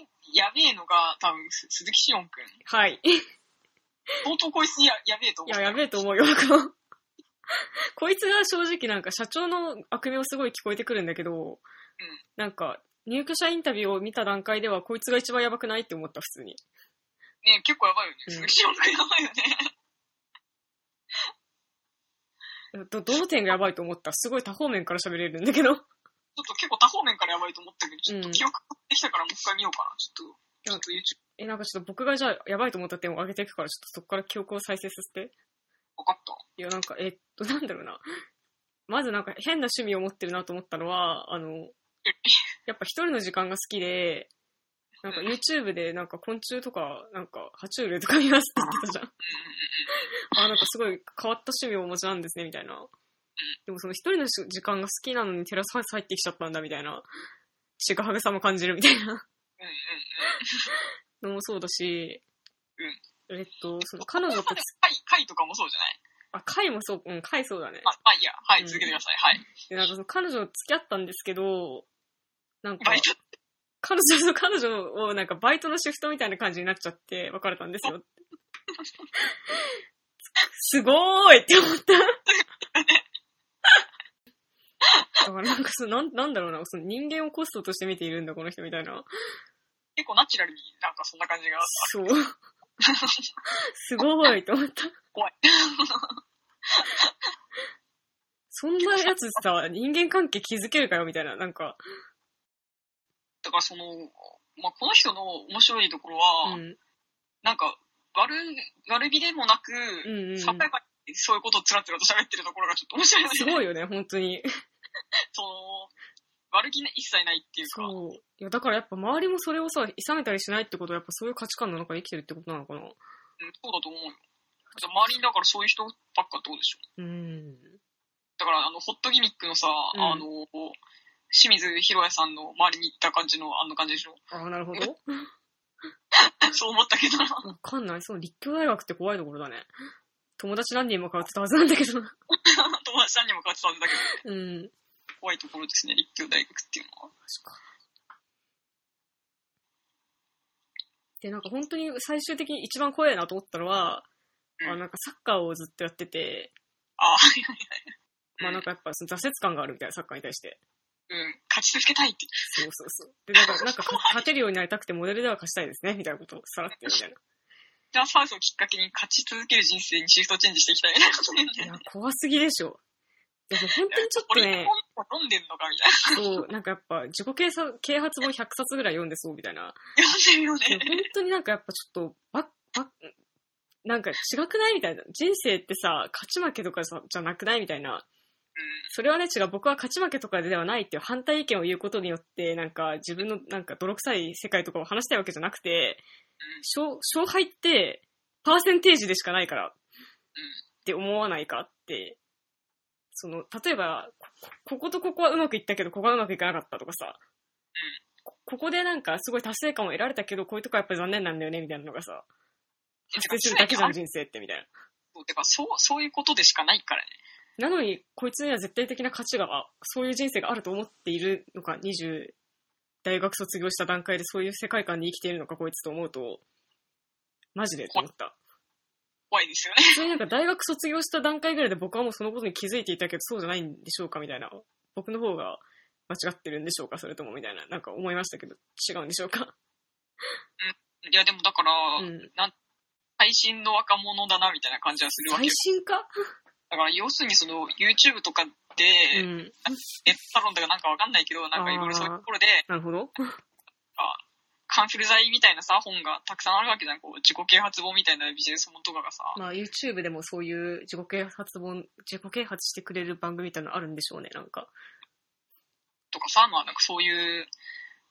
A: にやべえのが、多分す鈴木しおんくん。
B: はい。 *laughs*
A: 相当こいつややべえと
B: い
A: 思う。
B: や、やべえと思うよ。 *laughs* こいつが正直なんか社長の悪名すごい聞こえてくるんだけど、なんか入居者インタビューを見た段階ではこいつが一番やばくないって思った、普通に。
A: ね結構やばいよね。
B: うん
A: 鈴木しおんくんやばいよね。 *laughs*
B: ど、どの点がやばいと思ったすごい多方面から喋れるんだけど。
A: ちょっと結構多方面からやばいと思ったけど、ちょっ
B: う
A: と
B: ん
A: 記憶ができたからもう一回見ようかな。ちょっと、ちょっと YouTube
B: え、なんかちょっと僕がじゃあやばいと思った点を上げていくから、ちょっとそこから記憶を再生させて。
A: 分かった。
B: いや、なんか、えっと、 *laughs* なんだろうな。まずなんか変な趣味を持ってるなと思ったのは、あの、やっぱ一人の時間が好きで、なんか YouTube でなんか昆虫とか、なんか爬虫類とか見ますって言ってたじゃん。あ、なんかすごい変わった趣味をお持ちなんですね、みたいな。でもその一人の時間が好きなのにテラスハウス入ってきちゃったんだ、みたいな。ちぐはぐさも感じるみたいな
A: うんうんうんうん。
B: のもそうだし、えっと、その彼女とつ、
A: 回、回とかもそうじゃない
B: あ、回もそう、うん、回そうだね。
A: まあ、まあいいや。は
B: う
A: い、
B: ん
A: 続けてください。はい。
B: で、なんかその彼女と付き合ったんですけど、なんか
A: バイ、ト。
B: 彼女 *laughs* と彼女をなんかバイトのシフトみたいな感じになっちゃって別れたんです
A: *laughs*
B: よ。すごーいって思った。だからなんかそのなん、なんだろうな、その人間をコストとして見ているんだ、この人みたいな。
A: 結構ナチュラルになんかそんな感じが。 *laughs*
B: そう。すごーいって思った。
A: 怖い。
B: そんなやつさ、人間関係築けるかよ、みたいな。なんか、
A: だからその、まあ、この人の面白いところは、
B: うん。
A: なんか、悪、悪気でもなく、
B: うんうんうん。
A: 爽やかにそういうことをつらつらと喋ってるところがちょっと面白いよね。
B: すごいよね、本当に。
A: その、悪気一切ないっていうか、う
B: そう。いや、だからやっぱ周りもそれをさ、いさめたりしないってことは、やっぱそういう価値観の中で生きてるってことなのかなん
A: そうだと思うよ。じゃあ周りにだからそういう人ばっかどうでしょう。
B: うん。
A: だから、あの、ホットギミックのさ、
B: うん
A: あの、清水博也さんの周りに行った感じの、あの感じでしょ。 *laughs*
B: ああ、なるほど。
A: そう思ったけど、 *laughs*
B: わかんない。そう、立教大学って怖いところだね。友達何人も通ってたはずなんだけど。 *laughs*
A: 友達さんにも変わってたんだけど。
B: うん。
A: 怖いところですね、立教大学っていうのは。
B: で、なんか本当に最終的に一番怖いなと思ったのは、
A: うん
B: あなんかサッカーをずっとやってて、
A: ああ、 *laughs*
B: まあなんかやっぱその挫折感があるみたいなサッカーに対して。
A: うん、勝ち続けたいって。
B: そうそうそう。で、なんか、なんか勝てるようになりたくてモデルでは勝ちたいですね、みたいなことをさらってみたいな。
A: テラスハウスをきっかけに勝ち続ける人生にシフトチェンジしていきたいみたいなこと言うんだよ
B: いや
A: ね。、
B: 怖すぎでしょ。でも本当にちょっと
A: 俺、
B: ね、
A: 本を飲んでんのかみたいな。
B: そう、なんかやっぱ自己啓発啓発本100冊ぐらい読んでそうみたいな。
A: 読んで
B: で
A: るよ
B: も
A: ね。
B: 本当になんかやっぱちょっと、ば、ば、なんか違くないみたいな。人生ってさ、勝ち負けとかさじゃなくないみたいな。それはね、違う。僕は勝ち負けとかではないっていう反対意見を言うことによって、なんか自分のなんか泥臭い世界とかを話したいわけじゃなくて、勝勝敗ってパーセンテージでしかないからって思わないかって、その、例えば、ここことここはうまくいったけど、ここはうまくいかなかったとかさ、こここでなんかすごい達成感を得られたけど、こういうとこはやっぱり残念なんだよね、みたいなのがさ、発生するだけじゃん、人生って、みたいな。
A: そう、てか、そう、そういうことでしかないからね。
B: なのに、こいつには絶対的な価値が、そういう人生があると思っているのか、20、大学卒業した段階でそういう世界観に生きているのか、こいつと思うと、マジでって思った。
A: 怖いですよね。
B: 普通になんか大学卒業した段階ぐらいで僕はもうそのことに気づいていたけど、そうじゃないんでしょうかみたいな。僕の方が間違ってるんでしょうかそれともみたいな。なんか思いましたけど、違うんでしょうか
A: いや、でもだから、
B: うん。
A: 最新の若者だな、みたいな感じはするわけ
B: 最
A: よ。
B: 新か
A: だから、要するにその、YouTube とかで、
B: うん。
A: ネットサロンとかなんかわかんないけど、なんかいろいろそういうところで、
B: なるほど。
A: カンフル剤みたいなさ、本がたくさんあるわけじゃん。こう、自己啓発本みたいなビジネス本とかがさ、
B: *laughs* まあ YouTube でもそういう自己啓発本、自己啓発してくれる番組みたいなのあるんでしょうね、なんか。
A: とかさ、まあなんかそういう、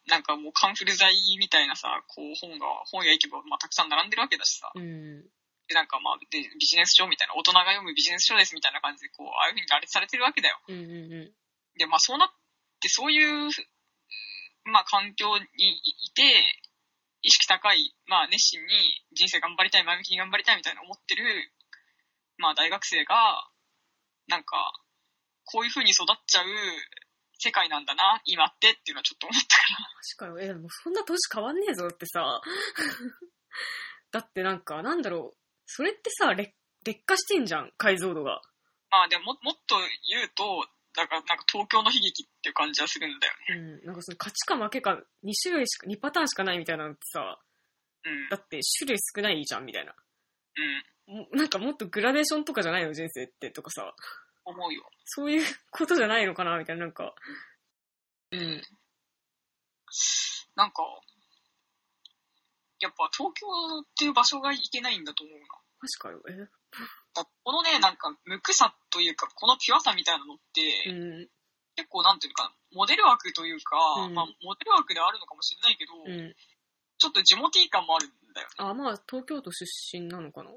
A: なんかもうカンフル剤みたいなさ、こう本が、本屋行けば、まあたくさん並んでるわけだしさ、
B: うん。
A: で、なんかまあ、でビジネス書みたいな、大人が読むビジネス書ですみたいな感じで、こう、ああいうふうに羅列されてるわけだよ。
B: うんうんう
A: で、まあそうなって、そういう、まあ環境にいて、意識高い、まあ熱心に人生頑張りたい、前向きに頑張りたいみたいな思ってる、まあ大学生が、なんか、こういう風に育っちゃう世界なんだな、今ってっていうのはちょっと思ったから。
B: ん。確かに、え、でもそんな年変わんねえぞだってさ。 *laughs* だってなんか、なんだろう。それってさ、劣劣化してんじゃん、解像度が。
A: まあでもももっと言うと、だからなんか東京の悲劇っていう感じはするんだよね。
B: うん、なんかその勝ちか負けか2種類しか、2パターンしかないみたいなのってさ、
A: うん。
B: だって種類少ないじゃんみたいな。
A: うん。
B: もなんかもっとグラデーションとかじゃないの人生ってとかさ、
A: 思うよ。
B: そういうことじゃないのかなみたいな、なんか。うん。
A: なんか、やっぱ東京っていう場所がいけないんだと思うな。
B: 確かよ。
A: だこのね、なんか、無垢さというか、このピュアさみたいなのって、
B: えうん。
A: 結構、なんていうのか、モデル枠というか、
B: うん
A: まあ、モデル枠ではあるのかもしれないけど、
B: うん。
A: ちょっとジモティー感もあるんだよね。
B: あ、まあ、東京都出身なのかな
A: な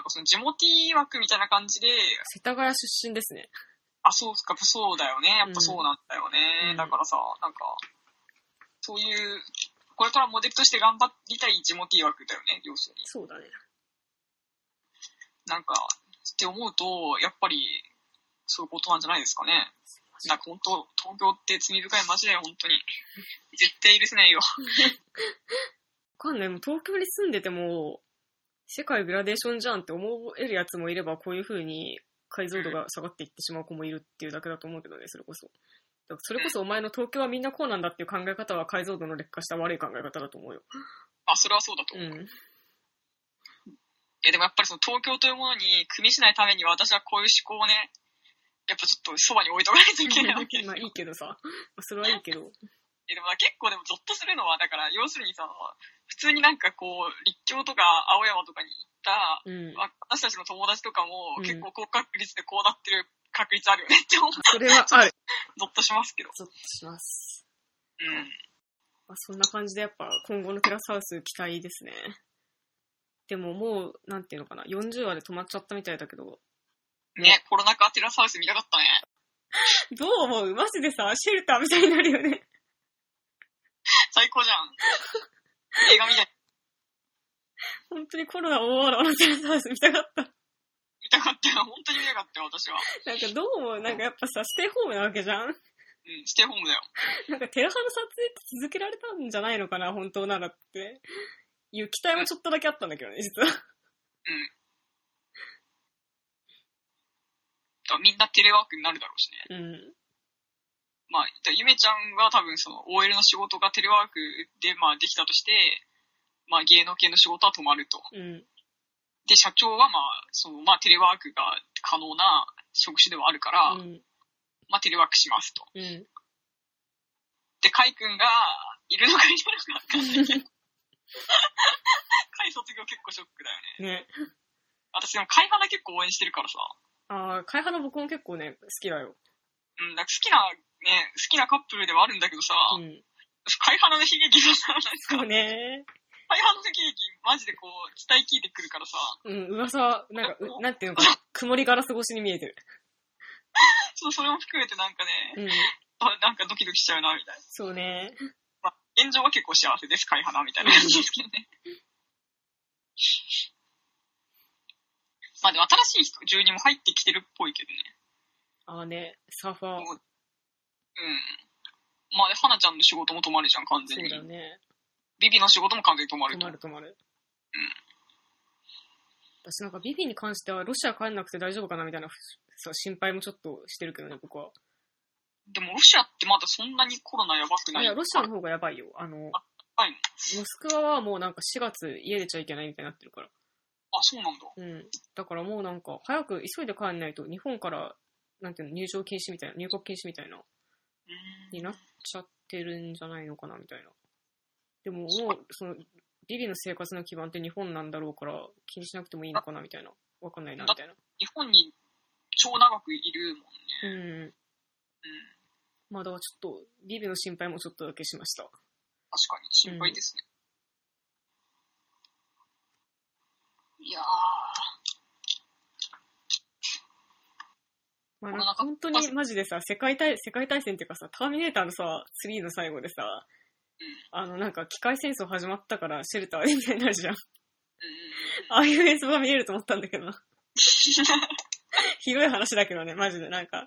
A: んか、そのジモティー枠みたいな感じで、
B: 世田谷出身ですね。
A: あ、そうか、そうだよね。やっぱそうなんだよね。
B: うん
A: だからさ、なんか、そういう、これからモデルとして頑張りたいジモティー枠だよね、要するに。
B: そうだね。
A: なんか、って思うと、やっぱり、そういうことなんじゃないですかね。なんか本当、東京って罪深い街だよ、本当に。絶対許せないよ。
B: わかんない。もう東京に住んでても、世界グラデーションじゃんって思えるやつもいれば、こういう風に解像度が下がっていってしまう子もいるっていうだけだと思うけどね、それこそ。だからそれこそお前の東京はみんなこうなんだっていう考え方は解像度の劣化した悪い考え方だと思うよ。
A: まあ、それはそうだと
B: う
A: 思う。
B: ん。
A: え、でもやっぱりその東京というものに組みしないために私はこういう思考をね、やっぱちょっとそばに置いとかないといけないわけ。
B: まあいいけどさ。まあそれはいいけど。
A: え、でもな結構でもゾッとするのは、だから要するにさ、普通になんかこう、立教とか青山とかに行った、
B: うん。
A: わ私たちの友達とかも
B: うん
A: 結構高確率でこうなってる確率あるよねって思う。
B: それはある。
A: ゾッとしますけど。
B: ゾッとします。
A: うん。
B: まあ、そんな感じでやっぱ今後のテラスハウス期待ですね。でももう、なんていうのかな、40話で止まっちゃったみたいだけど、
A: ね、コロナ禍テラスハウス見たかったね。
B: どう思うマジでさ、シェルターみたいになるよね。 *laughs*
A: 最高じゃん。映画みたいに
B: 本当にコロナ大笑いのテラスハウス見たかった。
A: 見たかったよ。本当に見たかったよ、私は。
B: なんかどう思うなんかやっぱさ、ステイホームなわけじゃん
A: うん、ステイホームだよ。
B: なんか、寺派の撮影って続けられたんじゃないのかな、本当ならって。いう期待はちょっとだけあったんだけどね、実は。
A: だからみんなテレワークになるだろうしね。
B: うん。
A: まあ、だからゆめちゃんは多分その OL の仕事がテレワークでまあできたとして、まあ芸能系の仕事は止まると。
B: うん。
A: で、社長はまあ、そのまあテレワークが可能な職種ではあるから、
B: うん。
A: まあテレワークしますと。
B: うん。
A: で、カイ君がいるのかいないのかわかんない
B: *laughs*
A: けど。カイ卒業結構ショックだよね。
B: ね。
A: 私でもカイ派だ結構応援してるからさ。
B: ああ、会派の僕も結構ね、好きだよ。
A: うん、なんか好きな、ね、好きなカップルではあるんだけどさ、
B: うん。
A: カイ派の悲劇がさ、なんか
B: そうね。
A: 大半のケーキ、マジでこう、期待聞いてくるからさ、
B: うん、噂、なんか、うなんていうのかな、曇りガラス越しに見えてる。
A: ちょっとそれも含めてなんかね、
B: うん。
A: あなんかドキドキしちゃうな、みたいな。
B: そうね。
A: まあ、現状は結構幸せです、会派な、みたいな感じですけどね。まあでも新しい人、住人も入ってきてるっぽいけどね。
B: ああね、サーファー。
A: うん。まあで、花ちゃんの仕事も止まるじゃん、完
B: そ
A: 全
B: う
A: に。
B: だね。
A: ビビの仕事も完全に止まる
B: 止
A: と。
B: ま
A: うん。
B: る止まる。私なんかビビに関してはロシア帰んなくて大丈夫かなみたいなふそう心配もちょっとしてるけどね、僕は。
A: でもロシアってまだそんなにコロナやばくない
B: いや、ロシア
A: あ
B: の方がやばいよ。あの、
A: ばいの
B: モスクワはもうなんか4月家出ちゃいけないみたいになってるから。
A: あ、そうなんだ。
B: うん。だからもうなんか早く急いで帰んないと日本から、なんていうの、入場禁止みたいな、入国禁止みたいな、
A: うー
B: に
A: ん。
B: なっちゃってるんじゃないのかなみたいな。でももう、その、ビビの生活の基盤って日本なんだろうから気にしなくてもいいのかなみたいな。わかんないな、みたいな。
A: 日本に超長くいるもんね。
B: うん。
A: うん。
B: まあだからちょっと、ビビの心配もちょっとだけしました。
A: 確かに心配ですね。いやー、
B: まあなんか本当にマジでさ、世界大、世界大戦っていうかさ、ターミネーターのさ、3の最後でさ、あのなんか機械戦争始まったからシェルターでみたいになるじゃん。 *laughs* ああいう映像が見えると思ったんだけどな。 *laughs* ひどい話だけどね、マジで。なんか、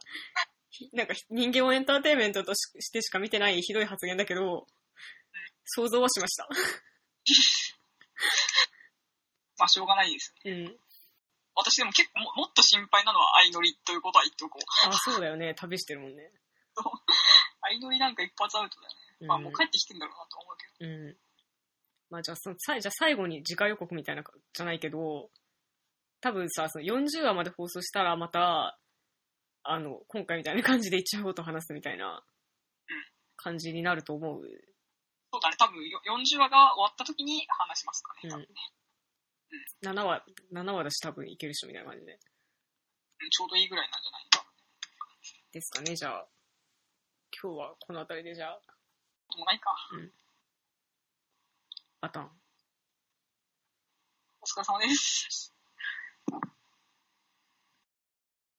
B: ひなんか人間をエンターテインメントとししてしか見てないひどい発言だけど、想像はしまし
A: *laughs*
B: た。
A: まあしょうがないですね。
B: うん。
A: 私でも結構ももっと心配なのは相乗りということは言っておこう。
B: あ、そうだよね。旅してるもんね。
A: 相乗りなんか一発アウトだよね。
B: うん
A: まあもう帰ってきてんだろうなと思うけど。
B: うん。まあじゃあその、さいじゃあ最後に次回予告みたいなか、じゃないけど、多分さ、その40話まで放送したらまた、あの、今回みたいな感じで一応と話すみたいな感じになると思う。
A: そうだね、多分よ40話が終わった時に話しますか
B: う
A: ね。多分
B: ん。7話、7話だし多分いけるっしょみたいな感じで。
A: うんちょうどいいぐらいなんじゃないか。
B: ですかね、じゃあ。今日はこの辺りでじゃあ、
A: ともないか。
B: バタン。
A: お疲れ様です。